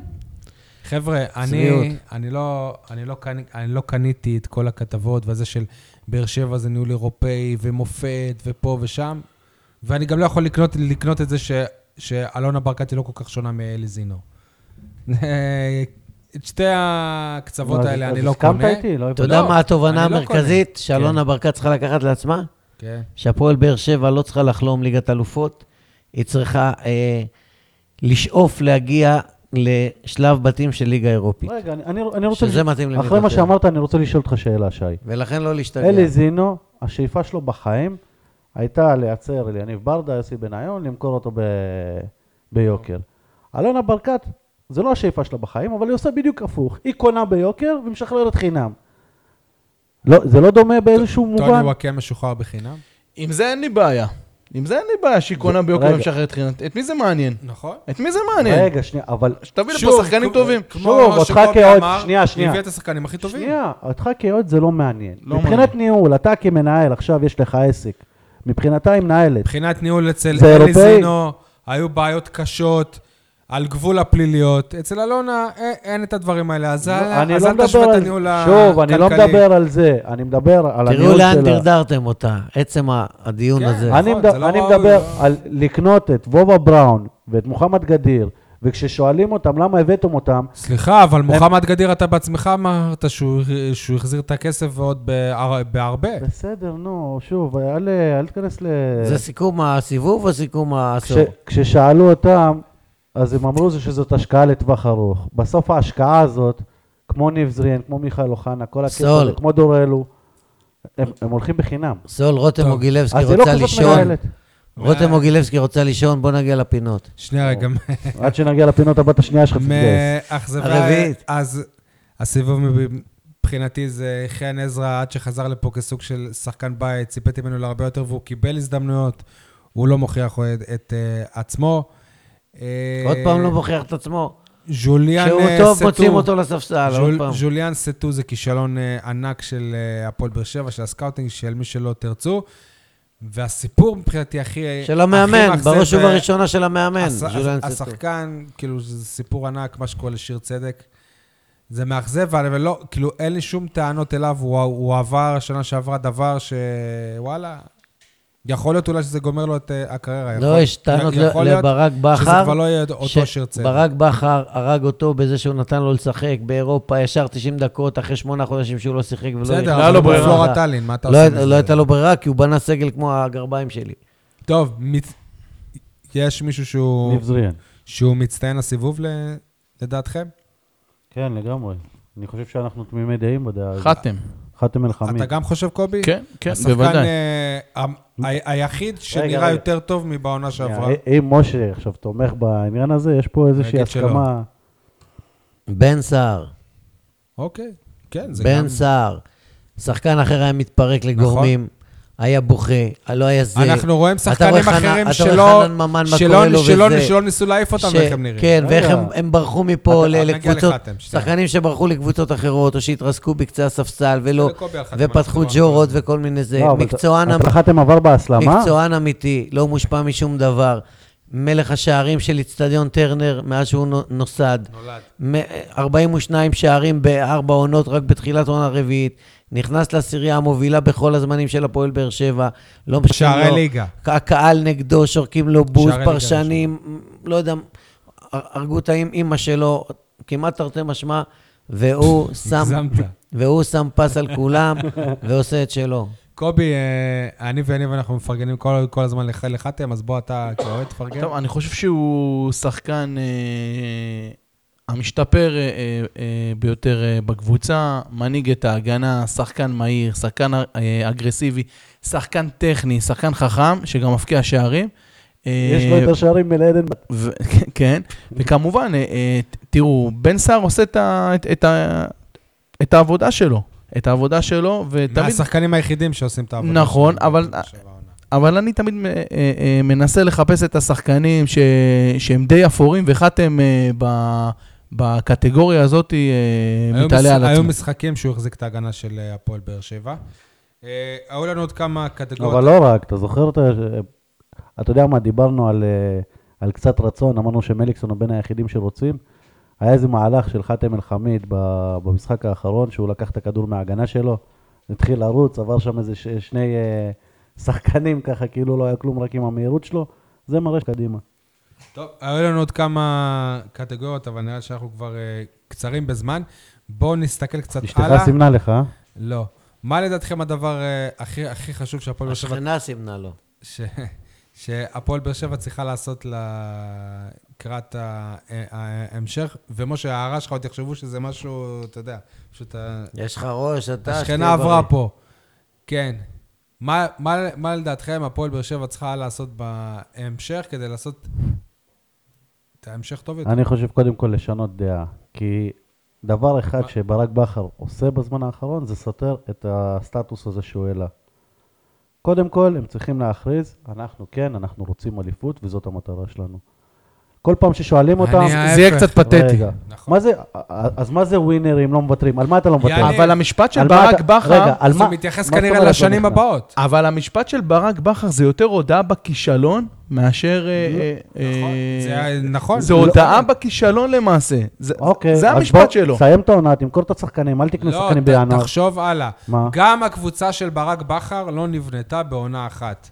A: חבר'ה, אני,
B: צניעות.
A: אני, לא, אני, לא קני, אני לא קניתי את כל הכתבות וזה של באר שבע זה ניהול אירופאי ומופת ופה ושם, ואני גם לא יכול לקנות, לקנות את זה ש, שאלונה ברקת היא לא כל כך שונה מאלי זינו. את שתי הקצוות
C: אז-
A: האלה
C: אז
A: אני לא קונה.
C: הסכמת איתי? לא
B: אתה
C: הבנתי.
B: יודע
A: לא,
B: מה התובנה
A: אני לא
B: המרכזית שאלונה ברקת צריכה לקחת לעצמה?
A: כן.
B: שהפועל באר שבע לא צריכה לחלום ליגת אלופות, היא צריכה אה, לשאוף להגיע לשלב בתים של ליגה אירופית.
C: לא, רגע, אני- אני אני רוצה...
B: שזה מתאים לליגת
C: אחרי מה
B: העל.
C: שאמרת, אני רוצה לשאול אותך שאלה, שי.
B: ולכן לא להשתגע.
C: אלי זינו, השאיפה שלו בחיים הייתה לייצר אליניב ברדה, יוסי בניון, למכור אותו ב... ביוקר. אלונה ברקת, זה לא השאיפה שלה בחיים, אבל היא עושה בדיוק הפוך. היא קונה ביוקר ומשחררת חינם. לא, זה לא דומה באיזשהו מובן?
A: טוני וואקיה משוחרר בחינם.
D: עם זה אין לי בעיה. עם זה אין לי בעיה שהיא קונה ביוקר
C: רגע.
D: ומשחררת חינם. את מי זה מעניין?
A: נכון.
D: את מי זה מעניין?
C: רגע, שנייה, אבל...
D: שתביא לפה שחקנים טובים.
C: שוב, אותך כאוהד- שנייה, שנייה.
A: היא הביאה את השחקנים הכי טובים.
C: שנייה, אותך כאוהד זה לא מעניין.
D: לא
C: מבחינת
D: מעניין.
C: ניהול, אתה כמנהל, עכשיו יש לך עסק. מבחינתה היא מנהלת.
A: מבחינת ניהול אצל
C: זה
A: אלי
C: אירופאי.
A: זינו, היו בעיות קשות, על גבול הפליליות. אצל אלונה אה, אין את הדברים האלה, אז אל
C: אני
A: אז
C: לא
A: אל תשווה
C: מדבר
A: את
C: על...
A: הניהול הכלכלי.
C: שוב, אני לא מדבר על זה, אני מדבר על
B: תראו
C: הניהול שלה.
B: לאן דרדרתם אותה, עצם ה- הדיון
A: כן.
B: הזה.
A: נכון,
C: אני,
A: זה
C: מד...
A: לא
C: אני
A: ראוי,
C: מדבר
A: לא.
C: על לקנות את וובה בראון ואת מוחמד גדיר, וכששואלים אותם למה הבאתם אותם,
A: סליחה, אבל מוחמד גדיר, אתה בעצמך אמרת שהוא שהוא החזיר את הכסף ועוד בהר- בהרבה.
C: בסדר, נו, שוב, אל, אל תיכנס ל...
B: זה סיכום הסיבוב או סיכום
C: כש...
B: העשור?
C: כששאלו אותם, אז הם אמרו זה שזאת השקעה לטווח ארוך. בסוף ההשקעה הזאת, כמו ניב זריאן, כמו מיכאל אוחנה, כל הכסף
B: סול.
C: הזה, כמו דורלו, הם, הם הולכים בחינם.
B: סול, רותם
A: טוב.
B: מוגילבסקי
C: אז זה לא
B: רוצה
C: כזאת
B: לישון.
C: מנהלת.
B: רותם מוגילבסקי רוצה לישון, בוא נגיע לפינות.
A: שנייה רגע,
C: עד שנגיע לפינות הבת השנייה שלך, תתגייס.
A: מאכזבה...
B: הרביעית.
A: אז הסיבוב מבחינתי זה חן עזרא, עד שחזר לפה כסוג של שחקן בית, ציפיתי ממנו להרבה יותר, והוא קיבל הזדמנויות, הוא לא מוכיח את, את uh, עצמו. אה,
B: עוד פעם לא מוכיח את עצמו.
A: ז'וליאן
B: כשהוא
A: אה,
B: טוב,
A: סטו.
B: מוצאים אותו לספסל, עוד
A: ז'ול-
B: פעם.
A: ז'וליאן סטו זה כישלון אה, ענק של אה, הפועל באר שבע, של הסקאוטינג, של מי שלא תרצו. והסיפור מבחינתי הכי...
B: של
A: הכי
B: המאמן,
A: מאכזב,
B: בראש
A: אה,
B: ובראשונה של המאמן,
A: הש-
B: ז'וליאן
A: הש-
B: סטו.
A: השחקן, כאילו, זה סיפור ענק, מה שקורה לשיר צדק. זה מאכזב, אבל אבל לא, כאילו, אין לי שום טענות אליו, הוא, הוא עבר, שנה שעברה דבר שוואלה, יכול להיות אולי שזה גומר לו את אה, הקריירה. יכול-
B: לא, יש טענות
A: יכול
B: ל-
A: להיות
B: לברק
A: שזה
B: בכר,
A: כבר לא יהיה אותו שיר צדק.
B: שברק בכר הרג אותו בזה שהוא נתן לו לשחק באירופה ישר 90 דקות, אחרי שמונה חודשים שהוא לא שיחק ולא...
A: בסדר,
B: נכנס.
A: אבל
D: היה לו
A: הוא
D: ברירה.
A: פלורה טאלין, מה אתה
B: לא
A: עושה?
B: הי-
A: מזה?
B: לא הייתה לו ברירה, כי הוא בנה סגל כמו הגרביים שלי.
A: טוב, מת- יש מישהו שהוא-
C: ניב זריאן.
A: שהוא מצטיין הסיבוב ל- לדעתכם?
C: כן, לגמרי. אני חושב שאנחנו תמימי דעים בדעה הזאת.
D: חתם.
C: חתם אל חמיד.
A: אתה גם חושב, קובי?
D: כן, כן,
A: השחקן
D: בוודאי.
A: אה, ה- ה- היחיד שנראה
C: רגע.
A: יותר טוב מבעונה שעברה.
B: אה,
C: שנייה, אם משה עכשיו תומך בעניין הזה, יש פה איזושהי
A: נגיד שלא.
C: הסכמה.
B: בן סער,
A: אוקיי, כן, זה גם... נכון.
B: בן סער. שחקן אחר היה מתפרק לגורמים. היה בוכה, לא היה זה.
A: אנחנו רואים
B: אתה
A: שחקנים
B: רואה חנן-
A: אחרים
B: אתה רואה
A: שלא-
B: חנן ממן, מה
A: שלא-
B: קורה לו
A: שלא-
B: וזה.
A: שלא ניסו להעיף אותם
B: ש-
A: ואיך הם נראים. לא
B: כן, ואיך
C: רגע.
B: הם- הם ברחו מפה ל-
A: נגיע
B: לקבוצות,
A: לך, אתם, שנייה.
B: שחקנים שברחו לקבוצות אחרות, או שהתרסקו בקצה הספסל, ולא,
A: ולקובי על חתימה,
B: ופתחו
A: נכון.
B: ג'ורות וכל מיני זה.
C: לא, אבל
B: מקצוען
C: אתם
B: אמ-
C: נחתם עבר בהסלמה?
B: מקצוען אמיתי, לא מושפע משום דבר. מלך השערים של איצטדיון טרנר מאז שהוא נו- נוסד.
A: נולד.
B: מ- 42 שערים בארבע עונות רק בתחילת עונה רביעית. נכנס לעשירייה המובילה בכל הזמנים של הפועל באר שבע. לא משנה
A: שערי
B: לו.
A: ליגה.
B: הקהל נגדו, שורקים לו בוז,
A: שערי ליגה
B: פרשנים, לא יודע, הר- הרגו את האימא שלו, כמעט תרתי משמע, והוא שם...
A: הגזמת.
B: והוא שם פס על כולם, ועושה את שלו.
A: קובי, אה, אני ויניב, אנחנו מפרגנים כל כל הזמן לך- לחתם, אז בוא אתה כאוהד
C: כן.
A: תפרגן.
D: טוב, אני חושב שהוא שחקן אה, המשתפר אה, אה, אה, ביותר אה, בקבוצה, מנהיג את ההגנה, שחקן מהיר, שחקן אה, אגרסיבי, שחקן טכני, שחקן חכם, שגם מבקיע שערים. אה,
C: יש לו יותר שערים מלעדן.
D: ו- כן, וכמובן, אה, אה, ת- תראו, בן סער עושה את ה- את- את ה- את העבודה שלו. את העבודה שלו, ותמיד...
A: מהשחקנים היחידים שעושים את העבודה.
D: נכון,
A: שלהם
D: אבל-
A: בקבוצה של העונה.
D: אבל אני תמיד אה, אה, אה, מנסה לחפש את השחקנים ש... שהם די אפורים, וחתם אה, ב... בקטגוריה הזאת אה,
A: היו מש-
D: מתעלה על
A: היו
D: עצמו.
A: משחקים שהוא החזיק את ההגנה של אה, הפועל באר שבע. אה, היו לנו עוד כמה קטגוריות.
C: אבל לא רק, אתה זוכר את ה... אתה יודע מה, דיברנו על, אה, על קצת רצון, אמרנו שמליקסון הוא בין היחידים שרוצים. היה איזה מהלך של חאתם אל-חמיד ב- במשחק האחרון, שהוא לקח את הכדור מההגנה שלו, התחיל לרוץ, עבר שם איזה ש- שני אה, שחקנים ככה, כאילו לא היה כלום רק עם המהירות שלו, זה מראה שקדימה.
A: טוב, היו לנו עוד כמה קטגוריות, אבל נראה שאנחנו כבר אה, קצרים בזמן. בואו נסתכל קצת
C: אשתך
A: הלאה.
C: סימנה לך, אה?
A: לא. מה לדעתכם הדבר אה, הכי הכי חשוב שהפועל באר שבע...
B: השכנה סימנה לו.
A: ש- שהפועל באר שבע צריכה לעשות לקראת ה- ה- ההמשך, ומשה, ההערה שלך עוד יחשבו שזה משהו, אתה יודע, פשוט אה, ה-
B: יש לך ראש, אתה...
A: השכנה
B: שתהיה
A: עברה
B: בריא.
A: פה. כן. מה- מה מה לדעתכם הפועל באר שבע צריכה לעשות בהמשך כדי לעשות את ההמשך טוב יותר?
C: אני חושב קודם כל לשנות דעה, כי דבר אחד שברק בכר עושה בזמן האחרון, זה סותר את הסטטוס הזה שהוא העלה. קודם כל, הם צריכים להכריז, אנחנו כן, אנחנו רוצים אליפות, וזאת המטרה שלנו. כל פעם ששואלים אותם,
A: אני
D: זה יהיה
A: ההפך.
D: קצת פתטי.
C: רגע,
A: נכון.
C: מה זה, אז מה זה ווינר אם לא מוותרים? על מה אתה לא מוותר?
A: יעני,
D: אבל המשפט של
C: על מה
D: ברק
C: אתה-
D: בכר,
C: רגע, על
A: זה
C: מה- מה
A: מתייחס
C: זאת אומרת
A: כנראה
C: לא
A: לשנים
C: נכנס?
A: הבאות.
D: אבל המשפט של ברק בכר זה יותר הודעה בכישלון מאשר... אה, אה,
A: נכון.
D: אה,
A: זה- נכון.
D: זה הודעה בכישלון למעשה. זה-
C: לא, אה, אוקיי,
D: זה
C: אז
D: המשפט
C: בוא,
D: שלו.
C: סיים את העונה, תמכור את השחקנים, אל תקנה
A: לא,
C: שחקנים
A: ת-
C: בינואר.
A: תחשוב הלאה.
C: מה?
A: גם הקבוצה של ברק בכר לא נבנתה בעונה אחת.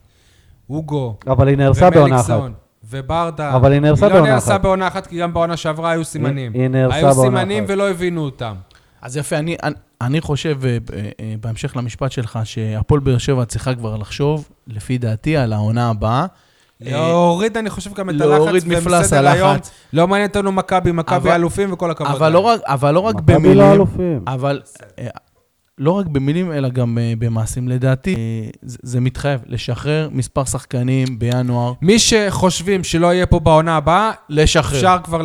A: אוגו
C: אבל היא נהרסה בעונה אחת.
A: ומליקסון וברדה.
C: אבל היא נהרסה
A: היא
C: בעונה
A: לא נהרסה
C: אחת.
A: בעונה אחת, כי גם בעונה שעברה היו סימנים.
C: היא נהרסה
A: היו
C: בעונה
A: סימנים
C: אחת.
A: ולא הבינו אותם.
D: אז יפה, אני, אני, אני חושב, אה, אה, אה, בהמשך למשפט שלך, שהפועל באר שבע צריכה כבר לחשוב, לפי דעתי, על העונה הבאה. אה,
A: להוריד, אני חושב, גם את הלחץ.
D: להוריד מפלס
A: ומסדר היום.
D: הלחץ.
A: לא מעניין אותנו מכבי, מכבי
D: אבל-
A: אלופים וכל הכבוד.
D: אבל לא, רק, אבל לא רק
C: מכבי
D: במילים,
C: לא אלופים.
D: אבל אה, לא רק במילים, אלא גם אה, במעשים. לדעתי, אה, זה, זה מתחייב לשחרר מספר שחקנים בינואר.
A: מי שחושבים שלא יהיה פה בעונה הבאה,
D: לשחרר.
A: אפשר כבר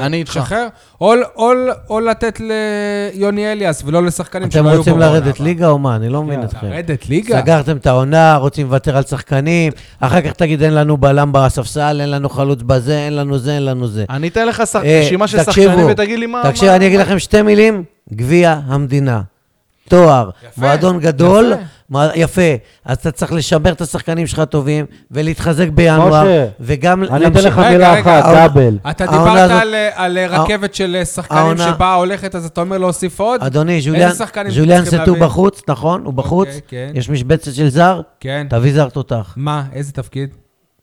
D: אני איתך.
A: לשחרר. או- או- או לתת ליוני אליאס ולא לשחקנים
B: אתם
A: שלא היו פה
B: רוצים
A: בעונה הבאה.
B: לרדת ליגה או מה? אני לא מבין אתכם.
A: לרדת ליגה?
B: סגרתם את העונה, רוצים לוותר על שחקנים, אחר כך תגיד אין לנו בלם בספסל, אין לנו חלוץ בזה, אין לנו זה, אין לנו זה.
D: אני אתן לך שח-
B: אה,
D: רשימה של
B: תקשיבו,
D: שחקנים ותגיד לי מה...
B: תקשיב,
D: מה-
B: אני אגיד לכם שתי מילים, גביע המדינה. תואר,
A: יפה,
B: מועדון גדול,
A: יפה.
B: מוע- יפה. אז אתה צריך לשמר את השחקנים שלך הטובים ולהתחזק בינואר,
C: משה,
B: וגם
C: אני אתן לך
A: רגע,
C: מילה
A: רגע,
C: אחת,
B: העונה-
C: דאבל.
A: אתה
B: העונה
A: דיברת
B: הזאת-
A: על, על רכבת של אה, שחקנים
B: העונה-
A: שבאה הולכת, אז אתה אומר להוסיף עוד?
B: אה, אדוני, ז'וליאן,
A: שחקנים
B: ז'וליאן
A: צריכים
B: סטו
A: להביא?
B: בחוץ, נכון?
D: אוקיי,
B: הוא בחוץ.
A: כן.
B: יש משבצת של זר,
A: כן.
B: תביא זר תותח.
A: מה, איזה תפקיד?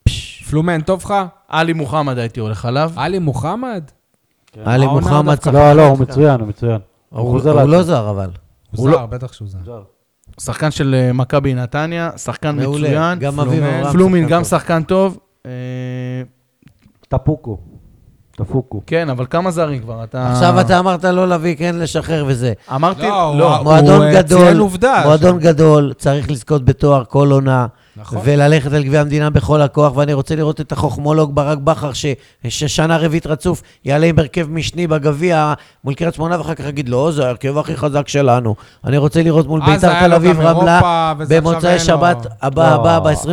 B: פש.
A: פלומן, טוב לך?
D: עלי מוחמד הייתי הולך עליו.
A: עלי מוחמד?
B: עלי
A: העונה
B: מוחמד
A: דווקא
B: שחקן.
C: לא, לא, הוא מצוין, הוא מצוין. הוא
B: הוא
C: חוזר
B: הוא לא
C: לעצמו.
B: זר אבל.
A: הוא
B: לא-
A: זר, בטח שהוא זר.
D: שחקן של אה, מכבי נתניה, שחקן
B: מעולה.
D: מצוין.
B: גם
A: פלומן.
B: אביב אברהם.
D: פלומין
B: שחקן
D: גם
B: טוב.
D: שחקן טוב. אה,
C: תפוקו. תפוקו.
D: כן, אבל כמה זרים כבר? אתה...
A: אה.
B: עכשיו אתה אמרת לא להביא, כן לשחרר וזה.
D: אמרתי,
A: לא,
D: לא.
A: הוא-
B: מועדון
A: אה,
B: גדול,
A: ציין עובדה.
B: מועדון גדול, צריך לזכות בתואר כל עונה.
A: נכון.
B: וללכת על גביע המדינה בכל הכוח, ואני רוצה לראות את החוכמולוג ברק בכר, ש, ששנה רביעית רצוף יעלה עם הרכב משני בגביע מול קריית שמונה, ואחר כך יגיד, לא, זה ההרכב הכי חזק שלנו. אני רוצה לראות מול
A: אז
B: ביתר
A: היה
B: תל
A: לו
B: אביב
A: גם
B: רמלה,
A: אירופה, וזה עכשיו
B: במוצאי
A: אין לו.
B: שבת הבא
C: לא,
B: הבא,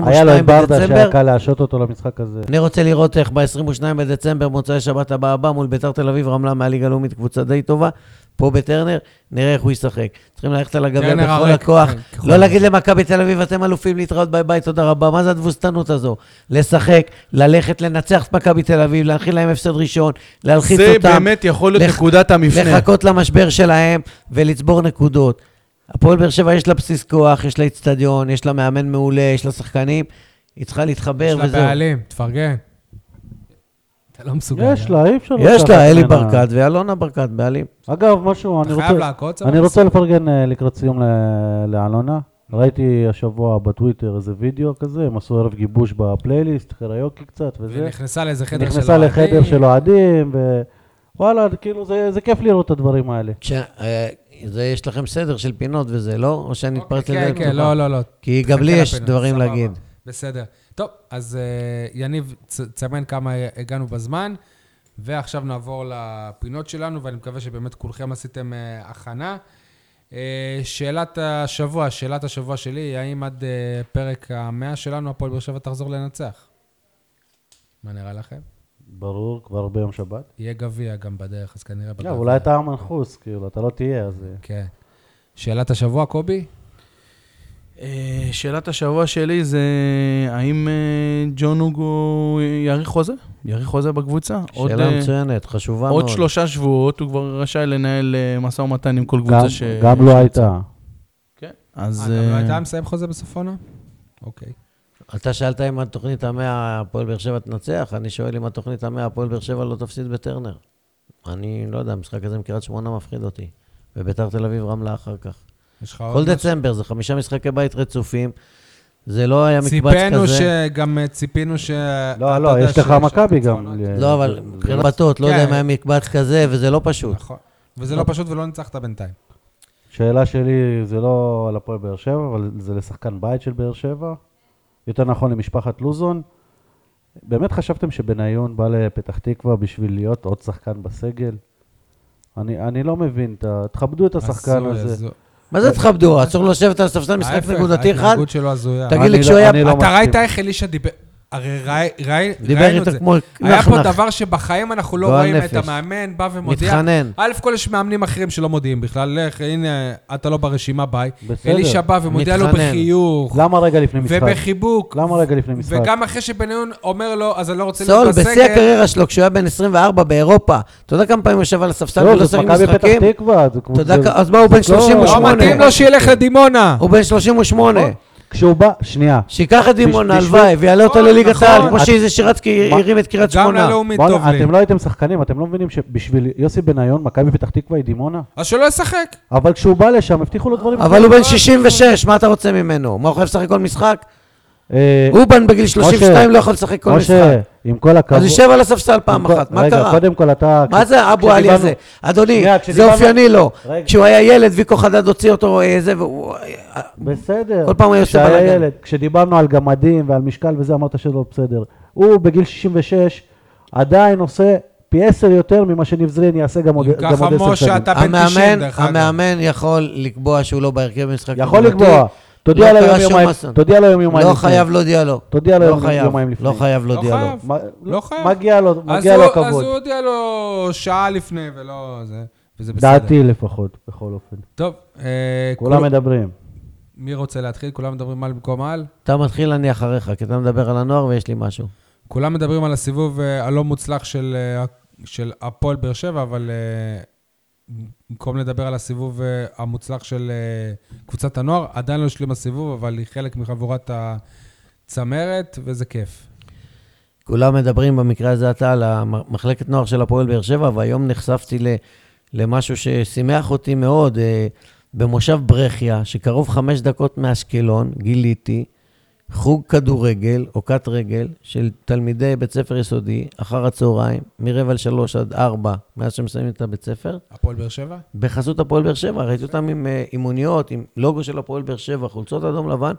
C: היה לו
B: ב-22
C: את ברדה
B: בדצמבר.
C: שהיה קל להשעות אותו למשחק הזה.
B: אני רוצה לראות איך ב-22 בדצמבר, מוצאי שבת הבא הבא, מול ביתר תל אביב, רמלה מהליגה הלאומית, קבוצה די טובה, פה בטרנר, נראה איך הוא ישחק. צריכים ללכת על הגביע
A: טרנר
B: בכל
A: הריק,
B: הכוח,
A: כן, ככל
B: לא
A: הנראה.
B: להגיד למכבי תל אביב, אתם אלופים להתראות ביי ביי, תודה רבה. מה זה התבוסתנות הזו? לשחק, ללכת, לנצח את מכבי תל אביב, להנחיל להם הפסד ראשון, להלחיץ
D: זה
B: אותם.
D: באמת יכול להיות
B: לח-
D: נקודת המפנה.
B: לחכות למשבר שלהם ולצבור נקודות. הפועל באר שבע יש לה בסיס כוח, יש לה איצטדיון, יש לה מאמן מעולה, יש לה שחקנים, היא צריכה להתחבר
A: יש
B: וזהו.
A: לה בעלים, תפרגן. אתה לא מסוגל.
C: יש לה, אי אפשר...
B: יש
C: לקחת
B: לה, אלי
C: ממנה.
B: ברקת ואלונה ברקת, בעלים.
C: אגב, משהו, אני
A: אתה
C: רוצה...
A: חייב לעקוץ, אבל
C: אני
A: בסדר.
C: רוצה לפרגן אה, לקראת סיום ל- לאלונה. ראיתי השבוע בטוויטר איזה וידאו כזה, הם עשו ערב גיבוש בפלייליסט, קריוקי קצת
A: והיא
C: וזה.
A: נכנסה לאיזה חדר של
C: נכנסה
A: אוהדים.
C: לחדר של אוהדים, ווואלה, כאילו זה זה כיף לראות את הדברים האלה.
B: כש- אה, זה, יש לכם סדר של פינות וזה, לא? או שאני
A: אוקיי,
B: אתפרץ לדלת
A: כן, כן, לא, לא, לא.
B: כי גם לי
A: חכה
B: יש
A: לפינה,
B: דברים
A: סבבה.
B: להגיד.
A: בסדר. טוב, אז אה, יניב, צ- צמן כמה הגענו בזמן, ועכשיו נעבור לפינות שלנו, ואני מקווה שבאמת כולכם עשיתם אה, הכנה. אה, שאלת השבוע, שאלת השבוע שלי, היא האם עד אה, פרק המאה שלנו, הפועל באר שבע תחזור לנצח? מה נראה לכם?
C: ברור, כבר ביום שבת.
A: יהיה גביע גם בדרך, אז כנראה
C: לא,
A: בגביע.
C: אולי אתה המנחוס, כאילו, אתה לא תהיה, אז... אה,
A: כן. שאלת השבוע, קובי?
D: אה, שאלת השבוע שלי זה, האם אה, ג'ון הוגו יאריך חוזה? יאריך חוזה בקבוצה? עוד, אה,
B: שאלה מצוינת, חשובה מאוד.
D: עוד שלושה שבועות הוא כבר רשאי לנהל אה, משא ומתן עם כל
C: גם-
D: קבוצה ש...
C: גם לא הייתה.
D: כן, אז...
A: אה, גם לא
D: אה,
A: הייתה מסיים חוזה בסוף עונה? אוקיי.
B: אתה שאלת אם התוכנית המאה הפועל באר שבע תנצח, אני שואל אם התוכנית המאה הפועל באר שבע לא תפסיד בטרנר. אני לא יודע, המשחק הזה עם קריית שמונה מפחיד אותי. וביתר תל אביב רמלה אחר כך.
A: יש לך עוד
B: כל
A: משהו?
B: דצמבר זה חמישה משחקי בית רצופים. זה לא היה מקבץ כזה.
A: ציפינו שגם אה, ציפינו ש... אתה
C: לא, לא,
A: יודע
C: יש לך
A: שיש
C: מכבי
A: ניצחונות.
C: גם. אה,
B: לא, אבל מבחינת בתות, לא
A: כן.
B: יודע אם היה מקבץ כזה, וזה לא פשוט.
A: נכון. וזה לא פשוט ולא ניצחת בינתיים.
B: לא
C: שאלה שלי זה לא על הפועל באר שבע, אבל זה לשחקן בית של באר שבע. יותר נכון למשפחת לוזון. באמת חשבתם שבניון בא לפתח תקווה בשביל להיות עוד שחקן בסגל? אני, אני לא מבין, ת, תכבדו את השחקן
A: הזוי,
C: הזה.
A: הזוי.
B: מה זה תכבדו? אסור לו לשבת על ספסל משחק
A: ההפך,
B: נקודתי אחד?
A: ההתנהגות שלו הזויה.
B: תגיד
C: אני
B: לי,
C: לא-
B: כשהוא היה-
C: אני לא
A: אתה
C: מסכים.
A: ראית איך אלישע דיבר... הרי ראי- ראי-
B: דיבר
A: ראינו
B: איתו
A: את זה.
B: כמו
A: היה פה
B: נחנח.
A: דבר שבחיים אנחנו לא
B: גועל
A: רואים את
B: נפש.
A: המאמן, בא ומודיע.
B: מתחנן.
A: א', כל יש מאמנים אחרים שלא מודיעים בכלל. לך, הנה, אתה לא ברשימה, ביי.
C: בסדר.
A: אלישע בא ומודיע לו
B: מתחנן.
A: בחיוך,
C: למה רגע לפני משחק?
A: ובחיבוק,
C: למה רגע לפני משחק?
A: וגם אחרי שבניון אומר לו, אז אני לא רוצה
B: סול,
A: להיות בסגל.
B: בשיא הקריירה שלו, כשהוא היה בן 24 באירופה, אתה יודע כמה פעמים הוא יושב על הספסל
C: לא,
B: ולא
C: זאת
B: שחק
C: מכבי
B: משחקים?
C: פתח תקווה. זה
B: אתה יודע
C: קבוצה-
B: כ- אז מה, הוא בן
C: לא,
B: 38.
A: לא מתאים לו שילך
C: כן.
A: לדימונה.
B: הוא בן 38.
C: לא. כשהוא בא, שנייה,
B: שייקח את דימונה,
C: בשביל-
B: הלוואי, ויעלה אותו
A: נכון,
B: לליגת
A: נכון.
B: העל, כמו
C: את-
B: שאיזה שירצקי
C: מה-
B: הרים את קריית
A: גם
B: שמונה.
A: ללאומית
C: בואנה,
A: טוב אה. לי.
C: אתם לא הייתם שחקנים, אתם לא מבינים שבשביל יוסי בניון, מכבי פתח תקווה היא דימונה?
A: אז שלא ישחק.
C: אבל כשהוא בא לשם, הבטיחו לו דברים.
B: אבל הוא בן 66, מה אתה רוצה ממנו? מה, הוא חייב לשחק כל משחק?
C: אה,
B: אובן בגיל 32 לא יכול לשחק כל משחק.
C: משה, עם כל הכבוד...
B: אז יושב על הספסל פעם
C: עם כל-
B: אחת, מה
C: רגע,
B: קרה?
C: קודם כל אתה...
B: מה זה האבו עלי
C: אוקיי, כשדיברנו-
B: הזה? אדוני,
C: שנייה,
B: זה
C: כשדיברנו-
B: אופייני לו.
C: רגע.
B: כשהוא היה ילד, ויקו חדד הוציא אותו, אה, זה, והוא...
C: בסדר.
B: כל פעם הוא היה עושה
C: כשהיה
B: בלאגן.
C: ילד, כשדיברנו על גמדים ועל משקל וזה, אמרת שזה לא בסדר. הוא בגיל 66 עדיין עושה פי עשר יותר ממה שנבזרין יעשה גם עוד
A: אם
C: גם
A: ככה,
C: עוד עשר
A: משה,
C: שנים.
A: אתה בן 90,
B: המאמן,
A: דרך אגב.
B: המאמן יכול לקבוע שהוא לא בהרכב במשחק.
C: יכול
B: נקודתי.
C: לקבוע. תודיע
B: לא
C: לו יום
B: קרה שום
C: יומיים-
B: אסון.
C: תודיע לו יום יומיים.
B: לא
C: לפני.
B: חייב להודיע לו.
C: תודיע לו
B: לא
C: יום-
B: חייב,
C: יומיים לפני.
B: לא חייב להודיע
A: לא
B: לו.
A: חייב.
C: מה-
A: לא חייב.
C: מגיע לו,
A: אז
C: מגיע
A: הוא-
C: לו
A: אז הוא
C: כבוד.
A: הודיע לו שעה לפני, ולא זה, וזה בסדר.
C: דעתי לפחות, בכל אופן.
A: טוב, אה,
C: כולם
A: כול-
C: מדברים.
A: מי רוצה להתחיל? כולם מדברים על במקום על?
B: אתה מתחיל, אני אחריך, כי אתה מדבר על הנוער ויש לי משהו.
A: כולם מדברים על הסיבוב אה, הלא מוצלח של, אה, של הפועל באר שבע, אבל אה, במקום לדבר על הסיבוב אה, המוצלח של אה, קבוצת הנוער, עדיין לא השלים הסיבוב, אבל היא חלק מחבורת הצמרת, וזה כיף.
B: כולם מדברים במקרה הזה אתה על המ- מחלקת נוער של הפועל באר שבע, והיום נחשפתי ל, למשהו ששימח אותי מאוד. אה, במושב ברכיה, שקרוב חמש דקות מאשקלון, גיליתי חוג כדורגל או קט רגל של תלמידי בית ספר יסודי, אחר הצהריים, מרבע לשלוש עד ארבע, מאז שהם מסיימים את הבית ספר,
A: הפועל באר שבע?
B: בחסות הפועל באר שבע, ראיתי אותם עם אה, אימוניות, עם לוגו של הפועל באר שבע, חולצות אדום לבן,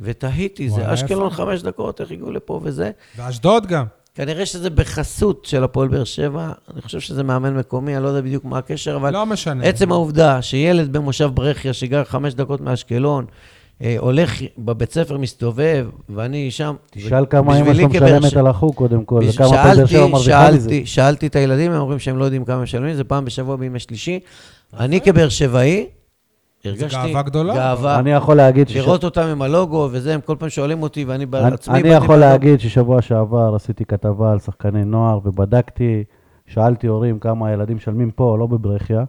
B: ותהיתי,
A: וואלה,
B: זה אשקלון
A: איפה?
B: חמש דקות, איך הגיעו לפה וזה.
A: ואשדוד גם.
B: כנראה שזה בחסות של הפועל באר שבע, אני חושב שזה מאמן מקומי, אני לא יודע בדיוק מה הקשר, אבל...
A: לא משנה.
B: עצם העובדה שילד במושב ברכיה שגר חמש דקות מאשקלון, אה, הולך בבית ספר, מסתובב, ואני שם...
C: תשאל כמה אמא
B: בשבילי
C: שלו
B: כבאר
C: משלמת
B: ש-
C: על החוג קודם כל,
B: בש-
C: וכמה הפועל באר שבע
B: שאלתי,
C: מרוויחה מזה.
B: שאלתי, שאלתי את הילדים, הם אומרים שהם לא יודעים כמה משלמים, זה פעם בשבוע בימי שלישי. אני כבאר שבעי, הרגשתי...
A: גאווה גדולה.
B: גאווה.
C: אני יכול להגיד שש-
B: לראות אותם עם הלוגו וזה, הם כל פעם שואלים אותי, ואני בעצמי...
C: אני אני
B: באתי
C: יכול
B: בלוגו.
C: להגיד ששבוע שעבר עשיתי כתבה על שחקני נוער ובדקתי, שאלתי הורים כמה הילדים משלמים פה, לא בברכיה,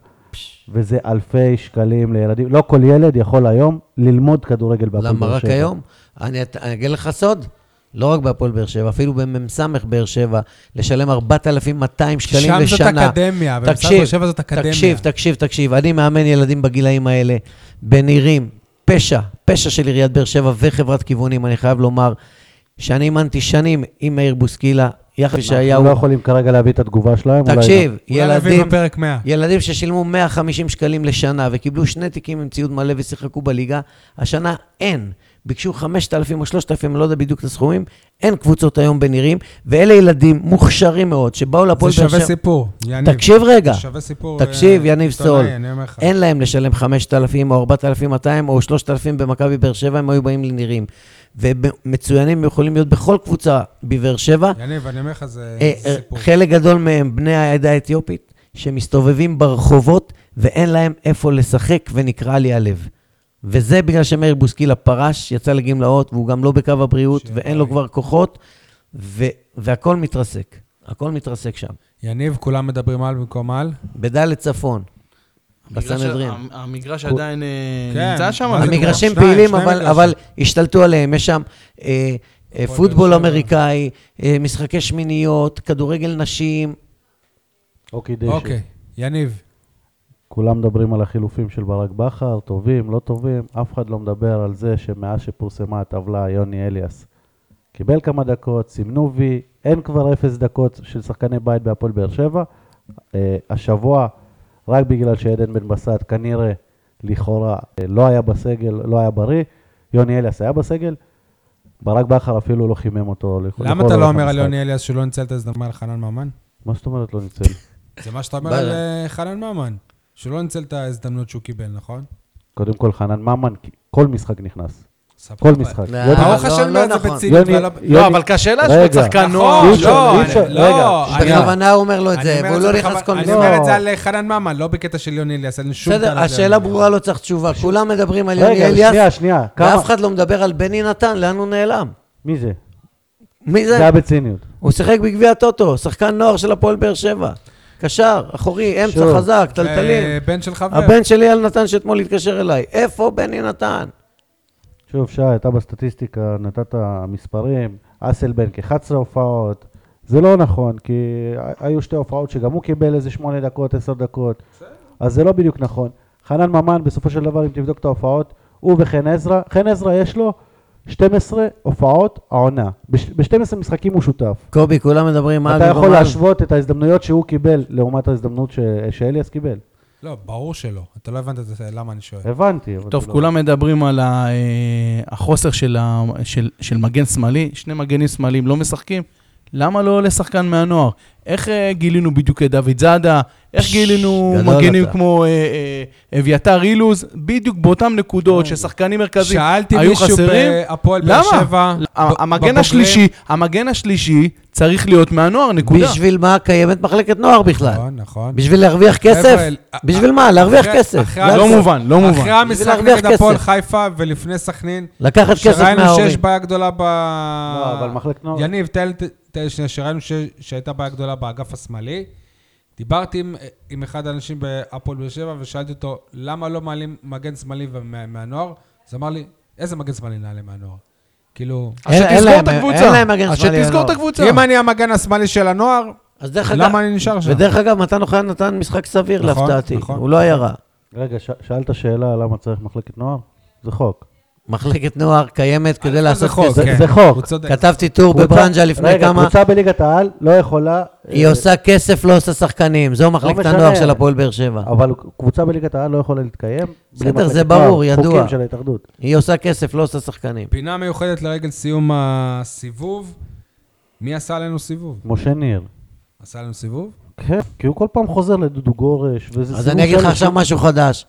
C: וזה אלפי שקלים לילדים. לא כל ילד יכול היום ללמוד כדורגל בהפועל
B: למה
C: באר
B: רק
C: שבע.
B: היום? אני את- אני אגיד לך סוד, לא רק בהפועל באר שבע, אפילו במ"ס באר שבע, לשלם 4,200 שקלים
A: שם זאת
B: לשנה.
A: אקדמיה, במסע
B: תקשיב,
A: באר שבע זאת אקדמיה.
B: תקשיב, תקשיב, תקשיב. אני מאמן ילדים בגילאים האלה, בנירים, פשע, פשע של עיריית באר שבע וחברת כיוונים, אני חייב לומר, שאני אימנתי שנים עם מאיר בוסקילה, יחד
C: אנחנו לא
B: ישעיהו.
C: יכולים כרגע להביא את התגובה שלהם. אולי
B: תקשיב,
A: אולי נביא
B: ילדים,
A: בפרק 100.
B: ילדים ששילמו 150 שקלים לשנה וקיבלו שני תיקים עם ציוד מלא ושיחקו בליגה, השנה אין. ביקשו 5,000 או 3,000, אני לא יודע בדיוק את הסכומים, אין קבוצות היום בנירים, ואלה ילדים מוכשרים מאוד, שבאו
A: זה
B: לפועל באר
A: שווה
B: שבע...
A: סיפור, יניב.
B: תקשיב רגע.
A: זה שווה סיפור.
B: תקשיב,
A: אה,
B: יניב
A: עיתונאי,
B: סול,
A: אני אומר לך.
B: אין להם לשלם 5,000 או 4,200 או 3,000 במכבי באר שבע, הם היו באים לנירים. ומצוינים, הם יכולים להיות בכל קבוצה בבאר שבע.
A: יניב, אני אומר לך, זה
B: אה,
A: זה סיפור.
B: חלק גדול מהם בני העדה האתיופית, שמסתובבים ברחובות ואין להם איפה לשחק ונקרע לי הלב. וזה בגלל שמאיר בוסקילה פרש, יצא לגמלאות, והוא גם לא בקו הבריאות,
A: שיהיה
B: ואין לו
A: בריא.
B: כבר כוחות, ו- והכל מתרסק. הכל מתרסק שם.
A: יניב, כולם מדברים על במקום על.
B: בדלת צפון,
D: המגרש-
B: בסנהדרין.
D: המ- המגרש עדיין אה,
A: כן.
D: נמצא שם?
A: מה זה כבר?
D: המגרש...
B: המגרשים
A: שניים,
B: פעילים,
A: שניים
B: אבל,
A: מגרשים.
B: אבל השתלטו עליהם. יש שם אה, אה,
A: הפועל
B: פוטבול
A: באר שבע.
B: אמריקאי, אה, משחקי שמיניות, כדורגל נשים.
C: אוקיי, דשא.
A: אוקיי, יניב.
C: כולם מדברים על החילופים של ברק בכר, טובים, לא טובים, אף אחד לא מדבר על זה שמאז שפורסמה הטבלה, יוני אליאס קיבל כמה דקות, סימנו וי, אין כבר אפס דקות של שחקני בית בהפועל באר שבע. אה, השבוע, רק בגלל שעדן בן בסט כנראה, לכאורה, אה, לא היה בסגל, לא היה בריא, יוני אליאס היה בסגל, ברק בכר אפילו לא חימם אותו. לכ-
A: למה
C: לכל
A: אתה לא
C: אורך
A: אומר על
C: המשחק.
A: יוני אליאס שהוא לא ניצל את ההזדמנות על חנן ממן?
C: מה זאת אומרת לא ניצל?
A: זה מה שאתה אומר
B: בלה.
A: על אה, חנן ממן, שהוא לא ניצל את ההזדמנות שהוא קיבל, נכון?
C: קודם כל, חנן ממן, כי- כל משחק נכנס.
A: סבבה.
C: כל משחק.
B: לא,
C: יוני-
A: ברוך
B: לא,
A: השם,
B: לא
A: לא, זה
B: נכון.
A: בציניות.
C: יוני-
A: ועל ה-
C: יוני-
D: לא, אבל קשה
C: רגע.
D: להשוות שחקן
A: נכון,
D: נוער.
C: אי אפשר,
A: לא,
C: אי אפשר,
A: אני- לא,
C: רגע, שנייה.
B: בכוונה הוא אומר לו את
A: אני
B: זה,
A: אומר
B: והוא לא
A: זה
B: נכנס
A: בכוונה-
B: כל
A: אני
B: משחק.
C: לא.
A: אומר את זה על אה, חנן ממן, לא בקטע של יוני אליאס, אין שום
B: בסדר,
A: טענה
B: השאלה ברורה, לא צריך תשובה. כולם מדברים על יוני
C: רגע, שנייה,
B: אליאס,
C: שנייה. כמה...
B: ואף אחד לא מדבר על בני נתן, לאן הוא נעלם?
C: מי זה?
B: מי
C: זה
B: זה?
C: היה בציניות.
B: הוא שיחק בגביע הטוטו, שחקן נוער של הפועל באר שבע. קשר, אחורי, אמצע
C: שוב.
B: חזק,
A: אה,
B: טלטלים.
A: בן של חבר.
B: הבן שלי על נתן שאתמול התקשר אליי. איפה בני נתן?
C: שוב, שי, אתה בסטטיסטיקה, נתת מספרים, אסלבנק 11 הופעות. זה לא נכון, כי ה- היו שתי הופעות שגם הוא קיבל איזה 8 דקות, 10 דקות. אז זה לא בדיוק נכון. חנן ממן, בסופו של דבר, אם תבדוק את ההופעות, הוא וחן עזרא, חן עזרא יש לו 12 הופעות העונה. ב-12 משחקים הוא שותף.
B: קובי, כולם מדברים על...
C: אתה יכול
B: ובמעל.
C: להשוות את ההזדמנויות שהוא קיבל לעומת ההזדמנות ש- שאליאס קיבל.
A: לא, ברור שלא. אתה לא הבנת את זה, למה אני שואל.
C: הבנתי. אבל
D: טוב,
C: זה לא-
D: כולם מדברים על ה- אה, החוסר של ה- של- של מגן שמאלי, שני מגנים שמאליים לא משחקים. למה לא עולה שחקן מהנוער? איך אה, גילינו בדיוק את דוד זאדה? איך
B: פש,
D: גילינו
B: גדול
D: מגנים
B: אתה.
D: כמו אה, אה, אביתר אילוז? בדיוק באותן נקודות ששחקנים מרכזיים
A: כן. שאלתי
D: היו
A: מישהו
D: חסרים.
A: בהפועל באר שבע.
D: למה?
A: ב-
D: המגן
A: בבוגרים.
D: השלישי, המגן השלישי צריך להיות מהנוער, נקודה.
B: בשביל מה קיימת מחלקת נוער בכלל?
A: נכון, נכון.
B: בשביל להרוויח כסף?
A: חבר'ה, אה,
B: בשביל מה? להרוויח
A: אחרי-
B: כסף.
A: אחרי-
B: לא-
D: לא מובן, לא מובן.
A: אחרי המשחק
B: להרוויח
A: נגד הפועל
B: כסף.
A: חיפה ולפני סכנין,
B: לקחת כסף
A: שראינו שיש
B: מההורים.
A: בעיה גדולה ב...
C: לא, אבל מחלקת נוער...
A: יניב, תן לי- תן לי שנייה, שראינו ש- שהייתה בעיה גדולה באגף השמאלי. דיברתי עם, עם אחד האנשים בהפועל באר שבע ושאלתי אותו, למה לא מעלים מגן שמאלי ומה- מהנוער? אז אמר לי, איזה מגן שמאלי נעלה מהנוער? כאילו,
D: אז
B: אין- אין
D: שתסגור
B: להם-
D: את הקבוצה.
B: אין להם מגן
D: אז
B: שמאלי
D: שתסגור את
B: מהנוער.
D: הקבוצה.
A: אם אני המגן השמאלי של הנוער,
B: אז דרך אגב...
A: למה אני נשאר שם?
B: ודרך אגב, מתן אוחיון נתן משחק סביר
A: נכון,
B: להפתעתי.
A: נכון.
B: הוא לא היה רע.
C: רגע, ש- שאלת שאלה למה צריך מחלקת נוער? זה חוק.
B: מחלקת נוער קיימת כדי לעשות
A: חוק,
B: כסף.
C: לא, זה-
A: כן.
C: זה חוק.
A: הוא צודק.
B: כתבתי טור
C: קבוצה-
B: בברנז'ה לפני
C: רגע,
B: כמה,
C: קבוצה בליגת העל לא יכולה...
B: היא
C: אה,
B: עושה כסף, לא עושה שחקנים. זו מחלקת
C: משנה.
B: הנוער של הפועל באר שבע.
C: אבל קבוצה בליגת העל לא יכולה להתקיים. בלי
B: בסדר,
C: מחלקת
B: זה ברור,
C: נוער,
B: ידוע.
C: חוקים של ההתאחדות.
B: היא עושה כסף, לא עושה שחקנים.
A: פינה מיוחדת לרגל סיום הסיבוב. מי עשה עלינו סיבוב?
C: משה ניר.
A: עשה עלינו סיבוב?
C: כן, כי הוא כל פעם חוזר לדודו גורש, וזה
B: אז
C: סיבוב
B: אני אגיד לך
C: שלו.
B: עכשיו משהו חדש.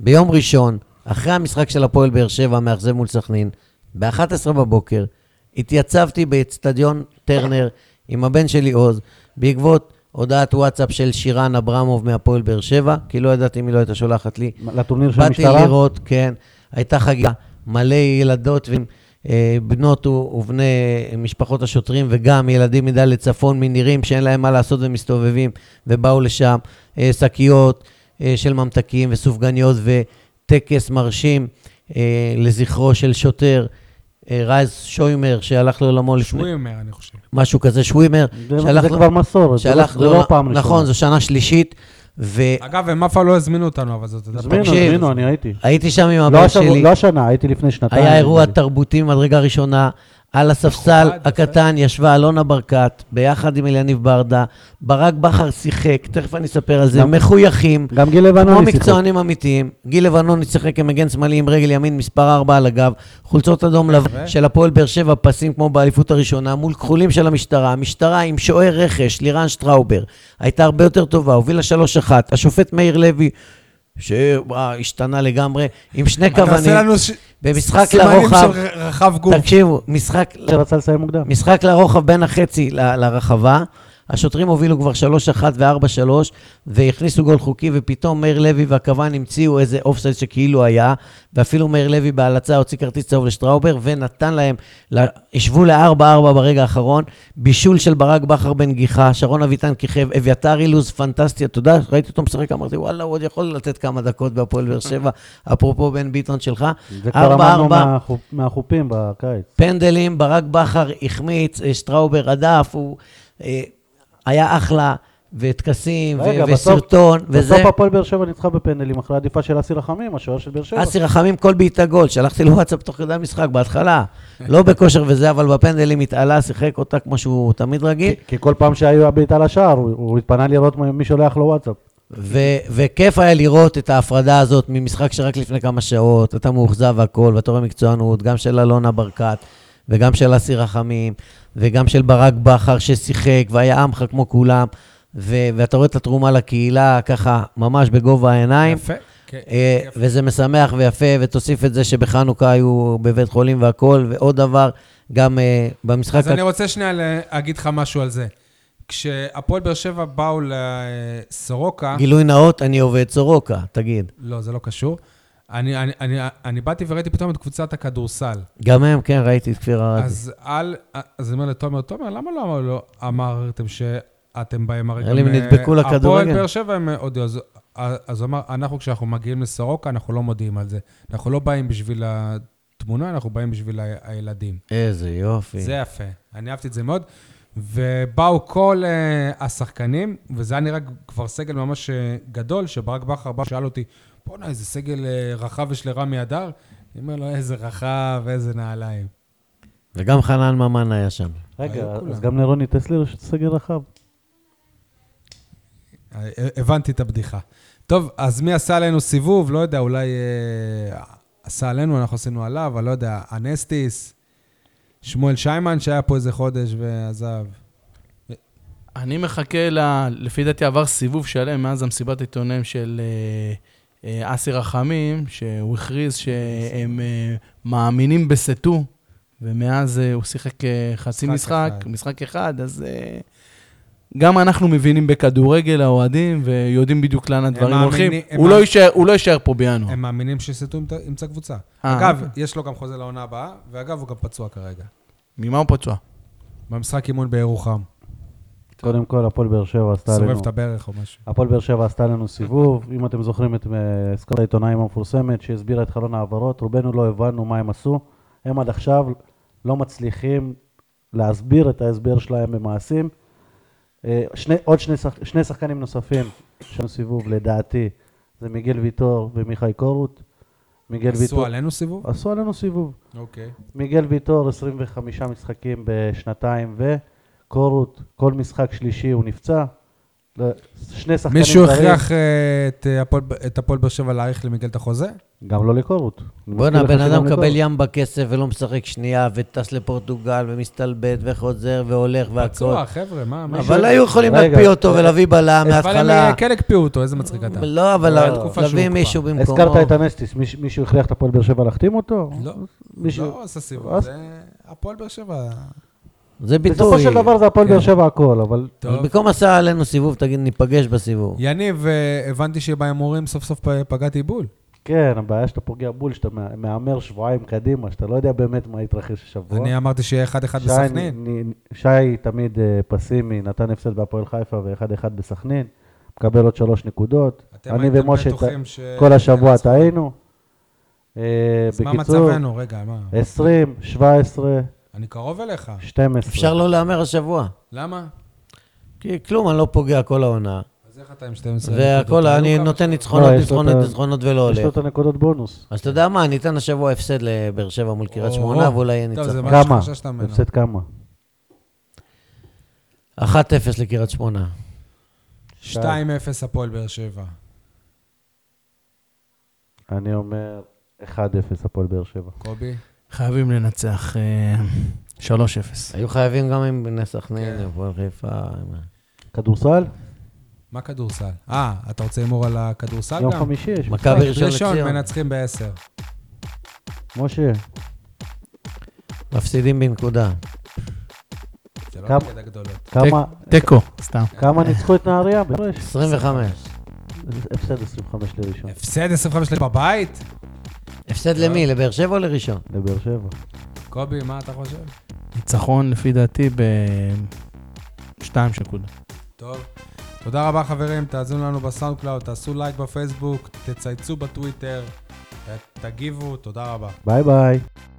B: ביום ראשון, אחרי המשחק של הפועל באר שבע, המאכזב מול סכנין, ב-11 בבוקר, התייצבתי באצטדיון טרנר עם הבן שלי עוז, בעקבות הודעת וואטסאפ של שירן אברמוב מהפועל באר שבע, כי לא ידעתי מי לא הייתה שולחת לי.
C: מה, לטורניר של
B: באתי
C: המשטרה?
B: לראות, כן, הייתה חגיגה, מלא ילדות ובנות ובני משפחות השוטרים, וגם ילדים מדלית צפון, מנירים, שאין להם מה לעשות ומסתובבים, ובאו לשם אה, שקיות אה, של ממתקים וסופגניות וטקס מרשים אה, לזכרו של שוטר, אה, רז שוימר, שהלך לעולמו לפני,
A: שווימר, אני חושב.
B: משהו כזה, שווימר,
C: זה-
B: שהלך
C: זה כבר מסורת, זה לא-
B: שהלך
C: זה לא
B: לעול-
C: פעם ראשונה.
B: נכון, זו שנה שלישית, ו...
A: אגב, הם אף פעם לא הזמינו אותנו, אבל זאת...
C: הזמינו,
B: תקשיב.
C: הזמינו, אני הייתי.
B: הייתי שם עם
C: לא
B: הבן
C: השבוע-
B: שלי.
C: לא השנה, הייתי לפני שנתיים.
B: היה אירוע
C: נדמה לי.
B: תרבותי ממדרגה ראשונה. על הספסל
A: מכובד, יפה.
B: הקטן ישבה אלונה ברקת, ביחד עם אליניב ברדה. ברק בכר שיחק, תכף אני אספר על זה,
C: גם-
B: מחויכים.
C: גם גיל לא
B: כמו
C: לבנוני שיחק.
B: מקצוענים אמיתיים, גיל לבנוני שיחק כמגן שמאלי עם רגל ימין, מספר 4 על הגב, חולצות אדום לבן
A: יפה.
B: של הפועל באר שבע, פסים כמו באליפות הראשונה, מול כחולים של המשטרה. המשטרה עם שוער רכש, לירן שטראובר, הייתה הרבה יותר טובה, הובילה 3-1. השופט מאיר לוי, שהשתנה לגמרי, עם שני
A: אתה עושה
B: כוונים.
A: לנו ש-
B: במשחק
A: סימנים
B: לרוחב,
A: של ר- רחב גוף.
B: תקשיבו, משחק,
C: שרצה לסיים מוקדם.
B: משחק לרוחב בין החצי ל- לרחבה, השוטרים הובילו כבר 3-1 ו-4-3, והכניסו גול חוקי, ופתאום מאיר לוי והקוון המציאו איזה אופסייד שכאילו היה, ואפילו מאיר לוי בהלצה הוציא כרטיס צהוב לשטראובר, ונתן להם, ל- השוו ל-4-4 ברגע האחרון, בישול של ברק בכר בנגיחה, שרון אביטן כיכב, אביתר אילוז פנטסטי, אתה יודע, ראיתי אותו משחק, אמרתי, וואלה, הוא עוד יכול לתת כמה דקות בהפועל באר שבע, אפרופו בן ביטון שלך.
C: זה כבר אמרנו מהחופ- מהחופים בקיץ.
B: פנדלים, ברק בכר החמיץ, אה, שטראובר הדף, הוא אה, היה אחלה, וטקסים, ו-
C: רגע, בסוף-
B: וסרטון, וזה.
C: בסוף הפועל באר שבע ניצחה בפנדלים אחרי עדיפה של אסי רחמים, השוער של באר שבע.
B: אסי רחמים כל בעיטה גול, שלחתי לו וואטסאפ תוך כדי המשחק בהתחלה. לא בכושר וזה, אבל בפנדלים התעלה, שיחק אותה כמו שהוא תמיד רגיל.
C: כי- כי כל פעם שהיו הבעיטה לשער, הוא- הוא התפנה לראות מי מי שולח לו וואטסאפ.
B: ו- וכיף היה לראות את ההפרדה הזאת ממשחק שרק לפני כמה שעות, אתה מאוכזב והכול, ואתה רואה מקצוענות, גם של אלונה ברקת, וגם של אסי רחמים, וגם של ברק בכר ששיחק, והיה עמך כמו כולם, ו- ואתה רואה את התרומה לקהילה ככה, ממש בגובה העיניים.
A: יפה. כן,
B: אה,
A: יפה.
B: וזה משמח ויפה, ותוסיף את זה שבחנוכה היו בבית חולים והכול, ועוד דבר, גם אה, במשחק...
A: אז אני רוצה שנייה להגיד לך משהו על זה. כשהפועל באר שבע באו לסורוקה,
B: גילוי נאות, אני עובד סורוקה, תגיד.
A: לא, זה לא קשור. אני, אני, אני, אני באתי וראיתי פתאום את קבוצת הכדורסל.
B: גם הם, כן, ראיתי את כפיר ארד.
A: אז על, אז אני אומר לתומר, תומר, למה לא, אמר- לא אמרתם שאתם באים הרגע?
B: אלה, הם
A: מ-
B: נדבקו לכדורגל.
A: הפועל באר שבע הם הודיעו. אז- אז הוא אמר, אנחנו כשאנחנו מגיעים לסורוקה, אנחנו לא מודיעים על זה. אנחנו לא באים בשביל התמונה, אנחנו באים בשביל ה- הילדים.
B: איזה יופי.
A: זה יפה, אני אהבתי את זה מאוד. ובאו כל uh, השחקנים, וזה היה נראה כבר סגל ממש אה, גדול, שברק בכר בא, שאל אותי, בואנה, איזה סגל אה, רחב יש לרמי אדר? אני אומר לו, איזה רחב, איזה נעליים.
B: וגם חנן ממן היה שם.
A: היו
C: רגע,
A: כולם.
C: אז גם לרוני טסלר יש סגל רחב.
A: אה, הבנתי את הבדיחה. טוב, אז מי עשה עלינו סיבוב? לא יודע, אולי אה, עשה עלינו, אנחנו עשינו עליו, אבל לא יודע, אנסטיס, שמואל שיימן, שהיה פה איזה חודש ועזב.
D: אני מחכה, ל... לפי דעתי עבר סיבוב שלם מאז המסיבת עיתונאים של אה, אה, אסי רחמים, שהוא הכריז שהם אה, מאמינים בסטו, ומאז אה, הוא שיחק אה, חצי
A: משחק
D: משחק,
A: אחד.
D: משחק אחד, אז אה, גם אנחנו מבינים בכדורגל, האוהדים, ויודעים בדיוק לאן הדברים
A: מאמינים-
D: הולכים.
A: הם
D: הוא לא
A: מאמ-
D: יישאר- הוא לא יישאר פה בינואר.
A: הם מאמינים שסטו ימצא- ימצא קבוצה.
D: אה,
A: אגב,
D: אוקיי.
A: יש לו גם חוזה לעונה הבאה, ואגב, הוא גם פצוע כרגע.
D: ממה הוא פצוע?
A: במשחק אימון בירוחם.
C: קודם כל, הפועל באר שבע עשתה עלינו.
A: סובב את הברך או משהו.
C: הפועל באר שבע עשתה לנו סיבוב, אם אתם זוכרים את אה, עסקת העיתונאים המפורסמת שהסבירה את חלון ההעברות, רובנו לא הבנו מה הם עשו, הם עד עכשיו לא מצליחים להסביר את ההסבר שלהם במעשים. אה, שני, עוד שני, שח, שני שחקנים נוספים של סיבוב לדעתי, זה מיגל ויטור ומיכאי קורות. מיגל
A: עשו
C: ויטור,
A: עלינו סיבוב?
C: עשו עלינו סיבוב.
A: אוקיי.
C: מיגל ויטור, 25 משחקים בשנתיים, וקורות, כל משחק שלישי הוא נפצע. לא, שני שחקנים
A: מישהו
C: זרים,
A: הכריח אה, את, אה, הפועל- את הפועל באר שבע להאריך למיגל את החוזה?
C: גם לא לקורות. אני
B: בואנה,
C: מזכיר לך
B: הבן
C: שגם לא
B: אדם
C: לקורות.
B: מקבל ים בכסף ולא משחק שנייה, וטס לפורטוגל, ומסתלבט, וחוזר, והולך, והכל.
A: פצוע, חבר'ה, מה? מה-
B: אבל היו יכולים
C: רגע.
B: להקפיא אותו ולהביא בלם
A: אבל הם
B: מההתחלה.
A: אה, כן הקפיאו אותו, איזה מצחיק אתה.
B: לא, אבל
A: אבל התקופה שהוא
B: להביא
A: הוקפא.
B: מישהו במקומו.
C: הזכרת את הנסטיס, מיש- מישהו הכריח את הפועל באר שבע להחתים אותו?
A: לא,
C: מישהו-
A: לא עשה סיבוב,
C: אז-
A: זה הפועל באר שבע.
B: זה ביטוי.
C: בסופו של דבר זה הפועל
A: כן.
C: באר שבע הכל, אבל
B: אז
A: טוב.
B: במקום עשה עלינו סיבוב, תגיד, ניפגש בסיבוב.
A: יניב, אה, הבנתי שבהימורים סוף סוף פ- פגעתי בול.
C: כן, הבעיה שאתה פוגע בול, שאתה מה- מהמר שבועיים קדימה, שאתה לא יודע באמת מה יתרחש השבוע.
A: אני אמרתי שיהיה 1-1
C: שי
A: בסכנין.
C: נ- נ- שי תמיד אה, פסימי, נתן הפסד בהפועל חיפה ואחד אחד בסכנין, מקבל עוד שלוש נקודות.
A: אתם
C: אני
A: הייתם
C: ומשה
A: בטוחים
C: ת-
A: ש-
C: כל השבוע
A: תנצחו.
C: טעינו. אה,
A: אז מה
C: בקיצור, אה-
A: מצבנו? רגע, מה?
C: 20, 17,
A: אני קרוב אליך.
C: 12.
B: אפשר לא להמר השבוע.
A: למה?
B: כי כלום, אני לא פוגע כל העונה.
A: אז איך אתה עם 12?
B: והכל,
A: נקודות?
B: אני
A: היו כמה
B: נותן
A: ש-
B: ניצחונות,
C: לא, יש לו את
B: ניצחונות,
C: ה-
B: ניצחונות ולא
C: יש לו
B: הולך.
C: את הנקודות בונוס.
B: אז אתה יודע מה, אני אתן השבוע הפסד לבאר שבע מול קריית
A: או,
B: שמונה,
A: או.
B: ואולי יהיה
A: טוב, זה
B: ניצחון.
A: מה
C: כמה?
A: שחששת ממנו.
C: הפסד כמה?
B: 1-0 לקריית שמונה.
A: 2-0 הפועל באר שבע.
C: אני אומר 1-0 הפועל באר שבע.
A: קובי?
D: חייבים לנצח אה, 3-0.
B: היו חייבים גם עם בני
A: כן.
B: סכנין, הפועל חיפה. עם ה-
C: כדורסל?
A: מה כדורסל? אה, אתה רוצה הימור על הכדורסל אה, גם?
C: יום חמישי יש.
B: מכבי
C: משחק.
B: ראשון לציון.
A: מנצחים ב-10.
C: משה,
B: מפסידים בנקודה.
A: זה לא
C: כמה?
A: נגד הגדולות.
C: כמה-
D: תיקו, סתם.
C: כמה ניצחו את נהריה? בהפרש.
B: 25.
C: הפסד 25 לראשון,
A: הפסד 25 שלי בבית?
B: הפסד למי? לבאר שבע או לראשון?
C: לבאר שבע.
A: קובי, מה אתה חושב?
D: ניצחון לפי דעתי ב-2 שקוד.
A: טוב. תודה רבה חברים, תאזינו לנו בסאונד קלאוד, תעשו לייק בפייסבוק, תצייצו בטוויטר, ת- תגיבו, תודה רבה.
C: ביי ביי.